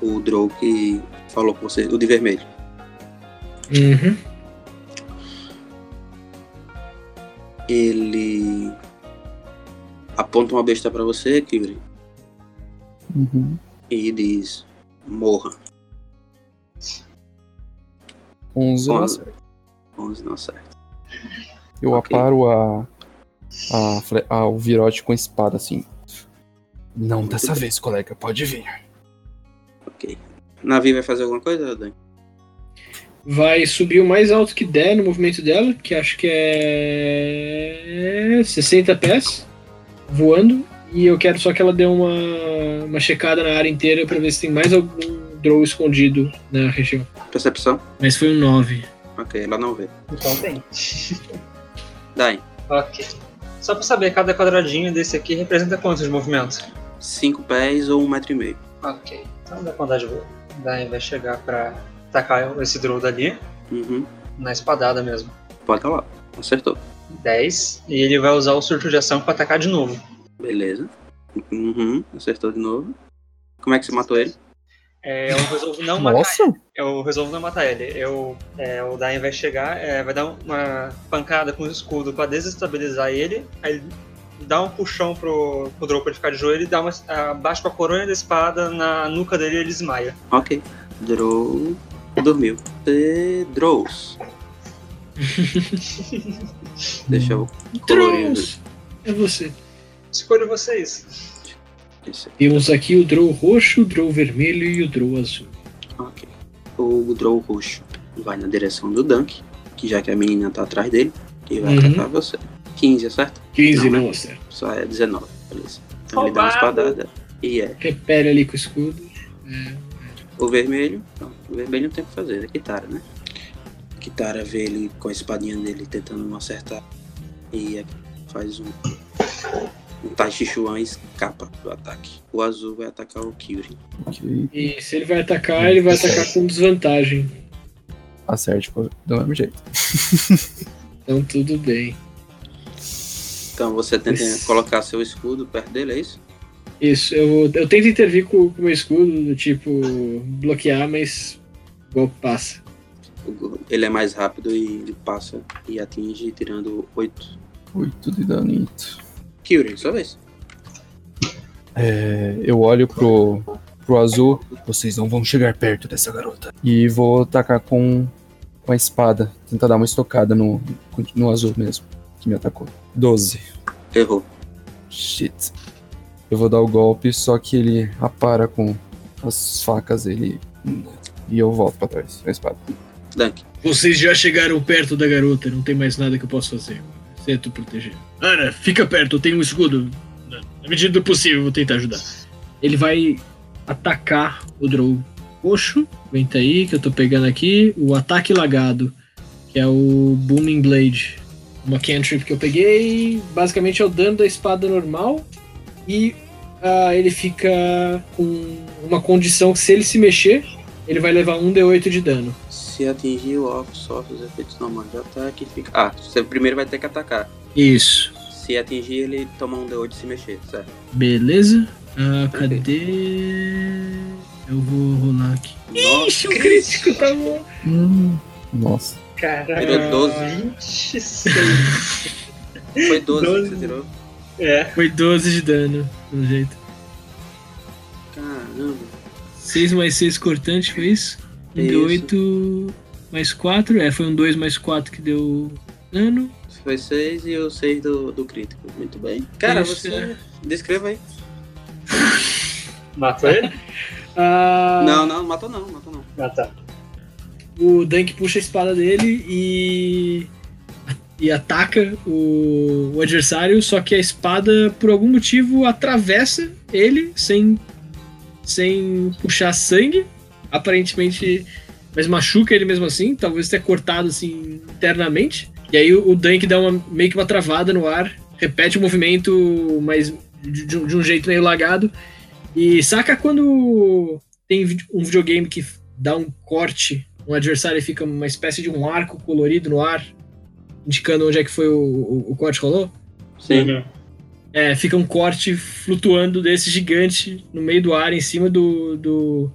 Speaker 3: O Drow que falou com você, o de vermelho.
Speaker 4: Uhum.
Speaker 3: Ele aponta uma besta pra você, Kyuri,
Speaker 8: Uhum.
Speaker 3: e diz: Morra.
Speaker 8: 11
Speaker 3: Onze.
Speaker 8: nossa.
Speaker 3: 11 não acerta.
Speaker 8: Eu
Speaker 3: Ok.
Speaker 8: aparo a, a, fle- a- o virote com a espada, assim.
Speaker 5: Não dessa vez, colega, pode vir.
Speaker 3: Ok. Navi vai fazer alguma coisa, Dan?
Speaker 4: Vai subir o mais alto que der no movimento dela, que acho que é. 60 pés. Voando. E eu quero só que ela dê uma, uma checada na área inteira pra ver se tem mais algum Drow escondido na região.
Speaker 3: Percepção?
Speaker 4: Mas foi um 9.
Speaker 3: Ok, ela não vê.
Speaker 7: Então tem.
Speaker 3: Daí,
Speaker 7: Ok. Só pra saber, cada quadradinho desse aqui representa quanto de movimento?
Speaker 3: 5 pés ou um metro e meio.
Speaker 7: Ok. Então dá pra andar de boa. Daí vai chegar pra atacar esse Drow dali
Speaker 3: Uhum.
Speaker 7: na espadada mesmo.
Speaker 3: Bota lá. Acertou.
Speaker 7: 10. E ele vai usar o surto de ação pra atacar de novo.
Speaker 3: Beleza. Uhum. Acertou de novo. Como é que você matou ele?
Speaker 7: É, eu resolvo não matar
Speaker 5: Nossa!
Speaker 7: Eu resolvo não matar ele. Eu, é, o Dain vai chegar, é, vai dar uma pancada com o escudo pra desestabilizar ele. Aí ele dá um puxão pro, pro Drow pra ele ficar de joelho e dá uma, abaixa com a coronha da espada na nuca dele e ele desmaia.
Speaker 3: Ok. Drow. Dormiu. Você. Drows. Deixa eu colorir
Speaker 4: Trolls! É você.
Speaker 7: Escolho vocês.
Speaker 3: isso.
Speaker 4: Temos aqui o Drow roxo, o Drow vermelho e o Drow azul.
Speaker 3: Ok. O Drow roxo vai na direção do Dunk, que já que a menina tá atrás dele, e vai
Speaker 4: Uhum.
Speaker 3: atacar você. 15, acerta?
Speaker 4: 15
Speaker 3: Não,
Speaker 4: não acerta.
Speaker 3: Só é 19, beleza. Então ele dá uma
Speaker 7: Roubado.
Speaker 3: espadada. E é
Speaker 4: Repele ali com o escudo.
Speaker 3: o vermelho. Não, o vermelho não tem o que fazer, é Kitara, né? Kitara vê ele com a espadinha dele tentando não acertar. E é- faz um. Um Tai Chi Chuan escapa do ataque. O azul vai atacar o Kyuri.
Speaker 5: Ok,
Speaker 4: E se ele vai atacar, ele vai atacar com desvantagem.
Speaker 5: acerte co- do mesmo jeito.
Speaker 4: Então tudo bem.
Speaker 3: Então você tenta
Speaker 4: Esse-
Speaker 3: colocar seu escudo perto dele, é isso?
Speaker 4: Isso, eu, eu tento intervir com com o meu escudo, do tipo, bloquear, mas o golpe passa.
Speaker 3: O go- Ele é mais rápido e ele passa e atinge tirando 8.
Speaker 5: 8 de danito.
Speaker 3: Kyuri, sua vez.
Speaker 5: É, eu olho pro, pro azul, vocês não vão chegar perto dessa garota. E vou atacar com, com a espada, tentar dar uma estocada no, no azul mesmo, que me atacou. 12.
Speaker 3: Errou.
Speaker 5: Shit. Eu vou dar o golpe, só que ele apara com as facas ele E eu volto pra trás, com a espada.
Speaker 3: Dunk.
Speaker 4: Vocês já chegaram perto da garota, não tem mais nada que eu possa fazer. Exceto proteger. Ana, fica perto, eu tenho um escudo. Na na medida do possível, eu vou tentar ajudar. Ele vai atacar o Drow roxo. Aguenta aí, que eu tô pegando aqui. O ataque lagado, que é o Booming Blade. Uma cantrip que eu peguei. Basicamente é o dano da espada normal. E ah, ele fica com uma condição que se ele se mexer, ele vai levar 1d8 de dano.
Speaker 3: Se atingir o alvo, sofre os efeitos normais de ataque. e Fica... Ah, você primeiro vai ter que atacar.
Speaker 4: Isso.
Speaker 3: Se atingir, ele toma um D8 e se mexer, certo?
Speaker 4: Beleza? Ah, cadê? Eu vou rolar aqui.
Speaker 3: Nossa,
Speaker 14: Ixi, o crítico tá bom.
Speaker 5: Nossa.
Speaker 3: tirou
Speaker 7: Caraca.
Speaker 3: 12.
Speaker 7: 26.
Speaker 3: Foi 12 que você
Speaker 7: Doze.
Speaker 3: tirou.
Speaker 7: É,
Speaker 4: Foi 12 de dano, pelo jeito.
Speaker 3: Caramba.
Speaker 4: 6 mais 6 cortante, foi isso? Um
Speaker 3: Isso.
Speaker 4: D8 mais 4. É, foi um 2 mais 4 que deu dano.
Speaker 3: Foi 6 e o 6 do, do crítico. Muito bem. Cara,
Speaker 4: Isso,
Speaker 3: você. Descreva aí.
Speaker 7: matou ele?
Speaker 4: Ah,
Speaker 3: Não, não, matou não, matou não.
Speaker 7: Ah, tá.
Speaker 4: O Dank puxa a espada dele e. E ataca o, o adversário, só que a espada, por algum motivo, atravessa ele sem, sem puxar sangue. Aparentemente, mas machuca ele mesmo assim. Talvez tenha cortado assim internamente. E aí o, o Dank dá uma, meio que uma travada no ar, repete o movimento, mas de, de um- de um jeito meio lagado. E saca quando tem vide- um videogame que dá um corte um adversário e fica uma espécie de um arco colorido no ar, indicando onde é que foi o, o, o corte que rolou.
Speaker 3: Sim.
Speaker 7: Uhum.
Speaker 4: É, fica um corte flutuando desse gigante no meio do ar, em cima do, do,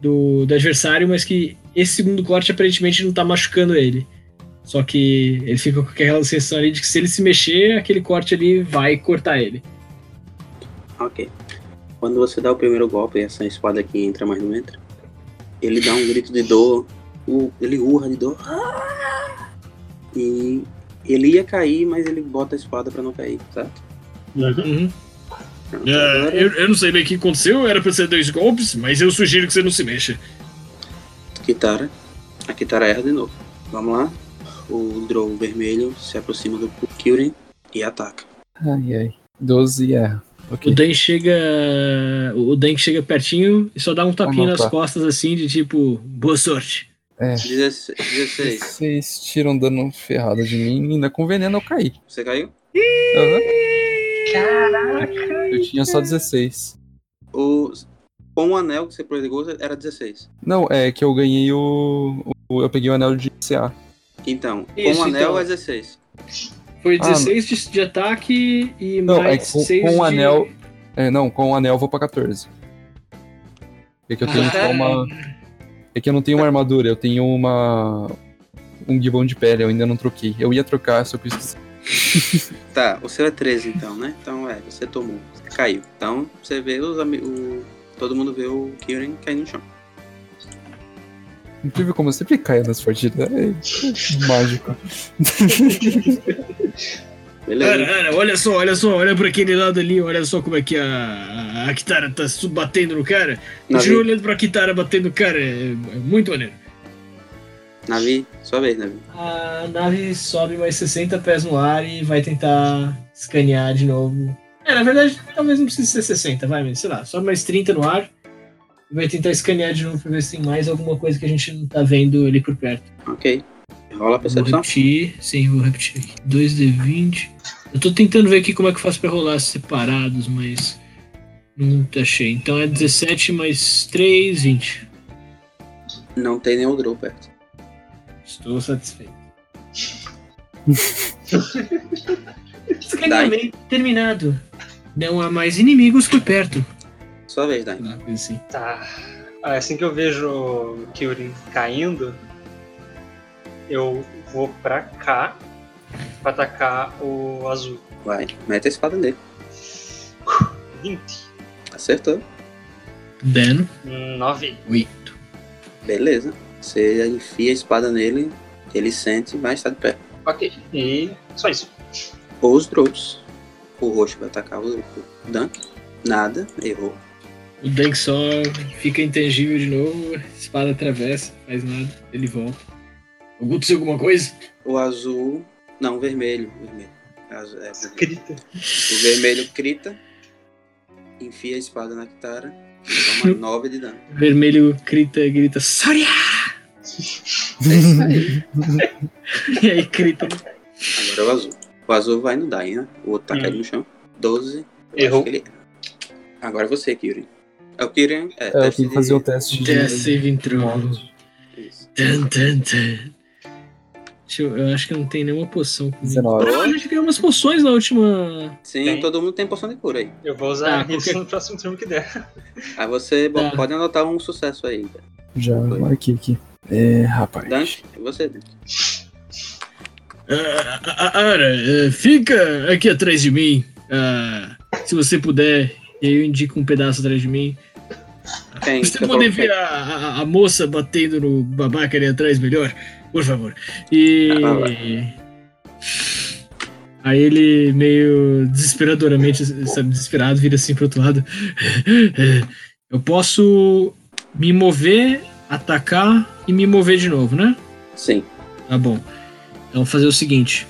Speaker 4: do, do adversário, mas que esse segundo corte aparentemente não tá machucando ele. Só que ele fica com aquela sensação ali de que se ele se mexer, aquele corte ali vai cortar ele.
Speaker 3: Ok. Quando você dá o primeiro golpe, essa espada aqui entra, mas não entra. Ele dá um grito de dor. u- Ele urra de dor. E ele ia cair, mas ele bota a espada pra não cair, certo?
Speaker 4: É.
Speaker 3: Pronto, agora-
Speaker 4: não sei bem o que aconteceu, era pra ser dois golpes, mas eu sugiro que você não se mexa.
Speaker 3: Kitara. A Kitara erra de novo. Vamos lá. O Drow vermelho se aproxima do Kyuren e ataca.
Speaker 5: Ai, ai. é. 12 e erra.
Speaker 4: O
Speaker 5: Ok.
Speaker 4: Dan chega. O Dan chega pertinho e só dá um tapinha
Speaker 5: Vamos
Speaker 4: nas
Speaker 5: lá.
Speaker 4: costas assim, de tipo, boa sorte.
Speaker 5: É.
Speaker 3: 16. 16.
Speaker 5: Vocês tiram dano ferrado de mim e ainda com veneno eu caí.
Speaker 3: Você caiu?
Speaker 5: Aham,
Speaker 15: Caraca!
Speaker 5: Eu tinha só 16.
Speaker 3: O... Com o anel que você pegou era 16.
Speaker 5: Não, é que eu ganhei o. o- eu peguei o anel de CA.
Speaker 3: Então,
Speaker 15: Isso,
Speaker 3: com o anel
Speaker 15: então.
Speaker 3: é 16.
Speaker 15: Foi
Speaker 5: Ah,
Speaker 15: 16 de, de ataque e
Speaker 5: Não, é
Speaker 15: mais
Speaker 5: com-
Speaker 15: 6
Speaker 5: com
Speaker 15: de...
Speaker 5: o anel- É, não, com o anel eu vou pra 14. É que eu tenho só uma. É que eu não tenho uma armadura, eu tenho uma. Um gibão de pele, eu ainda não troquei. Eu ia trocar, só que eu esqueci.
Speaker 3: Tá, o seu é 13 então, né? Então é, você tomou. Você caiu. Então você vê os ami- o Todo mundo vê o Kyuren caindo no chão.
Speaker 5: Incrível como eu sempre caio nas partidas. É mágico.
Speaker 3: Beleza.
Speaker 15: É,
Speaker 4: Cara, cara, olha só, olha só, olha pra aquele lado ali, olha só como é que a, a Kitara tá su- batendo no cara. Continua
Speaker 3: Navi,
Speaker 4: olhando pra Kitara batendo no cara, é, é muito maneiro.
Speaker 3: Navi, sua vez, Navi.
Speaker 15: A nave sobe mais 60 pés no ar e vai tentar escanear de novo. É, na verdade, talvez não precise ser 60, vai, mas sei lá, sobe mais 30 no ar e vai tentar escanear de novo pra ver se tem mais alguma coisa que a gente não tá vendo ali por perto.
Speaker 3: Ok. Rola a
Speaker 15: Vou
Speaker 3: percepção.
Speaker 15: repetir, sim, vou repetir. 2D20. Eu tô tentando ver aqui como é que eu faço pra rolar separados, mas não achei. Então é 17 mais 3, 20.
Speaker 3: Não tem nenhum draw perto.
Speaker 15: Estou satisfeito.
Speaker 3: Escaneamento
Speaker 15: terminado. Não há mais inimigos por perto.
Speaker 3: Sua vez, Dai.
Speaker 15: Assim.
Speaker 7: Tá. Ah, Assim que eu vejo o Kyurin caindo, eu vou pra cá pra atacar o azul.
Speaker 3: Vai. Mete a espada nele.
Speaker 7: 20.
Speaker 3: Acertou.
Speaker 15: Dano.
Speaker 7: 9.
Speaker 3: Beleza. Você enfia a espada nele, ele sente, mas está de pé.
Speaker 7: Ok. E só isso.
Speaker 3: Ou os drops. O roxo vai atacar o o Dunk. Nada, errou.
Speaker 15: O Dank só fica intangível de novo. Espada atravessa, faz nada. Ele volta. Aconteceu alguma coisa?
Speaker 3: O azul. Não, o vermelho. o vermelho. Azu- é, vermelho.
Speaker 7: Grita.
Speaker 3: o vermelho crita. Enfia a espada na Kitara. e Toma 9 de dano.
Speaker 15: Vermelho grita, grita, Soria!
Speaker 3: É isso aí.
Speaker 15: E aí grita.
Speaker 3: Agora é o azul. O azul vai no Dai, né? O outro tá
Speaker 7: Hum.
Speaker 3: caído no chão. 12. Eu
Speaker 7: Errou.
Speaker 3: acho que ele erra. Agora é você, Kyuri. É o Kyuri. É,
Speaker 5: É, eu
Speaker 3: teste
Speaker 5: tenho que
Speaker 3: de-
Speaker 5: fazer o teste de.
Speaker 15: Death Saving Throw.
Speaker 3: Isso.
Speaker 15: Tan, tan, tan. Deixa eu, eu acho que não tem nenhuma poção. comigo.
Speaker 5: 19.
Speaker 15: Ah, a gente ganhou umas poções na última.
Speaker 3: Sim,
Speaker 7: Tem.
Speaker 3: todo mundo tem poção de cura aí.
Speaker 7: Eu vou usar
Speaker 15: Tá,
Speaker 7: isso
Speaker 15: qualquer-
Speaker 7: no próximo turno que der.
Speaker 3: Aí você bom,
Speaker 15: Tá.
Speaker 3: pode anotar um sucesso aí.
Speaker 5: Já marquei aqui. É, rapaz.
Speaker 3: Dante, você. Dante.
Speaker 4: Ah, ah, ah, Ara, ah, fica aqui atrás de mim, ah, se você puder, e aí eu indico um pedaço atrás de mim.
Speaker 3: Quem?
Speaker 4: Você
Speaker 3: Você
Speaker 4: poder
Speaker 3: falou
Speaker 4: ver a, a- a moça batendo no babaca ali atrás melhor, por favor. E.
Speaker 3: Ah,
Speaker 4: Aí ele meio desesperadoramente, sabe, desesperado, vira assim pro outro lado. Eu posso me mover, atacar e me mover de novo, né?
Speaker 3: quem? Sim.
Speaker 4: Tá bom. Então vou fazer o seguinte.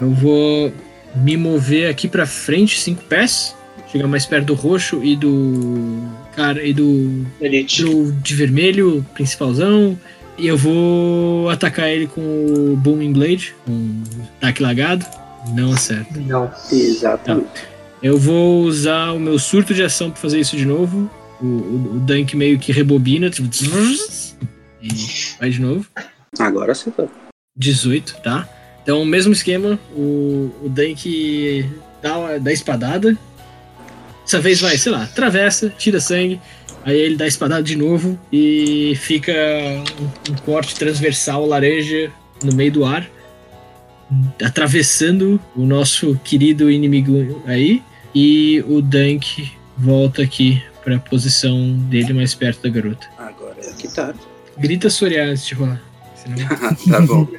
Speaker 4: Eu vou me mover aqui pra frente, cinco pés. Chegar mais perto do roxo e do. Cara, e do
Speaker 7: Elite.
Speaker 4: tiro de vermelho, principalzão. E eu vou atacar ele com o Booming Blade, um ataque lagado. Não acerta.
Speaker 7: Não.
Speaker 3: Exatamente.
Speaker 4: Eu vou usar o meu surto de ação pra fazer isso de novo. O, o, o Dunk meio que rebobina, tipo. tzzz, E vai de novo.
Speaker 3: Agora você tá.
Speaker 4: 18, tá? Então, mesmo esquema, o, o Dank dá, uma- dá espadada. Dessa vez vai, sei lá, atravessa, tira sangue. Aí ele dá espadada de novo e fica um, um corte transversal laranja no meio do ar, atravessando o nosso querido inimigo aí. E o Dank volta aqui pra posição dele mais perto da garota.
Speaker 3: Agora é a guitarra.
Speaker 4: Grita Sorias, tipo, lá. Senão...
Speaker 3: tá bom.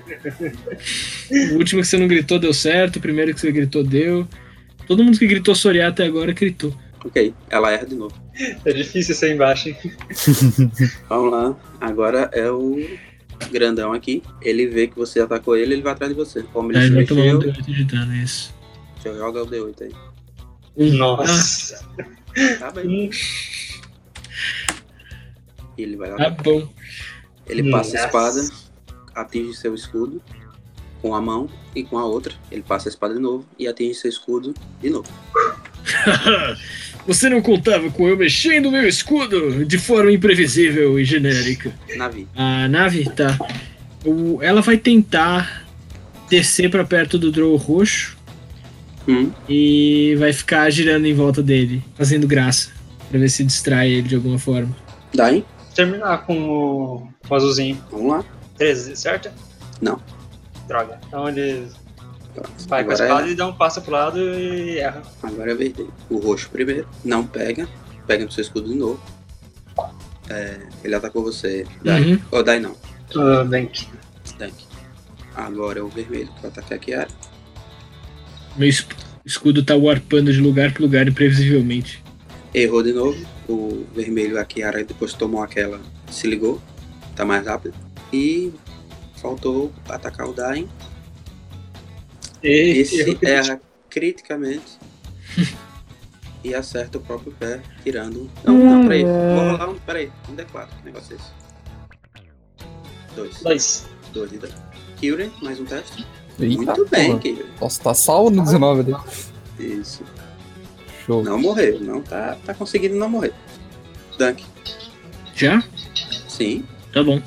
Speaker 4: O último que você não gritou deu certo, o primeiro que você gritou deu. Todo mundo que gritou Soriá até agora gritou.
Speaker 3: Ok, ela erra de novo.
Speaker 7: É difícil ser embaixo, hein?
Speaker 3: Vamos lá. Agora é o grandão aqui. Ele vê que você atacou ele, ele vai atrás de você. Como ele
Speaker 4: Aí
Speaker 3: se
Speaker 4: ele vai tomar um
Speaker 3: mexeu,
Speaker 4: D8 de dano, isso.
Speaker 3: você joga o D8 aí.
Speaker 7: Nossa.
Speaker 3: Tá bem.
Speaker 7: Hum,
Speaker 3: Ele vai lá.
Speaker 4: Tá bom.
Speaker 3: Ele passa
Speaker 16: Nossa.
Speaker 3: a espada, atinge seu escudo com a mão e com a outra. Ele passa a espada de novo e atinge seu escudo de novo.
Speaker 4: Você não contava com eu mexendo meu escudo de forma imprevisível e genérica.
Speaker 3: Navi.
Speaker 4: A nave, tá. O- ela vai tentar descer pra perto do Drow roxo
Speaker 3: Hum,
Speaker 4: e vai ficar girando em volta dele, fazendo graça, pra ver se distrai ele de alguma forma.
Speaker 3: dá, hein?
Speaker 7: Terminar com o, com o azulzinho.
Speaker 3: Vamos lá.
Speaker 7: 13, certo?
Speaker 3: Não.
Speaker 7: Droga. Então ele vai com a
Speaker 3: Agora,
Speaker 7: espada
Speaker 3: é,
Speaker 7: e dá um passo pro lado e erra.
Speaker 3: agora é verde. O roxo primeiro. Não pega. Pega no seu escudo de novo. É, ele atacou você. Dai.
Speaker 4: Uhum.
Speaker 3: Ou Dai não.
Speaker 7: Ah, Dank.
Speaker 3: Dank. Agora é o vermelho que vai atacar aqui. Kiara.
Speaker 4: Meu es- escudo tá warpando de lugar pra lugar imprevisivelmente.
Speaker 3: Errou de novo. O vermelho a Kiara depois tomou aquela. Se ligou. Tá mais rápido. E faltou atacar o Dain.
Speaker 7: E,
Speaker 3: Esse
Speaker 7: errou.
Speaker 3: erra criticamente. e acerta o próprio pé, tirando. um. Não, não, peraí. Vou rolar um. Peraí, um D4. Que negócio é esse? Dois.
Speaker 7: Dois.
Speaker 3: Dois de dano. Kyuren, mais um teste.
Speaker 5: Eita,
Speaker 3: Muito bem,
Speaker 5: porra.
Speaker 3: Kyuren.
Speaker 5: Nossa, tá salvo no 19 dele.
Speaker 3: Isso.
Speaker 5: Show.
Speaker 3: Não morreu, não tá, tá conseguindo não morrer. Dunk.
Speaker 4: Já?
Speaker 3: Sim.
Speaker 4: Tá bom.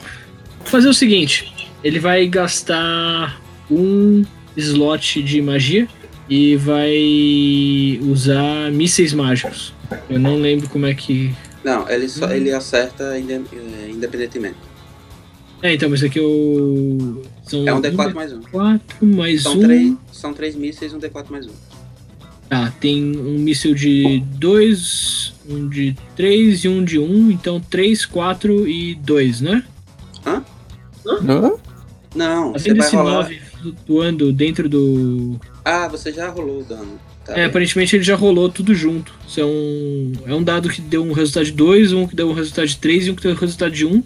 Speaker 4: Vou fazer o seguinte: ele vai gastar um slot de magia e vai usar mísseis mágicos. Eu não lembro como é que.
Speaker 3: Não, ele, só, ele acerta inde- eh, independentemente.
Speaker 4: É, então, mas aqui eu. São
Speaker 3: É um D4
Speaker 4: hum.
Speaker 3: mais um.
Speaker 4: D4 mais
Speaker 3: São
Speaker 4: um.
Speaker 3: três, são três mísseis, um D4 mais um.
Speaker 4: Tá, tem um míssil de 2, um de 3 e um de 1, um, então 3, 4 e 2, né?
Speaker 5: Hã?
Speaker 3: Não, você
Speaker 4: Fazendo
Speaker 3: vai
Speaker 4: esse
Speaker 3: rolar.
Speaker 4: 9 flutuando dentro do.
Speaker 3: Ah, você já rolou o dano. Tá
Speaker 4: É,
Speaker 3: bem.
Speaker 4: aparentemente ele já rolou tudo junto. Isso é um, é um dado que deu um resultado de 2, um que deu um resultado de 3 e um que deu um resultado de 1, um,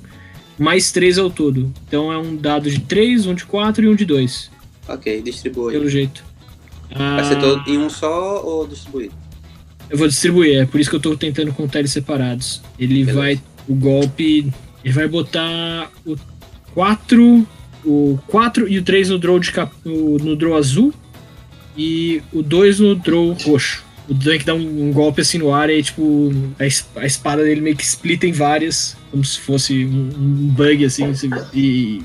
Speaker 4: mais 3 ao todo. Então é um dado de 3, um de 4 e um de 2,
Speaker 3: Ok, distribui.
Speaker 4: pelo jeito.
Speaker 3: Vai ser
Speaker 4: Ah,
Speaker 3: todo em um só ou distribuído?
Speaker 4: Eu vou distribuir, é por isso que eu tô tentando contar eles separados. Ele
Speaker 3: Beleza.
Speaker 4: vai. O golpe. Ele vai botar o 4. O 4 e o 3 no draw de cap, no no draw azul. E o 2 no draw roxo. O Dunk dá um, um golpe assim no ar e tipo. A, es- a espada dele meio que splita em várias. Como se fosse um, um bug assim. se- E.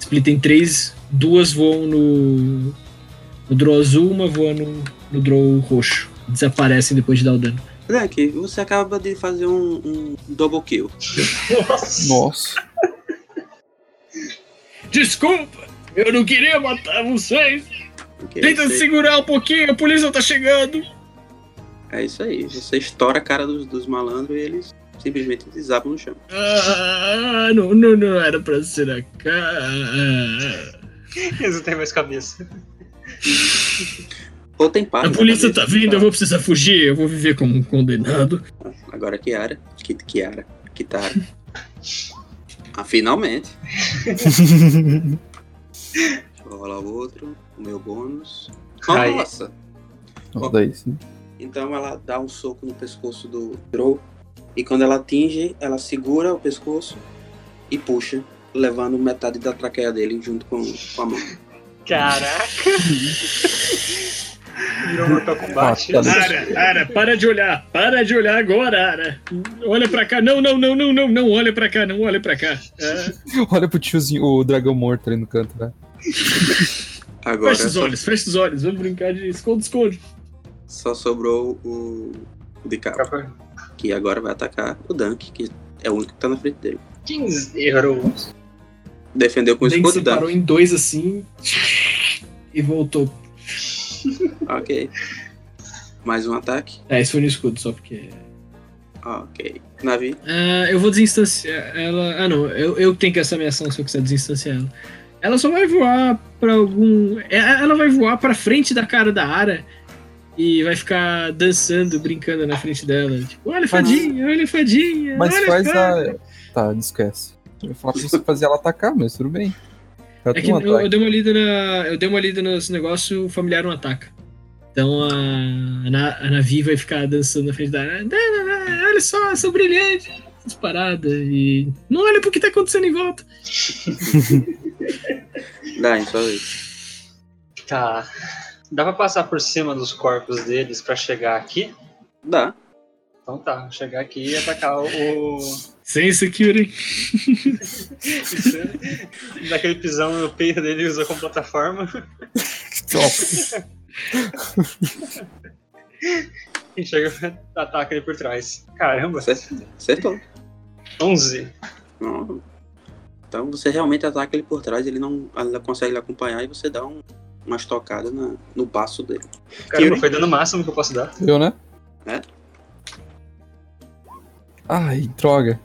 Speaker 4: Splita em três. Duas voam no. No draw azul, uma voa no, no draw roxo. Desaparecem depois de dar o dano.
Speaker 3: Dunk, você acaba de fazer um, um double kill.
Speaker 5: Nossa.
Speaker 4: Desculpa, eu não queria matar vocês.
Speaker 3: Ok,
Speaker 4: Tenta
Speaker 3: você-
Speaker 4: segurar um pouquinho, a polícia tá chegando.
Speaker 3: É isso aí. Você estoura a cara dos, dos malandros e eles simplesmente desabam no chão.
Speaker 4: Ah, não, não, não era pra ser a cara.
Speaker 7: Eles não têm mais cabeça.
Speaker 3: Ou tem parte.
Speaker 4: A
Speaker 3: na
Speaker 4: polícia tá
Speaker 3: cabeça.
Speaker 4: vindo, eu vou precisar fugir, eu vou viver como um condenado.
Speaker 3: Agora a Kiara. Ki- Kiara. Kitara. ah, finalmente. Deixa eu rolar o outro. O meu bônus.
Speaker 7: Ai.
Speaker 3: Nossa!
Speaker 5: Nossa, daí sim.
Speaker 3: Então ela dá um soco no pescoço do Drow. E quando ela atinge, ela segura o pescoço e puxa, levando metade da traqueia dele junto com, com a mão.
Speaker 7: Caraca. Virou Mortal Kombat. né?
Speaker 5: Ah, tá bom.
Speaker 4: Ara, Ara, para de olhar, para de olhar agora, Ara. Olha pra cá, não, não, não, não, não, não, olha pra cá, não, olha pra cá. Ah,
Speaker 5: Olha pro tiozinho, o dragão morto ali no canto, né?
Speaker 3: Agora
Speaker 4: fecha os
Speaker 3: só,
Speaker 4: olhos, fecha os olhos, vamos brincar de esconde, esconde.
Speaker 3: só sobrou o, o de capa, que agora vai atacar o Dunk, que é o único que tá na frente dele.
Speaker 7: 15 errou.
Speaker 3: Defendeu com o
Speaker 4: Deng
Speaker 3: escudo
Speaker 4: separou
Speaker 3: Dunk.
Speaker 4: em dois assim e voltou.
Speaker 3: Ok. Mais um ataque.
Speaker 4: É, esse foi no escudo, só porque. Ah,
Speaker 3: Ok. Navi.
Speaker 4: eu vou desinstanciar ela. Ah, não, eu, eu tenho que essa minha ação se eu quiser desinstanciar ela. Ela só vai voar pra algum. é, Ela vai voar pra frente da cara da Ara e vai ficar dançando, brincando na frente dela. Tipo, olha, fadinha, olha, fadinha.
Speaker 5: Mas
Speaker 4: olha,
Speaker 5: faz
Speaker 4: fadinha."
Speaker 5: a. Tá, esquece. Eu ia falar pra você fazer ela atacar, mas tudo bem. Ela
Speaker 8: Tá
Speaker 4: É
Speaker 5: tem
Speaker 4: que
Speaker 5: um
Speaker 4: eu, eu
Speaker 5: ataque.
Speaker 4: dei uma lida na. Eu dei uma lida nesse negócio, o familiar não ataca. Então a, a, Na- a Navi vai ficar dançando na frente da. Olha só, eu sou brilhante! essas paradas e não olha pro que tá acontecendo em volta.
Speaker 3: Dain, só isso.
Speaker 7: Tá. Dá pra passar por cima dos corpos deles pra chegar aqui?
Speaker 3: Dá.
Speaker 7: Então tá, chegar aqui e atacar o.
Speaker 4: Sem security.
Speaker 7: Daquele pisão no peito dele usa como plataforma. E chega e ataca ele por trás. Caramba,
Speaker 3: Acertou.
Speaker 7: 11.
Speaker 3: Não. Então você realmente ataca ele por trás, ele não ela consegue lhe acompanhar e você dá um- uma estocada na- no baço dele.
Speaker 7: Caramba, foi dando o máximo que eu posso dar.
Speaker 8: Eu, né?
Speaker 3: É.
Speaker 8: Ai, droga.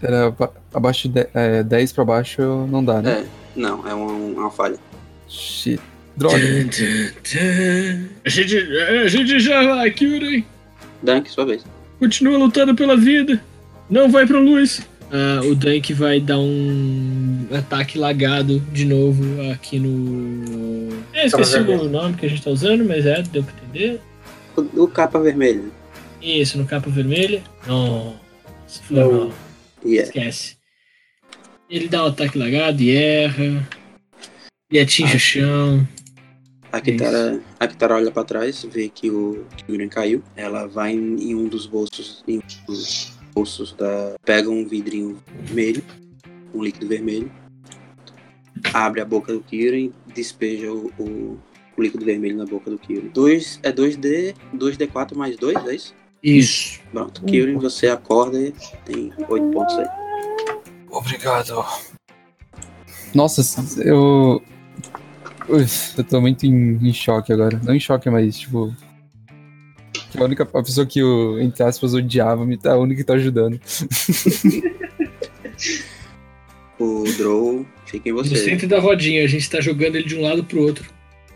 Speaker 8: Era aba- abaixo de é, 10 pra baixo não dá, né?
Speaker 3: É, não, é uma, uma falha.
Speaker 8: Shit. Droga.
Speaker 6: A gente, a gente já vai, Kyurem.
Speaker 3: Dank, sua vez.
Speaker 6: Continua lutando pela vida. Não vai pra luz.
Speaker 4: Ah, o Dank vai dar um ataque lagado de novo aqui no. Eu esqueci
Speaker 7: vermelho.
Speaker 4: o nome que a gente tá usando, mas é, deu pra entender.
Speaker 3: O, o capa vermelho. né?
Speaker 4: Isso, no capa vermelha. Não. Isso foi mal.
Speaker 3: Yeah.
Speaker 4: Esquece. Ele dá um ataque lagado e erra. E atinge o chão.
Speaker 3: A Kitara, a Kitara olha pra trás, vê que o Kyuren caiu. Ela vai em, em um dos bolsos. Em um dos bolsos da. Pega um vidrinho vermelho, um líquido vermelho. Abre a boca do Kyuren, despeja o, o- o líquido vermelho na boca do Kyuren. Dois, é 2D, 2D4 mais 2, é isso?
Speaker 4: Isso. Uhum.
Speaker 3: Pronto. Kyuren, você acorda e tem 8 pontos aí.
Speaker 5: Obrigado.
Speaker 8: Nossa, eu. Uf, eu tô muito em, em choque agora. Não em choque, mas tipo. que A única a pessoa que eu, entre aspas, odiava me tá a única que tá ajudando.
Speaker 3: O Drow fica em
Speaker 4: No
Speaker 3: você.
Speaker 4: centro da rodinha, a gente tá jogando ele de um lado pro outro.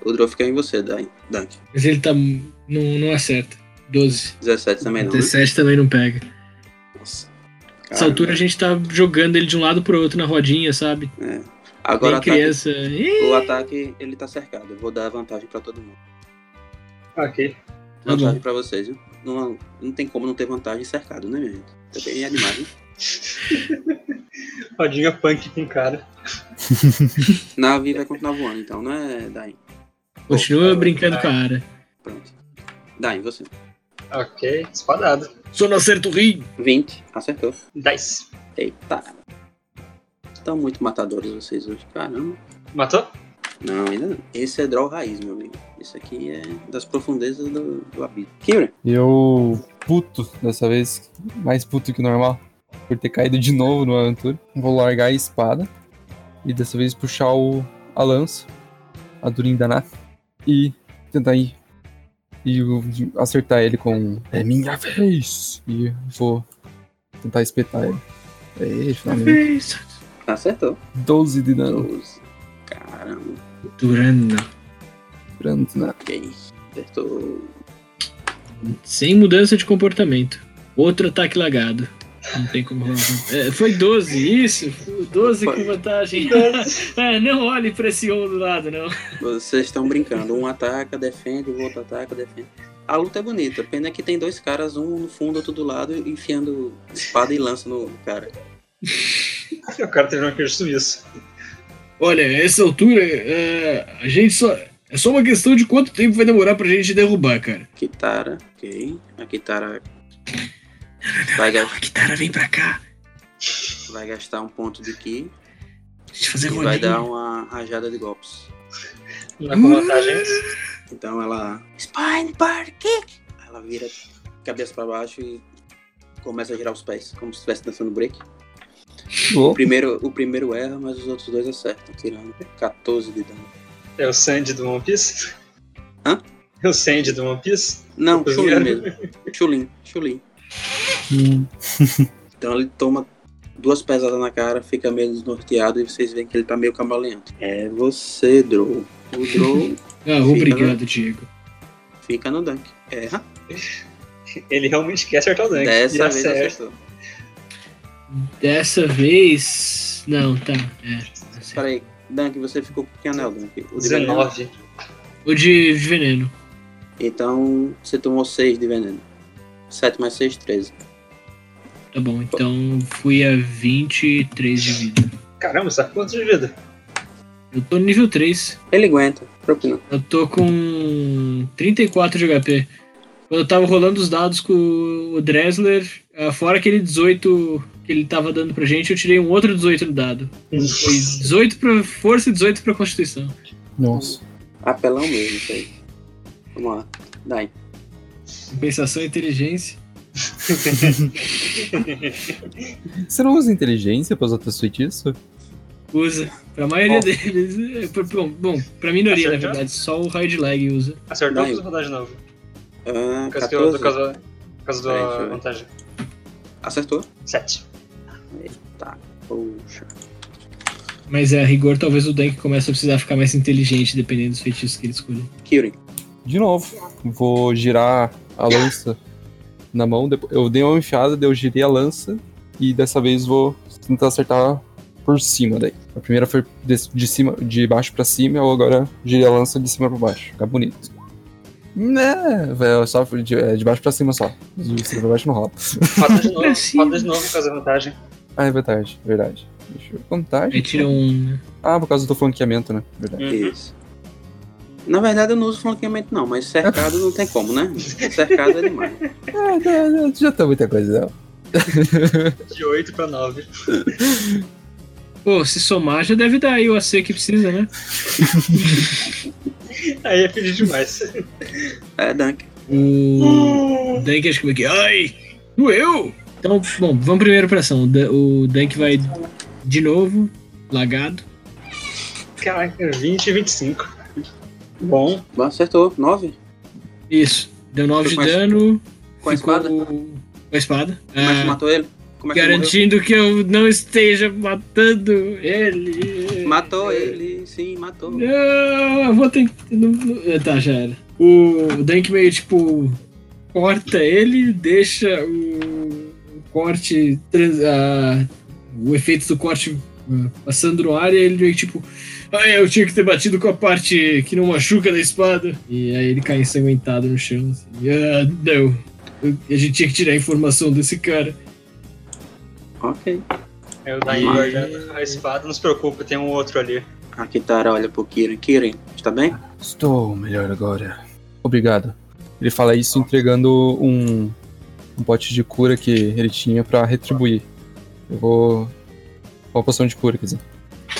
Speaker 3: O Drow fica em você, Dan- Dunk.
Speaker 4: Mas ele tá. Não, não acerta. 12.
Speaker 3: 17 também não. né?
Speaker 4: 17 também não pega.
Speaker 3: Nossa.
Speaker 4: Nessa altura a gente tá jogando ele de um lado pro outro na rodinha, sabe?
Speaker 3: Agora tá ataque-
Speaker 4: Tem criança. Ih,
Speaker 3: O ataque, ele tá cercado. Eu vou dar vantagem pra todo mundo.
Speaker 7: Ok.
Speaker 4: Tá bom.
Speaker 3: Vantagem pra vocês, viu? Não, não tem como não ter vantagem cercado, né, minha gente? Também é demais, né?
Speaker 7: Rodinha punk com cara.
Speaker 3: Navi vai continuar voando, então, né, Dain?
Speaker 4: Continua
Speaker 3: Pô,
Speaker 4: brincando com a área.
Speaker 3: Pronto. Dain, você.
Speaker 7: Ok, espadada.
Speaker 6: Só não acerta o rim.
Speaker 3: 20, acertou.
Speaker 7: 10.
Speaker 3: Eita. Estão muito matadores vocês hoje, caramba.
Speaker 7: Matou?
Speaker 3: Não, ainda não. Esse é draw raiz, meu amigo. Isso aqui é das profundezas do, do abismo. Kira,
Speaker 8: Eu. puto dessa vez, mais puto que o normal, por ter caído de novo numa aventura. Vou largar a espada e dessa vez puxar o, a lança, a Durindaná, e tentar ir. E eu- acertar ele com. É minha vez! E vou tentar espetar ele. Ei, finalmente.
Speaker 4: Isso.
Speaker 3: acertou.
Speaker 8: 12 de
Speaker 5: Tá
Speaker 8: dano.
Speaker 3: 12. Caramba,
Speaker 4: Durana.
Speaker 8: Durindaná.
Speaker 3: ok. Acertou.
Speaker 4: Sem mudança de comportamento. Outro ataque lagado. Não tem como rolar. É, foi 12, isso? 12
Speaker 3: Foi.
Speaker 4: com vantagem. É, não olhe pra esse on do lado, não.
Speaker 3: Vocês estão brincando. Um ataca, defende, o outro ataca, defende. A luta é bonita. Pena que tem dois caras, um no fundo, outro do lado, enfiando espada e lança no cara.
Speaker 7: O cara teve um queijo suíço.
Speaker 6: Olha, essa altura, é, a gente só. É só uma questão de quanto tempo vai demorar pra gente derrubar, cara.
Speaker 3: Kitara, ok. A Kitara vai, ga-
Speaker 6: A guitarra vem pra cá.
Speaker 3: vai gastar um ponto de ki
Speaker 6: Deixa eu fazer
Speaker 3: e
Speaker 6: rolinho.
Speaker 3: vai dar uma rajada de golpes.
Speaker 7: Não é com
Speaker 3: Hum.
Speaker 7: vantagem.
Speaker 3: Então ela. Spine Bar Kick! Ela vira cabeça pra baixo e começa a girar os pés, como se estivesse dançando break. O primeiro, o primeiro erra, mas os outros dois acertam, tirando 14 de dano.
Speaker 7: É o Sandy do One Piece?
Speaker 3: Hã?
Speaker 7: É o Sandy do One Piece?
Speaker 3: Não,
Speaker 7: Pois
Speaker 3: Chulin
Speaker 7: é.
Speaker 3: mesmo. Chulin, Chulin. Então ele toma duas pesadas na cara, fica meio desnorteado e vocês veem que ele tá meio cambaleando. É você, Drow. O Drow
Speaker 4: Ah, obrigado, Diego.
Speaker 3: fica no dunk. Erra.
Speaker 7: Ele realmente quer acertar o Dunk.
Speaker 3: Dessa
Speaker 7: E
Speaker 3: vez
Speaker 7: acerta.
Speaker 3: acertou.
Speaker 4: Dessa vez. Não, tá. É. tá certo.
Speaker 3: Peraí, Dunk, você ficou com que anel, Dunk? O de veneno.
Speaker 7: 19.
Speaker 4: O de de veneno.
Speaker 3: Então você tomou 6 de veneno. 7 mais 6, 13.
Speaker 4: Tá bom, então fui a 23 de vida.
Speaker 7: Caramba, sabe quantos de vida?
Speaker 4: Eu tô no nível 3.
Speaker 3: Ele aguenta, tranquilo.
Speaker 4: Eu tô com 34 de HP. Quando eu tava rolando os dados com o Dressler, ah, fora aquele 18 que ele tava dando pra gente, eu tirei um outro 18 no dado. Foi 18 pra força e 18 pra constituição.
Speaker 5: Nossa.
Speaker 3: Apelão mesmo, isso aí. Vamos lá. Dai.
Speaker 4: Compensação e inteligência.
Speaker 5: Você não usa inteligência pra usar teus feitiços?
Speaker 4: Usa. Pra maioria deles. é, pra- Bom, bom, pra
Speaker 3: Tá
Speaker 4: minoria, na
Speaker 7: Acertou?
Speaker 4: verdade. Só o raio de lag usa.
Speaker 7: Acertou,
Speaker 3: Daí.
Speaker 7: eu preciso rodar de novo.
Speaker 3: Ah,
Speaker 7: Por causa, que eu, por
Speaker 3: 14.
Speaker 7: causa, por causa da
Speaker 3: Peraí, deixa eu ver.
Speaker 7: vantagem.
Speaker 3: Acertou?
Speaker 7: Sete.
Speaker 3: Eita, poxa.
Speaker 4: Mas é, a rigor, talvez o Dank comece a precisar ficar mais inteligente, dependendo dos feitiços que ele escolhe.
Speaker 3: Kyuri.
Speaker 5: De novo. Vou girar a lança na mão. depo- Eu dei uma enfiada, daí eu girei a lança. E dessa vez vou tentar acertar por cima daí. A primeira foi de, de cima, de baixo pra cima, eu agora girei a lança de cima pra baixo. Fica bonito. Né, velho, só de, é, de baixo pra cima só. De cima pra baixo não rola.
Speaker 7: Roda de novo,
Speaker 4: Assim.
Speaker 7: roda de novo por causa da vantagem.
Speaker 5: Ah, é verdade, verdade. Deixa eu contar.
Speaker 4: Aí tira um.
Speaker 5: Ah, por causa do flanqueamento, né? Verdade.
Speaker 7: Uhum.
Speaker 3: Isso. Na verdade, eu não uso flanqueamento, não, mas cercado não tem como, né? Cercado é demais.
Speaker 5: Ah, não, não, já tá muita coisa, não.
Speaker 7: Hum, De oito pra nove.
Speaker 4: Pô, se somar já deve dar aí o AC que precisa, né?
Speaker 7: Aí é pedir demais.
Speaker 3: É, Dunk. Hum.
Speaker 4: O Dank acho que vai aqui. Ai! Doeu! Então, bom, vamos primeiro pra ação. O Dan- O Dank vai de novo, lagado.
Speaker 7: Caraca, 20 e 25. Bom,
Speaker 3: Bom, Acertou. Nove?
Speaker 4: Isso. Deu 9 de
Speaker 3: Com a es-
Speaker 4: dano.
Speaker 3: com a
Speaker 4: ficou-
Speaker 3: espada?
Speaker 4: Com a espada.
Speaker 3: Como é
Speaker 4: Ah,
Speaker 3: que matou ele? Como é que
Speaker 4: garantindo que eu não esteja matando ele.
Speaker 3: morreu? Matou
Speaker 4: É.
Speaker 3: ele, sim, matou.
Speaker 4: Não, eu vou ter que. não- não- é, Tá, já era. O Dank meio tipo. Corta ele, deixa o o corte. trans- ah, o efeito do corte ah, passando no ar e ele meio tipo. Ah, eu tinha que ter batido com a parte que não machuca da espada. E aí ele cai ensanguentado no chão. assim, ah, não. Eu- A gente tinha que tirar a informação desse cara.
Speaker 3: Ok.
Speaker 7: eu é daí
Speaker 3: Mas-
Speaker 7: guardando a espada, não se preocupe, tem um outro ali.
Speaker 3: A Kitara olha pro Kirin. Kirin, está bem?
Speaker 5: Estou melhor agora. Obrigado. Ele fala isso entregando um, um pote de cura que ele tinha pra retribuir. Eu vou. Uma poção de cura, quer dizer.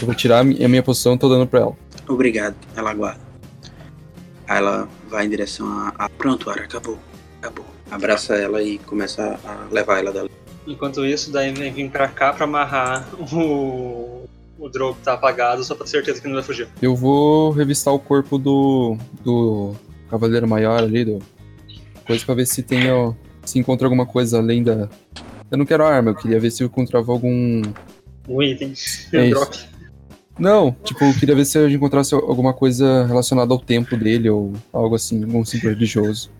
Speaker 5: Eu vou tirar a mi- a minha poção e tô dando pra ela.
Speaker 3: Obrigado. Ela aguarda. Aí ela vai em direção a. a- Pronto, Ara, acabou. Acabou. Abraça ela e começa a levar ela dali.
Speaker 7: Enquanto isso, daí vem vim pra cá pra amarrar o. O Drogo que tá apagado, só pra ter certeza que não vai fugir.
Speaker 5: Eu vou revistar o corpo do. do Cavaleiro Maior ali, do. Coisa pra ver se tem. ó, se encontra alguma coisa além da. Eu não quero arma, eu queria ver se eu encontrava algum.
Speaker 7: Um item.
Speaker 5: É isso.
Speaker 7: Drop.
Speaker 5: Não, tipo, eu queria ver se eu encontrasse alguma coisa relacionada ao tempo dele ou algo assim, algum símbolo religioso.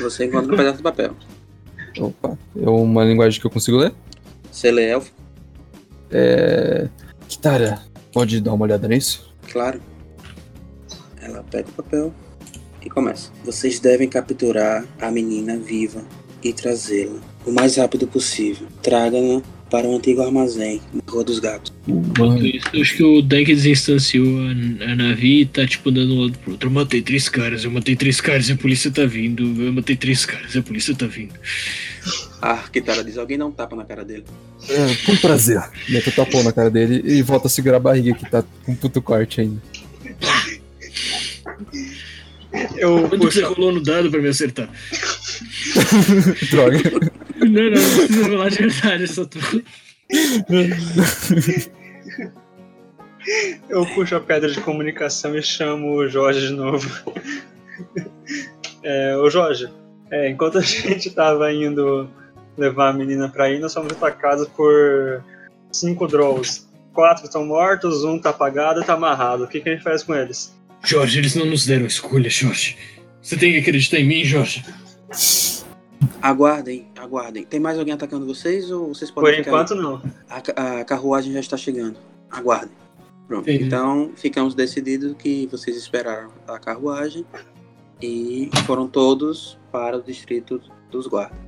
Speaker 3: Você encontra um pedaço de papel.
Speaker 5: Opa, é uma linguagem que eu consigo ler?
Speaker 3: Você lê elfo?
Speaker 5: É. Kitara, pode dar uma olhada nisso?
Speaker 3: Claro. Ela pega o papel e começa. Vocês devem capturar a menina viva e trazê-la o mais rápido possível. Traga-na para um antigo armazém na Rua dos Gatos.
Speaker 4: Enquanto isso, eu acho que o Dank desinstanciou a, a Navi e tá tipo dando um lado pro outro. Eu matei três caras, eu matei três caras e a polícia tá vindo. Eu matei três caras e a polícia tá vindo.
Speaker 3: A Kitara diz: alguém dá um tapa na cara dele.
Speaker 5: É, com prazer. Mete o tapão na cara dele e volta a segurar a barriga que tá com um puto corte ainda.
Speaker 7: Eu
Speaker 4: Quando
Speaker 7: puxo
Speaker 4: você rolou no dado pra me acertar?
Speaker 5: Droga.
Speaker 4: Não, não, não precisa rolar de verdade, eu só tô.
Speaker 7: Eu puxo a pedra de comunicação e chamo o Jorge de novo. é, ô Jorge, é, enquanto a gente tava indo levar a menina pra ir, nós fomos atacados por cinco Drolls. Quatro estão mortos, um tá apagado e tá amarrado. O que, que a gente faz com eles?
Speaker 4: Jorge, eles não nos deram escolha, Jorge. Você tem que acreditar em mim, Jorge.
Speaker 3: Aguardem, aguardem. Tem mais alguém atacando vocês ou vocês
Speaker 7: Por
Speaker 3: podem ficar aí?
Speaker 7: enquanto, não.
Speaker 3: A, ca- a carruagem já está chegando. Aguardem. Pronto.
Speaker 4: Entendi.
Speaker 3: Então, ficamos decididos que vocês esperaram a carruagem e foram todos para o distrito dos guardas.